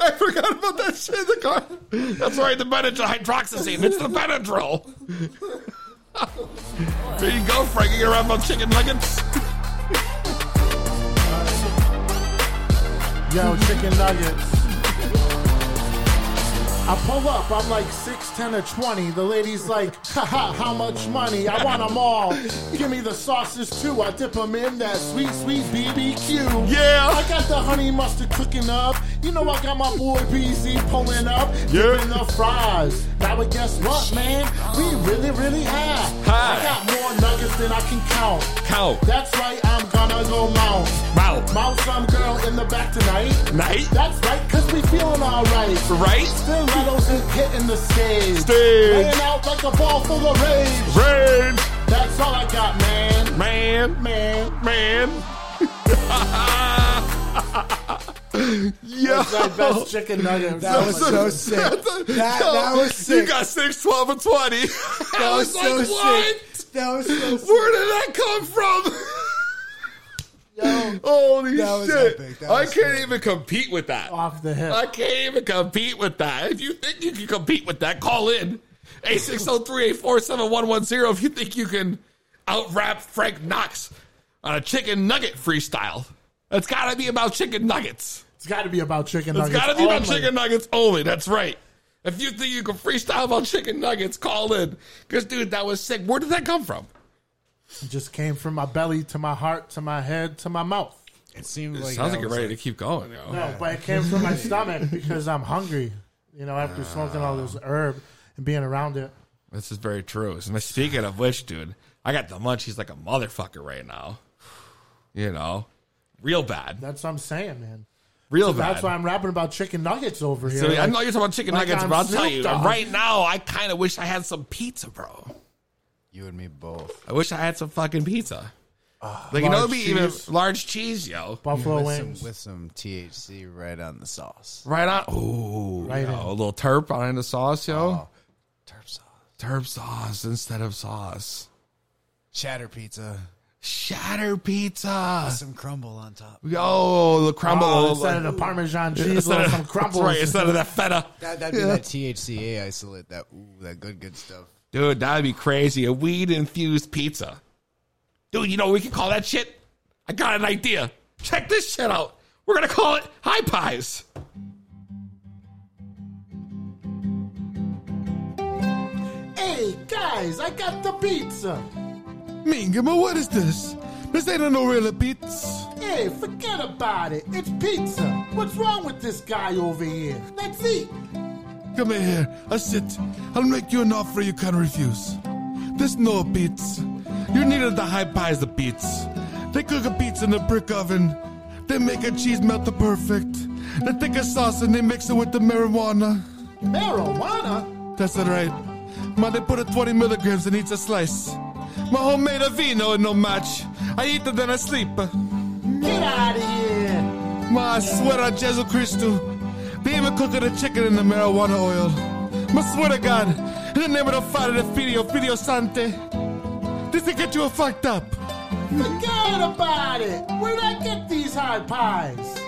[SPEAKER 6] (laughs) I forgot about that shit in the car. That's right, the Benadryl hydroxyzine. It's the Benadryl. (laughs) there you go, Frank. You gonna rap about chicken nuggets?
[SPEAKER 7] (laughs) Yo, chicken nuggets. I pull up, I'm like 6, 10, or 20. The lady's like, haha, how much money? I want them all. Give me the sauces too. I dip them in that sweet, sweet BBQ.
[SPEAKER 6] Yeah.
[SPEAKER 7] I got the honey mustard cooking up. You know, I got my boy BZ pulling up.
[SPEAKER 6] Yeah.
[SPEAKER 7] Dipping the fries. Now, but guess what, man? We really, really high.
[SPEAKER 6] High.
[SPEAKER 7] I got more nuggets than I can count.
[SPEAKER 6] Count.
[SPEAKER 7] That's right, I'm gonna go mount.
[SPEAKER 6] Mount.
[SPEAKER 7] Mount some girl in the back tonight.
[SPEAKER 6] Night.
[SPEAKER 7] That's right, cause we feeling alright.
[SPEAKER 6] Right.
[SPEAKER 7] Stilettos and hitting the stage.
[SPEAKER 6] Stage.
[SPEAKER 7] Laying out like a ball full of rage.
[SPEAKER 6] Rage.
[SPEAKER 7] That's all I got, man.
[SPEAKER 6] Man.
[SPEAKER 7] Man.
[SPEAKER 6] Man. Yo.
[SPEAKER 7] That's my best chicken nugget.
[SPEAKER 6] That was so
[SPEAKER 8] sick.
[SPEAKER 6] That,
[SPEAKER 8] that was
[SPEAKER 6] You
[SPEAKER 8] sick.
[SPEAKER 6] got 6, 12, and 20. I
[SPEAKER 8] That was
[SPEAKER 6] was,
[SPEAKER 8] so
[SPEAKER 6] like,
[SPEAKER 8] sick.
[SPEAKER 6] what?
[SPEAKER 8] That was so sick.
[SPEAKER 6] Where did that come from?
[SPEAKER 7] (laughs)
[SPEAKER 6] Holy
[SPEAKER 8] That was
[SPEAKER 6] shit.
[SPEAKER 8] epic. That
[SPEAKER 6] I
[SPEAKER 8] was
[SPEAKER 6] can't even compete with that.
[SPEAKER 7] Off the hip.
[SPEAKER 6] I can't even compete with that. If you think you can compete with that, call in. 860-384-7110 if you think you can out rap Frank Knox on a chicken nugget freestyle. It's gotta be about chicken nuggets.
[SPEAKER 7] It's gotta be about chicken
[SPEAKER 6] It's
[SPEAKER 7] nuggets.
[SPEAKER 6] gotta be about
[SPEAKER 7] only.
[SPEAKER 6] chicken nuggets only. That's right. If you think you can freestyle about chicken nuggets, call in. Because dude, that was sick. Where did that come from?
[SPEAKER 7] It just came from my belly to my heart to my head to my mouth.
[SPEAKER 8] It seemed
[SPEAKER 6] It sounds like you're ready to keep going. yo.
[SPEAKER 7] (laughs) No, but it came from my stomach because I'm hungry. You know, after smoking all this herb and being around it.
[SPEAKER 6] This is very true. So, speaking of which, dude, I got the munchies like a motherfucker right now. You know, real bad,
[SPEAKER 7] That's what I'm saying, man.
[SPEAKER 6] real
[SPEAKER 7] So
[SPEAKER 6] bad.
[SPEAKER 7] That's why I'm rapping about chicken nuggets over here.
[SPEAKER 6] So, I
[SPEAKER 7] Like-
[SPEAKER 6] know you're talking about chicken
[SPEAKER 7] like
[SPEAKER 6] nuggets,
[SPEAKER 7] I'm
[SPEAKER 6] but I'll tell
[SPEAKER 7] Snoop
[SPEAKER 6] you,
[SPEAKER 7] Dogg.
[SPEAKER 6] right now, I kind of wish I had some pizza, bro.
[SPEAKER 8] You and me both.
[SPEAKER 6] I wish I had some fucking pizza. like, you know,
[SPEAKER 8] large
[SPEAKER 6] it'd be even
[SPEAKER 8] cheese.
[SPEAKER 6] large cheese, yo.
[SPEAKER 8] with Some, with some THC right on the sauce.
[SPEAKER 6] Right on. Ooh,
[SPEAKER 8] Right
[SPEAKER 6] you know,
[SPEAKER 8] in. Oh,
[SPEAKER 6] a little terp on the sauce, yo. terp sauce. Terp sauce instead of sauce.
[SPEAKER 8] Chatter pizza.
[SPEAKER 6] Shatter pizza.
[SPEAKER 8] With some crumble on top.
[SPEAKER 6] Yo, the crumble.
[SPEAKER 7] Oh, instead of the Parmesan cheese,
[SPEAKER 6] Instead
[SPEAKER 7] little
[SPEAKER 6] of-
[SPEAKER 7] some crumbles.
[SPEAKER 6] (laughs) That's right, instead of that feta.
[SPEAKER 8] That, that'd be
[SPEAKER 6] Yeah.
[SPEAKER 8] that THCA isolate. That ooh, that good good stuff.
[SPEAKER 6] Dude, that'd be crazy. A weed infused pizza. Dude, you know what we can call that shit? I got an idea. Check this shit out. We're gonna call it high pies.
[SPEAKER 7] Hey guys, I got the pizza.
[SPEAKER 16] Mingamo, what is this? This ain't no real pizza.
[SPEAKER 7] Hey, forget about it. It's pizza. What's wrong with this guy over here? Let's eat.
[SPEAKER 16] Come here, I sit. I'll make you an offer you can refuse. This no pizza. You needed the high pies the pizza. They cook a pizza in a brick oven. They make a cheese melt to perfect. They take a sauce and they mix it with the marijuana.
[SPEAKER 7] Marijuana?
[SPEAKER 16] That's all right. Ma, they put it 20 milligrams and eats a slice. My homemade vino no match. I eat it then I sleep.
[SPEAKER 7] Get out of here.
[SPEAKER 16] Ma, I swear on Jesu Christu. They even cook the chicken in the marijuana oil. Ma, swear to God. In the name of the Father, the Filio, Filio Sante. This will get you fucked up.
[SPEAKER 7] Forget about it. Where'd I get these high pies?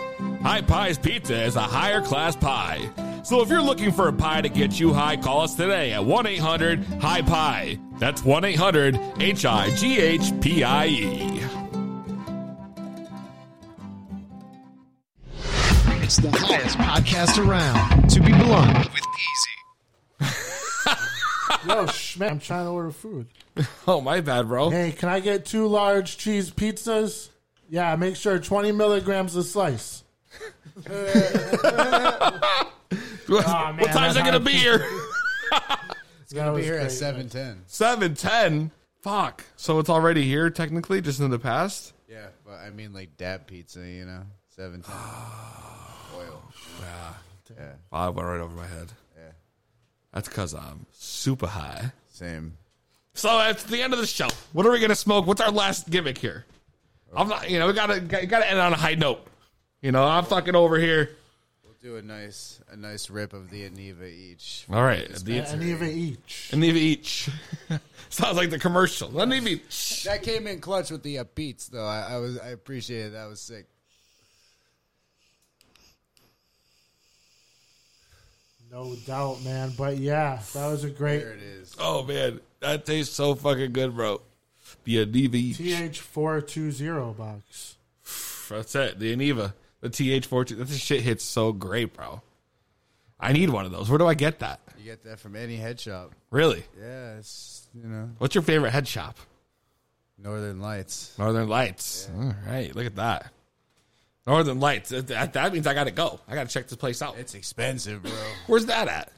[SPEAKER 6] High Pies Pizza is a higher class pie. So if you're looking for a pie to get you high, call us today at 1 800 High Pie. That's 1 800 H I G H P I E.
[SPEAKER 17] It's the highest podcast around. To be blunt, with
[SPEAKER 7] Yo, Schmidt, I'm trying to order food.
[SPEAKER 6] Oh, my bad, bro.
[SPEAKER 7] Hey, can I get two large cheese pizzas? Yeah, make sure 20 milligrams a slice. Aw, man,
[SPEAKER 6] (laughs) what time's
[SPEAKER 7] that
[SPEAKER 6] it gonna
[SPEAKER 7] hard.
[SPEAKER 6] be
[SPEAKER 7] (laughs)
[SPEAKER 6] here?
[SPEAKER 8] It's gonna be
[SPEAKER 7] That was
[SPEAKER 8] here at
[SPEAKER 7] great.
[SPEAKER 8] seven ten.
[SPEAKER 6] Seven ten. Fuck. So it's already here, technically, just in the past.
[SPEAKER 8] Yeah, but I mean like dab pizza, you know, seven (sighs) ten. Oil. Yeah.
[SPEAKER 6] Wow, it went right over my head.
[SPEAKER 8] Yeah.
[SPEAKER 6] That's because I'm super high.
[SPEAKER 8] Same.
[SPEAKER 6] So it's the end of the show. What are we gonna smoke? What's our last gimmick here? I'm not. You know, we gotta gotta end on a high note. You know, I'm fucking over here.
[SPEAKER 8] We'll do a nice a nice rip of the Aniva each.
[SPEAKER 6] All right,
[SPEAKER 8] Just
[SPEAKER 6] the-
[SPEAKER 8] make sure-
[SPEAKER 7] Aniva each.
[SPEAKER 6] Aniva each. (laughs) Sounds like the commercial. Aniva each.
[SPEAKER 8] That came in clutch with the uh, beats, though. I, I was I appreciate it. That was sick.
[SPEAKER 7] No doubt, man. But yeah, that was a great
[SPEAKER 8] it is.
[SPEAKER 6] Oh man, that tastes so fucking good, bro. The Aniva each.
[SPEAKER 7] TH420 box.
[SPEAKER 6] That's it. The Aniva, the TH14. This shit hits so great, bro. I need one of those. Where do I get that?
[SPEAKER 8] You get that from any head shop.
[SPEAKER 6] Really?
[SPEAKER 8] Yeah, it's you know
[SPEAKER 6] What's your favorite head shop?
[SPEAKER 8] Northern Lights.
[SPEAKER 6] Northern Lights. All right, look at that. Northern Lights. That, that means I got to go. I got to check this place out.
[SPEAKER 8] It's expensive, bro.
[SPEAKER 6] Where's that at?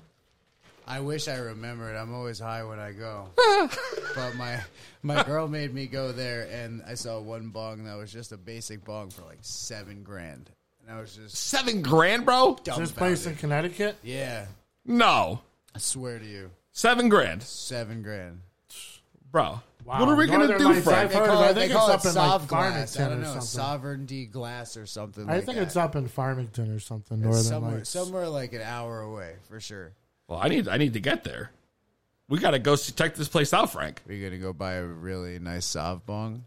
[SPEAKER 8] I wish I remembered. I'm always high when I (laughs) go. but my my girl made me go there, and I saw one bong that was just a basic bong for like seven grand, and I was just
[SPEAKER 6] seven grand, bro.
[SPEAKER 7] Is this place in Connecticut?
[SPEAKER 8] Yeah,
[SPEAKER 6] No,
[SPEAKER 8] I swear to you,
[SPEAKER 6] seven grand,
[SPEAKER 8] seven grand,
[SPEAKER 6] bro. What are we gonna
[SPEAKER 7] Northern
[SPEAKER 6] do,
[SPEAKER 7] Lights,
[SPEAKER 6] Frank?
[SPEAKER 7] I've heard of it. I think it's up in, like,
[SPEAKER 8] Sov glass. I
[SPEAKER 7] Farmington
[SPEAKER 8] don't
[SPEAKER 7] or
[SPEAKER 8] know,
[SPEAKER 7] something.
[SPEAKER 8] sovereignty glass or something.
[SPEAKER 7] I
[SPEAKER 8] like
[SPEAKER 7] think
[SPEAKER 8] that.
[SPEAKER 7] it's up in Farmington or something.
[SPEAKER 8] It's
[SPEAKER 7] Northern
[SPEAKER 8] somewhere,
[SPEAKER 7] Lights.
[SPEAKER 8] somewhere like an hour away for sure.
[SPEAKER 6] Well, I need I need to get there. We got to go see, check this place out, Frank.
[SPEAKER 8] Are you gonna go buy a really nice Sov bong?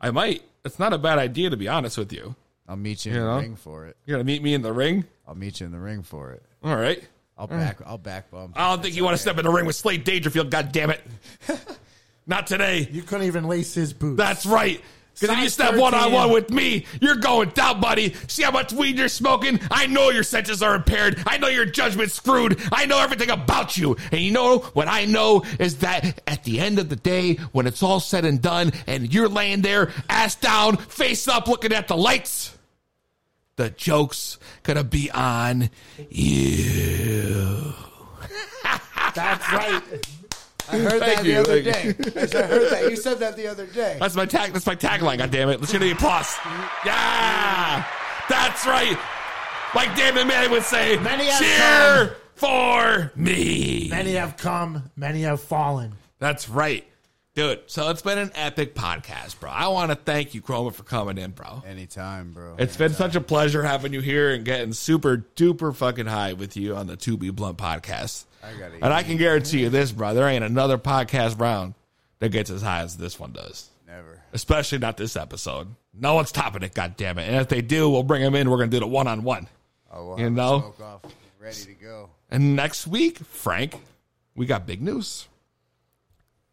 [SPEAKER 6] I might. It's not a bad idea to be honest with you.
[SPEAKER 8] I'll meet you,
[SPEAKER 6] You
[SPEAKER 8] in
[SPEAKER 6] know?
[SPEAKER 8] the ring for it.
[SPEAKER 6] You're gonna meet me in the ring.
[SPEAKER 8] I'll meet you in the ring for it.
[SPEAKER 6] All right.
[SPEAKER 8] I'll back. I'll back bump.
[SPEAKER 6] I don't think you want to step in the ring with Slade Dangerfield. God damn it! (laughs) Not today.
[SPEAKER 7] You couldn't even lace his boots.
[SPEAKER 6] That's right. Because if you
[SPEAKER 7] Size
[SPEAKER 6] step one on
[SPEAKER 7] 13.
[SPEAKER 6] one with me, you're going down, buddy. See how much weed you're smoking? I know your senses are impaired. I know your judgment's screwed. I know everything about you. And you know what I know is that at the end of the day, when it's all said and done, and you're laying there, ass down, face up, looking at the lights, the joke's gonna be on you. (laughs)
[SPEAKER 7] That's right.
[SPEAKER 8] I heard
[SPEAKER 6] Thank
[SPEAKER 8] that
[SPEAKER 6] you,
[SPEAKER 8] the other day.
[SPEAKER 6] thank
[SPEAKER 8] I heard that. You said that the other day.
[SPEAKER 6] That's my tag. That's my tagline. God damn it! Let's hear the applause. Yeah, that's right. Like David Manning would say,
[SPEAKER 7] Many have
[SPEAKER 6] "Cheer for me."
[SPEAKER 7] Many have come, many have fallen.
[SPEAKER 6] That's right, dude. So it's been an epic podcast, bro. I want to thank you, Chroma, for coming in, bro.
[SPEAKER 8] Anytime, bro.
[SPEAKER 6] It's been such a pleasure having you here and getting super duper fucking high with you on the To Be Blunt podcast.
[SPEAKER 8] I gotta
[SPEAKER 6] And I can guarantee you this, bro. There ain't another podcast round that gets as high as this one does.
[SPEAKER 8] Never.
[SPEAKER 6] Especially not this episode. No one's topping it, God damn it! And if they do, we'll bring them in. We're going to do the one on one.
[SPEAKER 8] Oh,
[SPEAKER 6] You know?
[SPEAKER 8] Smoke off. Ready to go.
[SPEAKER 6] And next week, Frank, we got big news.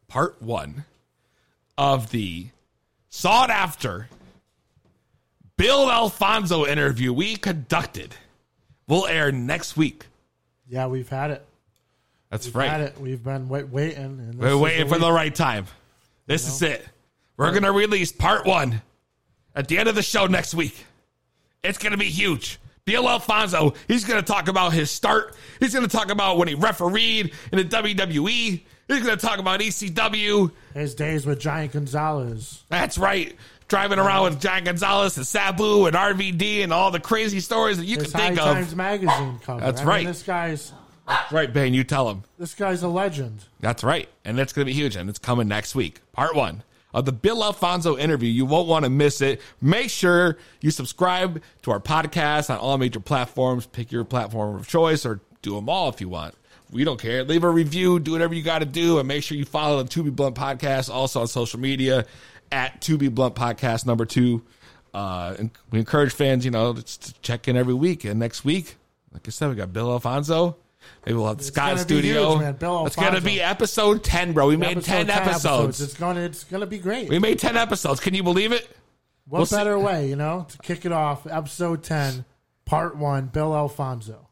[SPEAKER 6] Part one of the sought after Bill Alfonso interview we conducted will air next week.
[SPEAKER 7] Yeah, we've had it.
[SPEAKER 6] That's
[SPEAKER 7] We've
[SPEAKER 6] right.
[SPEAKER 7] had it. We've been wait, waiting. And this
[SPEAKER 6] We're
[SPEAKER 7] is
[SPEAKER 6] waiting for
[SPEAKER 7] week.
[SPEAKER 6] the right time. This is it. We're going to release part one at the end of the show next week. It's going to be huge. Bill Alfonso, he's going to talk about his start. He's going to talk about when he refereed in the WWE. He's going to talk about E ECW.
[SPEAKER 7] His days with Giant Gonzalez.
[SPEAKER 6] That's right. Driving around with John Gonzalez and Sabu and RVD and all the crazy stories that you
[SPEAKER 7] His
[SPEAKER 6] can
[SPEAKER 7] High
[SPEAKER 6] think
[SPEAKER 7] Times
[SPEAKER 6] of.
[SPEAKER 7] magazine cover.
[SPEAKER 6] That's
[SPEAKER 7] I mean,
[SPEAKER 6] right.
[SPEAKER 7] this guy's
[SPEAKER 6] That's right, Bane. You tell him.
[SPEAKER 7] this guy's a legend.
[SPEAKER 6] That's right. And that's going to be huge. And it's coming next week. Part one of the Bill Alfonso interview. You won't want to miss it. Make sure you subscribe to our podcast on all major platforms. Pick your platform of choice or do them all if you want. We don't care. Leave a review, do whatever you got to do, and make sure you follow the To Be Blunt podcast also on social media at To Be Blunt Podcast number two. Uh, and we encourage fans, you know, just to check in every week. And next week, like I said, we got Bill Alfonso. Maybe we'll have the Scott
[SPEAKER 7] gonna be
[SPEAKER 6] Studio.
[SPEAKER 7] huge, man. Bill
[SPEAKER 6] it's going to
[SPEAKER 7] Alfonso.
[SPEAKER 6] be episode 10, bro. We made
[SPEAKER 7] Oh, Episode
[SPEAKER 6] 10, episodes.
[SPEAKER 7] It's gonna it's gonna be great.
[SPEAKER 6] We made 10 episodes. Can you believe it?
[SPEAKER 7] What
[SPEAKER 6] we'll see-
[SPEAKER 7] better way, you know, to kick it off? Episode ten, part one. Bill Alfonso.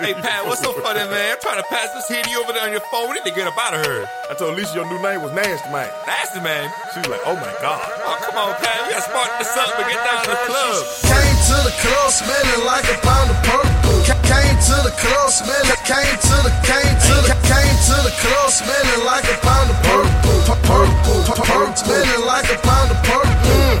[SPEAKER 18] hey, Pat, what's so funny, man? I'm trying to pass this hitty over there on your phone. We need to get up out of here.
[SPEAKER 19] I told Lisa your new name was Nasty Man.
[SPEAKER 18] Nasty Man.
[SPEAKER 19] She was like, oh my God.
[SPEAKER 18] Oh, come on, Pat. We got to spark this up and get down to the club.
[SPEAKER 20] Came to the club smelling like a pound of purple. Ca- Came to the club smelling, came to the, came to the, came to the club smelling like a pound of purple. Pu- Purple, pu- purple, smelling like a pound of purple.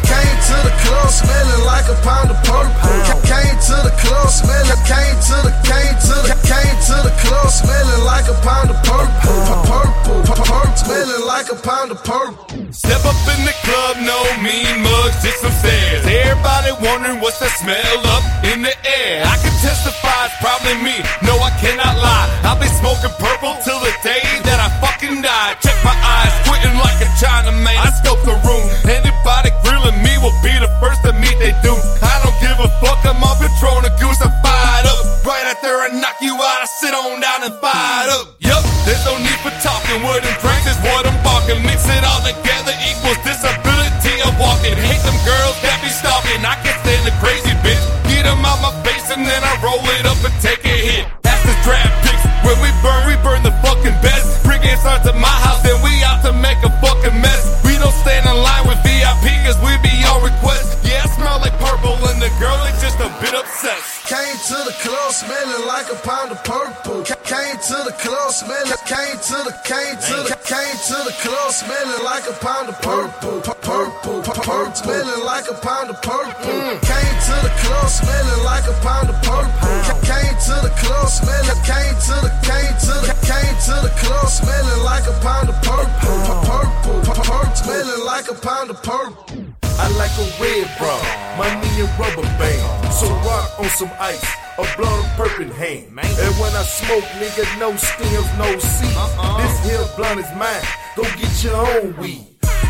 [SPEAKER 20] Came to the club smelling like a pound of purple. Ca- Came to the club smelling, came to the, came to the, came to the club smelling like a pound of purple. Pu- Purple, pu- purple, smelling like a pound of purple.
[SPEAKER 18] Step up in the club, no mean mugs, just some stairs. Everybody wondering what's that smell up in the air. I can testify it's probably me. No, I cannot lie. I'll be smoking purple till the day that I fucking die. Check my eyes, squinting like a Chinaman. I scope the room. Anybody grilling me will be the first to meet they do. I don't give a fuck, I'm on Patron a goose, I'm fired up. Right out there, I knock you out, I sit on down and fired up. Yup, there's no need for talking, word and drinks is what I'm barking. Mix it all together equals disability of walking. Hate them girls that be stalking, I can't stand the crazy bitch. Get them out my face and then I roll it up and take a hit. That's the draft picks, when we burn, we burn the fucking best. Bring it start to my house, then we out to make a fucking mess. We don't stand in line with VIP, cause we be on request. Yeah, I smell like purple and the girl is just a bit obsessed.
[SPEAKER 20] Came to the club smelling like a pound of purple. Ca- Came to the club smelling, came to the, came to the, came to the club smelling like a pound of purple. Pu- Purple, pu- purple, smelling like a pound of purple. Came to the club smelling like a pound of purple. Ca- Came to the club smelling, came to the, came to the, came to the club smelling like a pound of purple. Pu- Purple, pu- purple, smelling like a pound of purple.
[SPEAKER 21] I like a red bra, money and rubber band. So rock on some ice, a blunt purple in hand. And when I smoke, nigga, no stems, no seeds. This here blunt is mine, go get your own weed.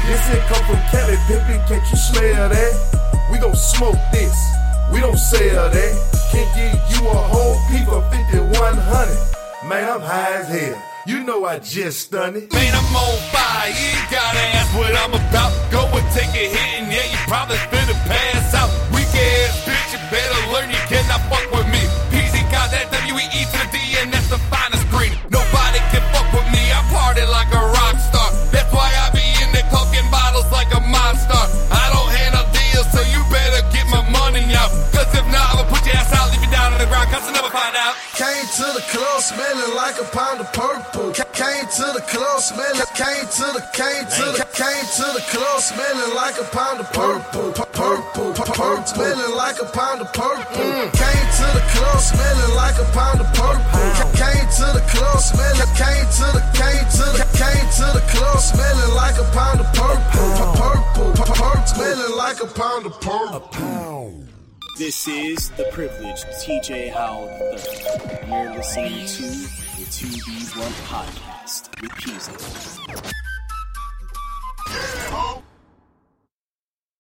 [SPEAKER 21] This here come from Kelly Pippin, can't you smell that? We gon' smoke this, we don't sell that. Can't give you a whole peep of 5100. Man, I'm high as hell. You know I just done it.
[SPEAKER 18] Man, I'm on fire. You ain't gotta ask what I'm about. Go and take a hit, and yeah, you probably finna pass out. Weak ass bitch, you better learn you cannot fuck with me. PZ got that WEE to the D, and that's the finest green. Nobody can fuck with me. I party like a rock star. That's why I be in the coking bottles like a monster. I don't handle deals, so you better get my money out. Cause if not, I'ma put your ass out, leave you down on the ground. Cause I'll never find out.
[SPEAKER 20] Came to the club smelling like a pound of purple. Ca- Came to the club smelling, came to the, came to the, came to the club smelling like a pound of purple. Pu- Purple, pu- purple, smelling like a pound of purple. Came to the club smelling like a pound of purple. Ca- Came to the club smelling, came to the, came to the, came to the club smelling like a pound of purple. Pu- Purple, pu- purple, smelling like a pound of purple.
[SPEAKER 22] This is The Privileged TJ Howell III. You're listening to the 2B1 Podcast with Peasy.
[SPEAKER 23] Hello?